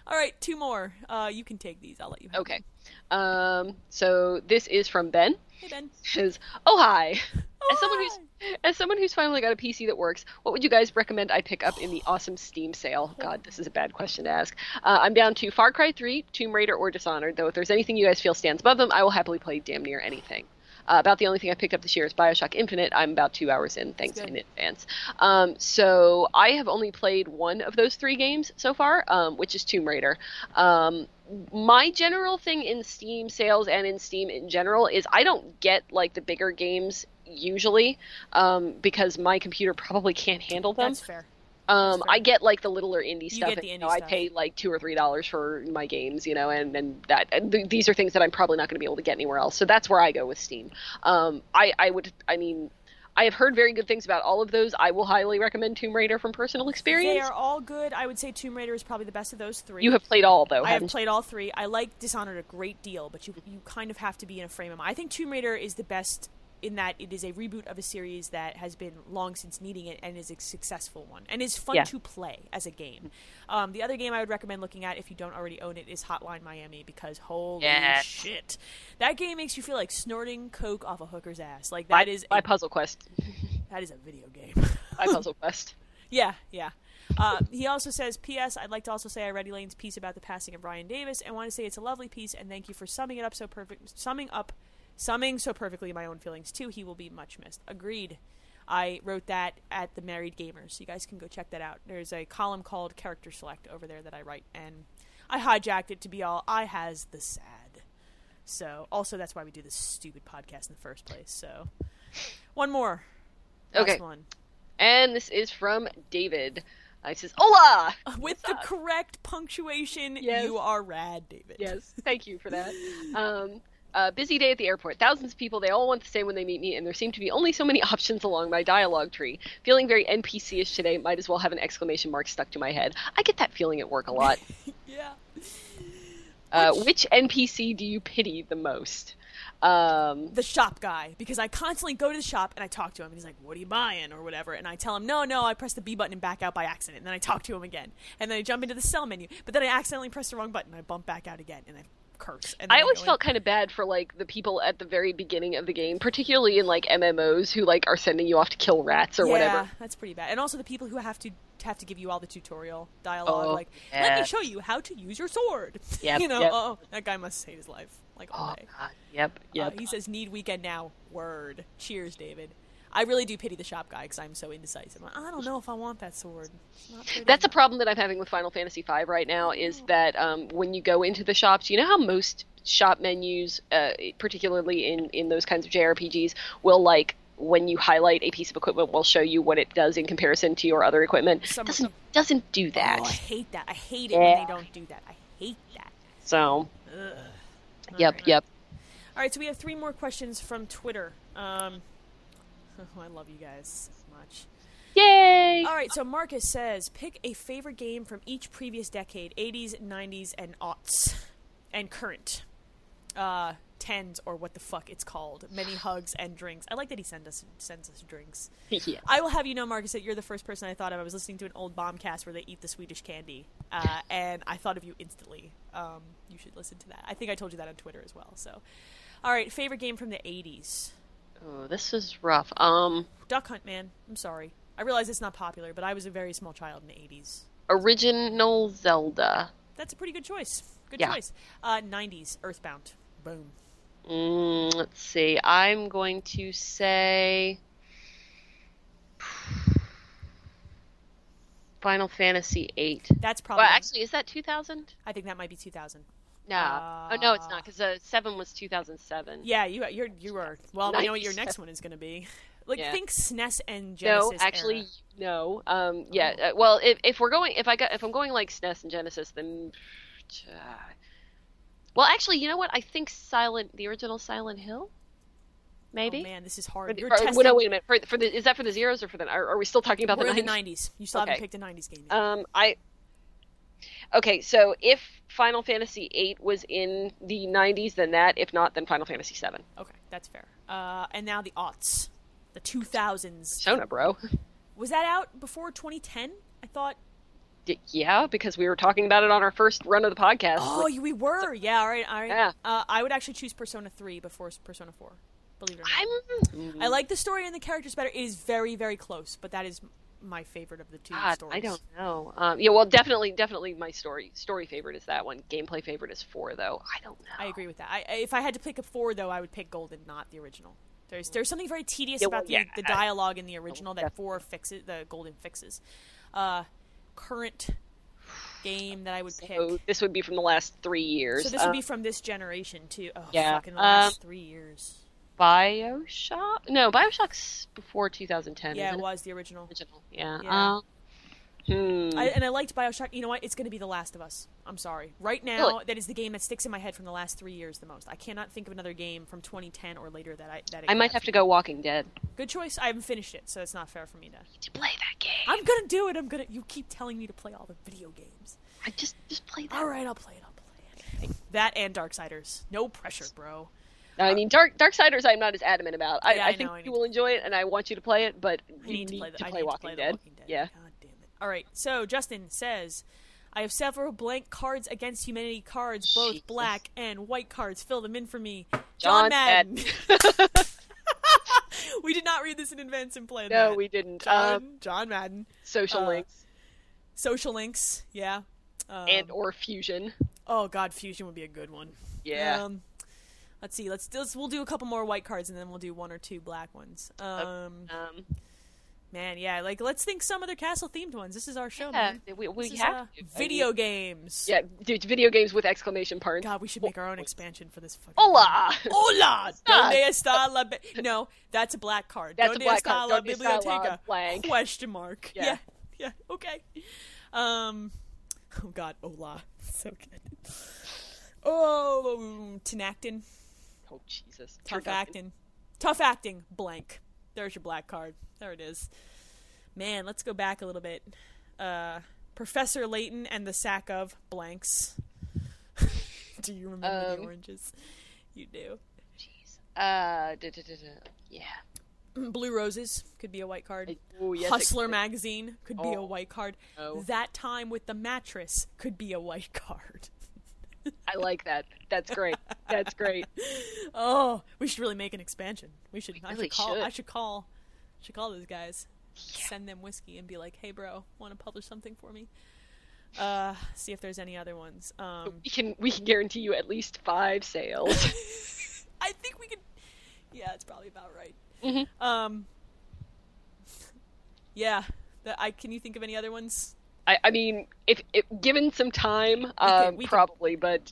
Speaker 1: all right, two more. Uh, you can take these. I'll let you. Have
Speaker 2: Okay. Um, so this is from Ben.
Speaker 1: Hey Ben.
Speaker 2: Says, "Oh hi."
Speaker 1: Oh,
Speaker 2: as someone who's as someone who's finally got a PC that works, what would you guys recommend I pick up in the awesome Steam sale? God, this is a bad question to ask. Uh, I'm down to Far Cry 3, Tomb Raider, or Dishonored. Though if there's anything you guys feel stands above them, I will happily play damn near anything. Uh, about the only thing I picked up this year is Bioshock Infinite. I'm about two hours in. Thanks
Speaker 1: good.
Speaker 2: in advance. Um, so I have only played one of those three games so far, um, which is Tomb Raider. Um, my general thing in Steam sales and in Steam in general is I don't get like the bigger games usually um, because my computer probably can't handle them.
Speaker 1: that's fair.
Speaker 2: Um,
Speaker 1: That's fair.
Speaker 2: I get like the littler indie
Speaker 1: You
Speaker 2: stuff.
Speaker 1: get
Speaker 2: and,
Speaker 1: the
Speaker 2: you
Speaker 1: indie
Speaker 2: know, I
Speaker 1: stuff.
Speaker 2: pay like two or three dollars for my games, you know, and and that and th- these are things that I'm probably not going to be able to get anywhere else. So that's where I go with Steam. Um, I I would I mean. I have heard very good things about all of those. I will highly recommend Tomb Raider from personal
Speaker 1: They
Speaker 2: experience.
Speaker 1: are all good. I would say Tomb Raider is probably the best of those three.
Speaker 2: You have played all though,
Speaker 1: I have
Speaker 2: haven't
Speaker 1: played all three. I like Dishonored a great deal, but you you kind of have to be in a frame of mind. I think Tomb Raider is the best in that it is a reboot of a series that has been long since needing it and is a successful one and is fun
Speaker 2: Yeah.
Speaker 1: to play as a game. Um, the other game I would recommend looking at if you don't already own it is Hotline Miami because holy
Speaker 2: Yes.
Speaker 1: shit, that game makes you feel like snorting coke off a hooker's ass. Like
Speaker 2: you?
Speaker 1: that is
Speaker 2: my, my
Speaker 1: a,
Speaker 2: puzzle quest.
Speaker 1: that is a video game. [laughs]
Speaker 2: My puzzle quest.
Speaker 1: Yeah, yeah. Uh, he also says, P.S. I'd like to also say I read Elaine's piece about the passing of Ryan Davis and want to say it's a lovely piece and thank you for summing it up so perfect, summing up, summing so perfectly my own feelings too. He will be much missed. Agreed. I wrote that at the Married Gamers. You guys can go check that out. There's a column called Character Select over there that I write, and I hijacked it to be all I has the sad. So also that's why we do this stupid podcast in the first place. So one more. Last
Speaker 2: Okay.
Speaker 1: one.
Speaker 2: And this is from David. Uh, He says, "Hola."
Speaker 1: with the correct punctuation.
Speaker 2: Yes.
Speaker 1: You are rad, David.
Speaker 2: Yes, thank you for [laughs] that. Um, uh, busy day at the airport. Thousands of people. They all want the same when they meet me, and there seem to be only so many [laughs] options along my dialogue tree. Feeling very NPC-ish today. Might as well have an exclamation mark stuck to my head. I get that feeling at work a [laughs] lot.
Speaker 1: Yeah.
Speaker 2: Uh, which NPC do you pity the most? Um,
Speaker 1: The shop guy, because I constantly go to the shop and I talk to him, and he's like, "What are you buying?" or whatever, and I tell him, "No, no, I pressed the B button and back out by accident." And then I talk to him again, and then I jump into the sell menu, but then I accidentally press the wrong button, and I bump back out again, and I curse. And then
Speaker 2: I always
Speaker 1: go in-
Speaker 2: felt kind of bad for like the people at the very beginning of the game, particularly in like MMOs who like are sending you off to kill rats or
Speaker 1: yeah,
Speaker 2: whatever.
Speaker 1: that's pretty bad. And also the people who have to have to give you all the tutorial dialogue,
Speaker 2: Oh,
Speaker 1: like, "Let me
Speaker 2: yes.
Speaker 1: show you how to use your sword." [laughs]
Speaker 2: Yep,
Speaker 1: you know,
Speaker 2: yep.
Speaker 1: oh, that guy must hate his life. Like all
Speaker 2: Oh,
Speaker 1: day.
Speaker 2: God. Yep.
Speaker 1: Yeah,
Speaker 2: Yep.
Speaker 1: he says, "Need weekend now." Word. Cheers, David. I really do pity the shop guy because I'm so indecisive. I don't know if I want that sword. It's not pretty.
Speaker 2: That's a problem that I'm having with Final Fantasy V right now
Speaker 1: Oh.
Speaker 2: is that um, when you go into the shops, you know how most shop menus, uh, particularly in, in those kinds of JRPGs, will like when you highlight a piece of equipment, will show you what it does in comparison to your other equipment.
Speaker 1: Some of
Speaker 2: doesn't
Speaker 1: them-
Speaker 2: doesn't do
Speaker 1: Oh, I
Speaker 2: that.
Speaker 1: hate that. I hate it when
Speaker 2: Yeah.
Speaker 1: they don't do that. I hate that.
Speaker 2: So,
Speaker 1: Ugh. All
Speaker 2: yep,
Speaker 1: right.
Speaker 2: yep.
Speaker 1: All right, so we have three more questions from Twitter. Um, [laughs] oh, I love you guys so much.
Speaker 2: Yay!
Speaker 1: [laughs] All right, so Marcus says, pick a favorite game from each previous decade, 80s, 90s, and aughts, and current. Uh, tens or what the fuck it's called. Many hugs and drinks. I like that he send us sends us drinks.
Speaker 2: [laughs] yeah.
Speaker 1: I will have you know, Marcus, that you're the first person I thought of. I was listening to an old bombcast where they eat the Swedish candy, uh, and I thought of you instantly. Um, you should listen to that. I think I told you that on Twitter as well. So, all right, favorite game from the '80s,
Speaker 2: Oh, this is rough. Um,
Speaker 1: Duck Hunt, man. I'm sorry. I realize it's not popular, but I was a very small child in the '80s.
Speaker 2: original Zelda.
Speaker 1: That's a pretty good choice. Good
Speaker 2: Yeah.
Speaker 1: choice. Uh, '90s, Earthbound. Boom.
Speaker 2: Mm, let's see. I'm going to say [sighs] Final Fantasy VIII.
Speaker 1: That's probably.
Speaker 2: Well, actually, is that 2000?
Speaker 1: I think that might be 2000.
Speaker 2: No. oh no, it's not because uh, seven was 2007.
Speaker 1: Yeah, you you're you are. Well, I know what your
Speaker 2: 97.
Speaker 1: next one is going to be. [laughs] Like
Speaker 2: Yeah.
Speaker 1: think SNES and
Speaker 2: No,
Speaker 1: Genesis.
Speaker 2: actually,
Speaker 1: era. Oh.
Speaker 2: no. Um, yeah. Uh, well, if, if we're going, if I got, if I'm going like SNES and Genesis, then. [sighs] Uh, well, actually, you know what? I think Silent, the original Silent Hill, maybe.
Speaker 1: Oh man, this is
Speaker 2: Or
Speaker 1: hard.
Speaker 2: the-
Speaker 1: You're
Speaker 2: or-
Speaker 1: testing.
Speaker 2: no, wait a minute. For, for the, is that for the zeros or for the? Are, are we still talking about
Speaker 1: We're
Speaker 2: the
Speaker 1: in the
Speaker 2: 90s?
Speaker 1: 90s. You still
Speaker 2: Okay.
Speaker 1: haven't picked a 90s game yet.
Speaker 2: Um, I. Okay, so if Final Fantasy VIII was in the 90s, then that. If not, then Final Fantasy VII.
Speaker 1: okay, that's fair. Uh, and now the aughts, the 2000s.
Speaker 2: Sona, bro.
Speaker 1: Was that out before 2010? I thought.
Speaker 2: D- yeah, because we were talking about it on our first run of the podcast.
Speaker 1: Oh, you- we were. Yeah, all right, all right.
Speaker 2: Yeah.
Speaker 1: Uh, I would actually choose Persona 3 before s- Persona 4. Believe it or not.
Speaker 2: I'm. Mm,
Speaker 1: i like the story and the characters better. It is very, very close, but that is m- my favorite of the two
Speaker 2: God,
Speaker 1: stories.
Speaker 2: I don't know. Um, yeah, well, definitely, definitely, my story story favorite is that one. Gameplay favorite is four, though. I don't know.
Speaker 1: I agree with that. I, I- if I had to pick a four, though, I would pick Golden, not the original. There's there's something very tedious
Speaker 2: Yeah, well,
Speaker 1: about the,
Speaker 2: yeah,
Speaker 1: the
Speaker 2: I-
Speaker 1: dialogue in the original that
Speaker 2: definitely.
Speaker 1: four fixes. The Golden fixes. Uh, current game that I would pick.
Speaker 2: So this would be from the last three years.
Speaker 1: So this would
Speaker 2: Um,
Speaker 1: be from this generation too. Oh,
Speaker 2: yeah,
Speaker 1: fuck, in the last
Speaker 2: um,
Speaker 1: three years.
Speaker 2: Bioshock. No, Bioshock's before 2010.
Speaker 1: Yeah, it
Speaker 2: isn't it?
Speaker 1: was the original.
Speaker 2: original. Yeah.
Speaker 1: Yeah.
Speaker 2: Um, hmm.
Speaker 1: I, and I liked Bioshock. You know what? It's going to be The Last of Us. I'm sorry. Right now,
Speaker 2: Really?
Speaker 1: that is the game that sticks in my head from the last three years the most. I cannot think of another game from 2010 or later that I that it
Speaker 2: I might
Speaker 1: grabbed
Speaker 2: have to
Speaker 1: me.
Speaker 2: go Walking Dead
Speaker 1: Good choice. I haven't finished it, so it's not fair for me to.
Speaker 2: to play that game.
Speaker 1: I'm gonna do it. I'm gonna. You keep telling me to play all the video games.
Speaker 2: I just just play that.
Speaker 1: All right, I'll play it. I'll play it. That and Darksiders. No pressure, bro.
Speaker 2: I mean, Dark Darksiders, I'm not as adamant about. I,
Speaker 1: Yeah,
Speaker 2: I
Speaker 1: I
Speaker 2: think
Speaker 1: know, I need
Speaker 2: you
Speaker 1: to-
Speaker 2: will enjoy it, and I want you to play it, but
Speaker 1: I
Speaker 2: you
Speaker 1: need to play, the, I need
Speaker 2: Walking,
Speaker 1: to play
Speaker 2: Dead.
Speaker 1: The Walking Dead.
Speaker 2: Yeah.
Speaker 1: God damn it. All right. So Justin says, I have several blank cards against humanity cards, both
Speaker 2: Jesus.
Speaker 1: black and white cards. Fill them in for me. John,
Speaker 2: John
Speaker 1: Madden.
Speaker 2: Madden.
Speaker 1: [laughs]
Speaker 2: [laughs]
Speaker 1: we did not read this in advance and plan
Speaker 2: No,
Speaker 1: that.
Speaker 2: we didn't.
Speaker 1: John,
Speaker 2: Um,
Speaker 1: John Madden.
Speaker 2: social
Speaker 1: uh,
Speaker 2: links
Speaker 1: Social links. Yeah. Um,
Speaker 2: and or fusion.
Speaker 1: oh God, fusion would be a good one.
Speaker 2: Yeah.
Speaker 1: Um, let's see. Let's, let's we'll do a couple more white cards and then we'll do one or two black ones. Um,
Speaker 2: Um,
Speaker 1: man, yeah. Like let's think some other castle themed ones. This is our show,
Speaker 2: yeah,
Speaker 1: man.
Speaker 2: we, we
Speaker 1: This is,
Speaker 2: have
Speaker 1: uh,
Speaker 2: to. I mean,
Speaker 1: video games.
Speaker 2: yeah, dude, video games with exclamation parts.
Speaker 1: God, we should make our own expansion for this fucking.
Speaker 2: Hola. [laughs]
Speaker 1: Hola!
Speaker 2: Stop.
Speaker 1: Donde está la? Bi- no, that's a black card.
Speaker 2: That's a
Speaker 1: Donde
Speaker 2: black
Speaker 1: está
Speaker 2: card.
Speaker 1: la
Speaker 2: Donde está la
Speaker 1: biblioteca?
Speaker 2: blank.
Speaker 1: Question mark.
Speaker 2: Yeah.
Speaker 1: Yeah. yeah. Okay. Um. Oh God. Hola. [laughs] So good. Oh, tenactin.
Speaker 2: Oh Jesus.
Speaker 1: Tough
Speaker 2: Turn back.
Speaker 1: acting. Tough acting. Blank. There's your black card. There it is. Man, let's go back a little bit. Uh, Professor Layton and the sack of blanks. [laughs] do you remember
Speaker 2: Um.
Speaker 1: the oranges? You do. [clears throat]
Speaker 2: Jeez. Uh, da, da, da, da. yeah.
Speaker 1: Blue Roses could be a white card.
Speaker 2: Ooh, yes, it
Speaker 1: Hustler
Speaker 2: could.
Speaker 1: magazine could be a
Speaker 2: Oh,
Speaker 1: white card.
Speaker 2: no.
Speaker 1: That time with the mattress could be a white [laughs] card.
Speaker 2: I like that. That's great. That's
Speaker 1: [laughs]
Speaker 2: great.
Speaker 1: Oh, we should really make an expansion. We should. I
Speaker 2: really
Speaker 1: should call.
Speaker 2: should.
Speaker 1: I should call. Should call those guys. Send them whiskey and be like, "Hey, bro, want to publish something for me?" Uh, see if there's any other ones. Um,
Speaker 2: We can we can guarantee you at least five sales.
Speaker 1: I think we can. Yeah, it's probably about right.
Speaker 2: Mhm.
Speaker 1: Um, yeah. The, I can you think of any other ones?
Speaker 2: I, I mean, if, if given some time,
Speaker 1: Okay,
Speaker 2: um,
Speaker 1: we uh, can-
Speaker 2: probably, but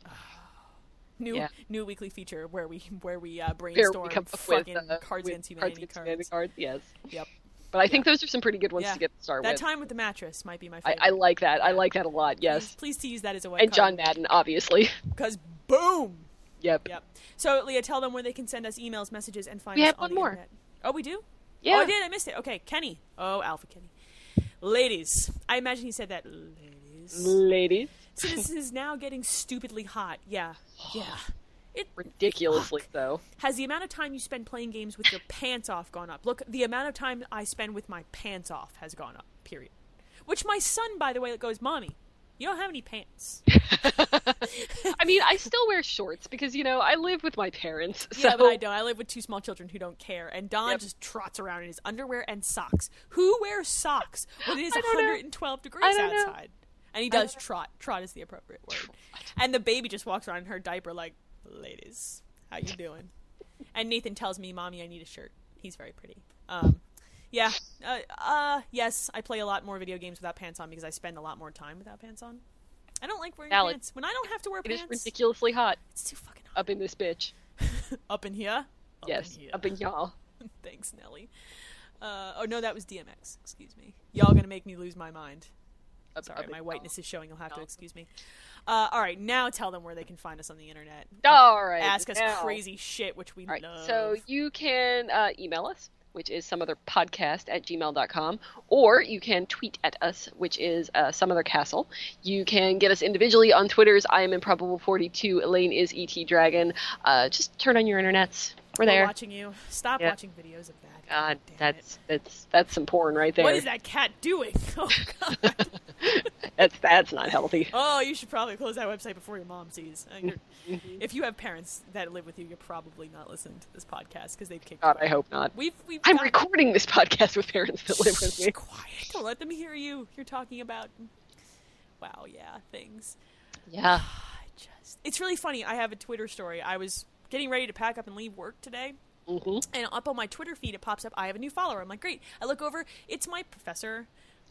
Speaker 1: New
Speaker 2: Yeah.
Speaker 1: new weekly feature where we where we uh,
Speaker 2: fair,
Speaker 1: brainstorm
Speaker 2: we come up with
Speaker 1: fucking
Speaker 2: uh,
Speaker 1: cards
Speaker 2: with
Speaker 1: against humanity
Speaker 2: Cards Against
Speaker 1: cards.
Speaker 2: Humanity cards, Yes,
Speaker 1: Yep.
Speaker 2: but I think those are some pretty good ones
Speaker 1: Yeah.
Speaker 2: to get started
Speaker 1: That
Speaker 2: with.
Speaker 1: time with the mattress might be my
Speaker 2: I,
Speaker 1: favorite.
Speaker 2: I like that. I like that a lot. Yes,
Speaker 1: Please to use that as a white
Speaker 2: and John Madden, obviously. [laughs]
Speaker 1: because boom.
Speaker 2: Yep.
Speaker 1: Yep. So Leah, tell them where they can send us emails, messages, and find
Speaker 2: We
Speaker 1: us
Speaker 2: have
Speaker 1: on
Speaker 2: one
Speaker 1: the
Speaker 2: more.
Speaker 1: internet. Oh, we do.
Speaker 2: Yeah.
Speaker 1: Oh, I did. I missed it. Okay, Kenny. Oh, Alpha Kenny. Ladies, I imagine he said that. Ladies.
Speaker 2: Ladies,
Speaker 1: So this is now getting stupidly hot. Yeah. Yeah. It
Speaker 2: ridiculously so.
Speaker 1: has the amount of time you spend playing games with your pants off gone up. Look, the amount of time I spend with my pants off has gone up. Period. Which my son, by the way, goes, "Mommy, you don't have any pants."
Speaker 2: I mean, I still wear shorts because you know I live with my parents. [laughs] So
Speaker 1: Yeah, but I don't. I live with two small children who don't care, and Don
Speaker 2: Yep.
Speaker 1: just trots around in his underwear and socks. Who wears socks when it is
Speaker 2: [laughs] I don't know.
Speaker 1: 112 degrees
Speaker 2: I don't know.
Speaker 1: outside? And he does trot. Trot is the appropriate word. And the baby just walks around in her diaper, like, "Ladies, how you doing?" And Nathan tells me, "Mommy, I need a shirt." He's very pretty. Um, yeah. Uh, uh, yes, I play a lot more video games without pants on because I spend a lot more time without pants on. I don't like wearing
Speaker 2: Valid.
Speaker 1: pants when I don't have to wear
Speaker 2: It is
Speaker 1: pants.
Speaker 2: ridiculously hot
Speaker 1: It's too fucking hot
Speaker 2: up in this bitch.
Speaker 1: [laughs] up in here. Up
Speaker 2: yes,
Speaker 1: in
Speaker 2: up in y'all.
Speaker 1: Thanks, Nelly. Uh, oh no, that was DMX. Excuse me. Y'all gonna make me lose my mind.
Speaker 2: Up,
Speaker 1: Sorry,
Speaker 2: up in
Speaker 1: my
Speaker 2: y'all.
Speaker 1: whiteness is showing. You'll have to
Speaker 2: No.
Speaker 1: excuse me. Uh, all right, now tell them where they can find us on the internet.
Speaker 2: All right.
Speaker 1: Ask us
Speaker 2: now.
Speaker 1: crazy shit, which we
Speaker 2: All right.
Speaker 1: love.
Speaker 2: So you can uh, email us, which is someotherpodcast at gmail.com, or you can tweet at us, which is uh, someothercastle. You can get us individually on Twitter's I am improbable42, Elaine is ET Dragon. Uh, just turn on your internets. We're
Speaker 1: We're
Speaker 2: there.
Speaker 1: watching you. Stop
Speaker 2: Yeah.
Speaker 1: watching videos of that.
Speaker 2: God,
Speaker 1: Damn it.
Speaker 2: that's that's that's some porn right there.
Speaker 1: What is that cat doing? [laughs] Oh
Speaker 2: [laughs]
Speaker 1: god.
Speaker 2: That's that's not healthy.
Speaker 1: oh, you should probably close that website before your mom sees. Uh, you're-
Speaker 2: Mm-hmm.
Speaker 1: if you have parents that live with you, you're probably not listening to this podcast because they've kicked.
Speaker 2: God,
Speaker 1: you
Speaker 2: I
Speaker 1: out.
Speaker 2: hope not.
Speaker 1: We've we've
Speaker 2: I'm
Speaker 1: gotten-
Speaker 2: recording this podcast with parents that live with
Speaker 1: [laughs]
Speaker 2: me.
Speaker 1: Shh, Quiet. Don't let them hear you. You're talking about. Wow, yeah, things.
Speaker 2: Yeah.
Speaker 1: I just. It's really funny. I have a Twitter story. I was getting ready to pack up and leave work today.
Speaker 2: Mhm.
Speaker 1: And up on my Twitter feed, it pops up, I have a new follower. I'm like, great. I look over, it's my professor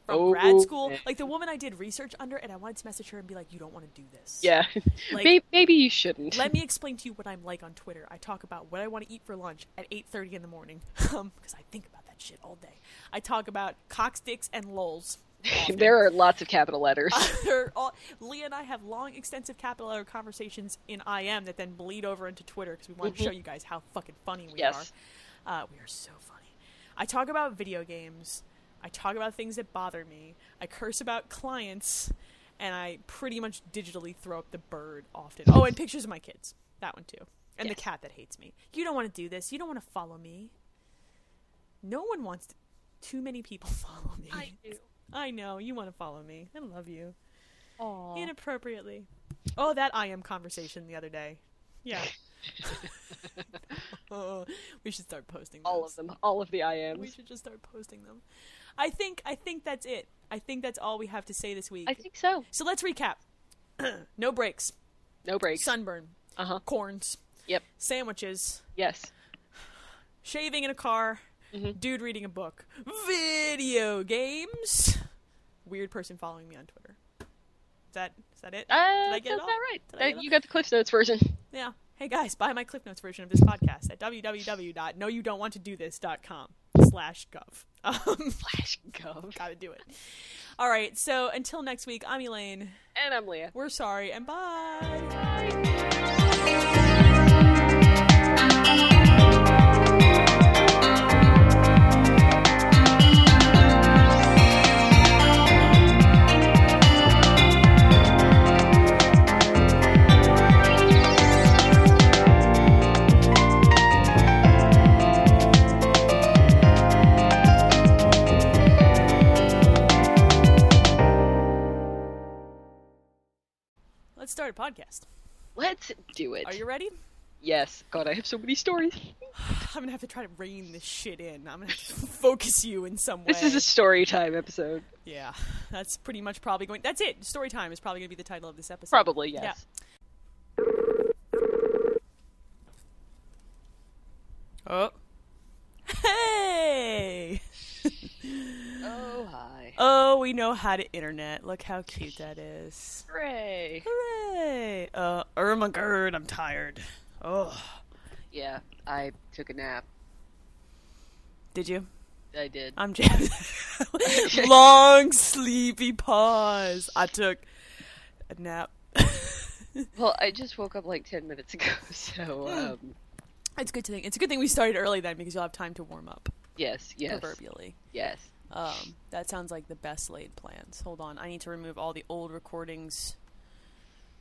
Speaker 1: from
Speaker 2: Oh,
Speaker 1: grad school.
Speaker 2: man.
Speaker 1: Like the woman I did research under, and I wanted to message her and be like, you don't want to do this.
Speaker 2: Yeah.
Speaker 1: Like-
Speaker 2: maybe, maybe you shouldn't.
Speaker 1: Let me explain to you what I'm like on Twitter. I talk about what I want to eat for lunch at 8:30 in the morning, [laughs] um, because I think about that shit all day. I talk about cocks, dicks, and
Speaker 2: [laughs]
Speaker 1: lols. often.
Speaker 2: there are lots of capital letters.
Speaker 1: They're all, Leah and I have long, extensive capital letter conversations in IM that then bleed over into Twitter because we want to show you guys how fucking funny we
Speaker 2: Mm-hmm. Yes.
Speaker 1: are. Uh, we are so funny. I talk about video games. I talk about things that bother me. I curse about clients, and I pretty much digitally throw up the bird often. Oh,
Speaker 2: [laughs]
Speaker 1: and pictures of my kids. That one too, and the
Speaker 2: Yes.
Speaker 1: cat that hates me. You don't want to do this. You don't want to follow me. No one wants to. Too many people [laughs] follow me.
Speaker 2: [laughs] I do.
Speaker 1: I know you want to follow me. I love you
Speaker 2: Aw.
Speaker 1: inappropriately. Oh, that I am conversation the other day.
Speaker 2: [laughs]
Speaker 1: Yeah. [laughs] oh, we should start posting
Speaker 2: all of
Speaker 1: those.
Speaker 2: them, all of the
Speaker 1: We
Speaker 2: IMs.
Speaker 1: should just start posting them. I think I think that's it. I think that's all we have to say this week.
Speaker 2: I think so.
Speaker 1: so let's recap. [clears throat] no breaks.
Speaker 2: No breaks.
Speaker 1: Sunburn.
Speaker 2: Uh huh.
Speaker 1: Corns.
Speaker 2: Yep.
Speaker 1: Sandwiches.
Speaker 2: Yes.
Speaker 1: Shaving in a car.
Speaker 2: Mm-hmm.
Speaker 1: Dude reading a book. Video games. Weird person following me on Twitter. Is that is that it?
Speaker 2: Uh,
Speaker 1: Did I get it
Speaker 2: sounds
Speaker 1: all?
Speaker 2: about right.
Speaker 1: Did I get it
Speaker 2: Uh,
Speaker 1: all?
Speaker 2: you got the Cliff Notes version.
Speaker 1: Yeah. Hey guys, buy my Cliff Notes version of this podcast at www.noyoudon'twanttodothis.com slash gov.
Speaker 2: [laughs]
Speaker 1: Um,
Speaker 2: Flash Gov.
Speaker 1: gotta do it. All right. So until next week, I'm Elaine.
Speaker 2: And I'm Leah.
Speaker 1: We're sorry and bye. Let's start a podcast.
Speaker 2: Let's do it.
Speaker 1: Are you ready? [sighs]
Speaker 2: Yes. God, I have so many stories.
Speaker 1: I'm gonna have to try to rein this shit in. I'm gonna have to [laughs] focus you in some way.
Speaker 2: This is a story time episode.
Speaker 1: Yeah, that's pretty much probably going. That's it. Story time is probably gonna be the title of this episode.
Speaker 2: Probably, yes.
Speaker 1: Oh. Hey.
Speaker 2: Oh, hi.
Speaker 1: Oh, we know how to internet. Look how cute that is.
Speaker 2: Hooray.
Speaker 1: Hooray! Uh, Irma Gerd, I'm tired. Oh,
Speaker 2: Yeah, I took a nap.
Speaker 1: did you?
Speaker 2: I did.
Speaker 1: I'm just [laughs] long sleepy pause. I took a nap. [laughs]
Speaker 2: Well, I just woke up like 10 minutes ago, [laughs] so,
Speaker 1: Hmm.
Speaker 2: um,
Speaker 1: It's a good thing. It's a good thing we started early then because you'll have time to warm up.
Speaker 2: yes, yes,
Speaker 1: Proverbially.
Speaker 2: yes.
Speaker 1: Um, that sounds like the best laid plans. Hold on, I need to remove all the old recordings.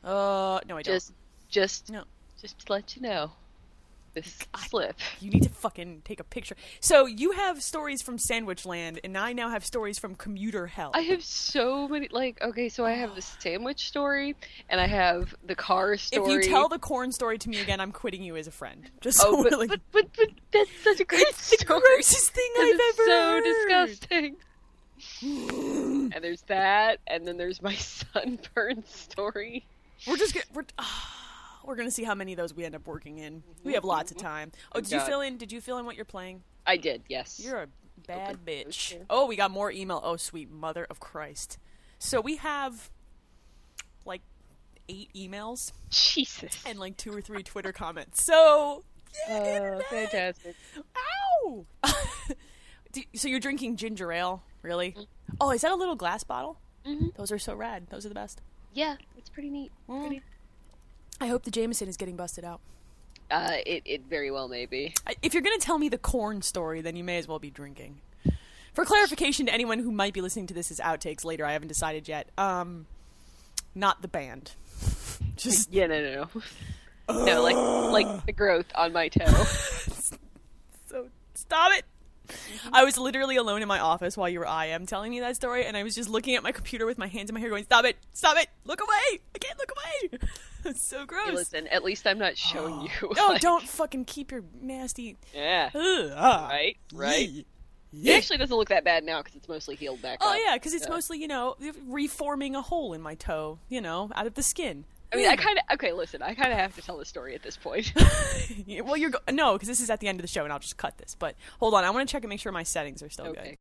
Speaker 1: Uh, no, I
Speaker 2: Just, just,
Speaker 1: don't. No,
Speaker 2: just to let you know, this
Speaker 1: God.
Speaker 2: slip.
Speaker 1: you need to fucking take a picture. So you have stories from Sandwich Land, and I now have stories from Commuter Hell.
Speaker 2: I have so many, like, okay, so I have
Speaker 1: [sighs]
Speaker 2: the sandwich story, and I have the car
Speaker 1: if
Speaker 2: story.
Speaker 1: you tell the corn story to me again, I'm quitting you as a friend. Just so
Speaker 2: Oh, but,
Speaker 1: really-
Speaker 2: but, but, but that's such a great
Speaker 1: [laughs] it's the
Speaker 2: story.
Speaker 1: grossest thing
Speaker 2: and
Speaker 1: I've
Speaker 2: it's
Speaker 1: ever
Speaker 2: so
Speaker 1: heard.
Speaker 2: disgusting.
Speaker 1: [gasps]
Speaker 2: and there's that, and then there's my [laughs] sunburn story.
Speaker 1: We're just gonna, we're ah, we're gonna see how many of those we end up working in. We have lots of time. Oh, did you
Speaker 2: God.
Speaker 1: fill in? Did you fill in what you're playing?
Speaker 2: I did, yes.
Speaker 1: You're a bad
Speaker 2: Open those
Speaker 1: bitch.
Speaker 2: two.
Speaker 1: Oh, we got more email. Oh, sweet mother of Christ. So we have like eight emails
Speaker 2: Jesus.
Speaker 1: and like two or three Twitter comments. So
Speaker 2: Oh, fantastic.
Speaker 1: ow. [laughs] Do- so you're drinking ginger ale, really?
Speaker 2: Mm.
Speaker 1: Oh, is that a little glass bottle?
Speaker 2: Mhm.
Speaker 1: Those are so rad. Those are the best.
Speaker 2: Yeah, it's pretty neat. Pretty-
Speaker 1: I hope the Jameson is getting busted out.
Speaker 2: Uh, it, it very well may be.
Speaker 1: I- If you're going to tell me the corn story, then you may as well be drinking. For clarification to anyone who might be listening to this as outtakes later, I haven't decided yet. Um, not the band. [laughs] [laughs] Just
Speaker 2: Yeah, no, no, [laughs] no. no, like, like the growth on
Speaker 1: [laughs]
Speaker 2: my toe.
Speaker 1: so stop it. I was literally alone in my office while you were I am telling me that story, and I was just looking at my computer with my hands in my hair, going, "Stop it! Stop it! Look away! I can't look away! [laughs] it's so
Speaker 2: Hey,
Speaker 1: gross."
Speaker 2: listen, at least I'm not showing you.
Speaker 1: Oh.
Speaker 2: [laughs]
Speaker 1: No,
Speaker 2: like-
Speaker 1: don't fucking keep your nasty.
Speaker 2: Yeah.
Speaker 1: Ugh, ah.
Speaker 2: Right, right.
Speaker 1: Yee.
Speaker 2: It actually doesn't look that bad now because it's mostly healed back
Speaker 1: Oh
Speaker 2: up.
Speaker 1: yeah, because it's mostly you know reforming a hole in my toe, you know, out of the skin.
Speaker 2: I mean,
Speaker 1: [laughs]
Speaker 2: I kind of okay. Listen, I kind of have to tell the story at this point. [laughs]
Speaker 1: well, you're go- no, because this is at the end of the show, and I'll just cut this. But hold on, I want to check and make sure my settings are still
Speaker 2: okay,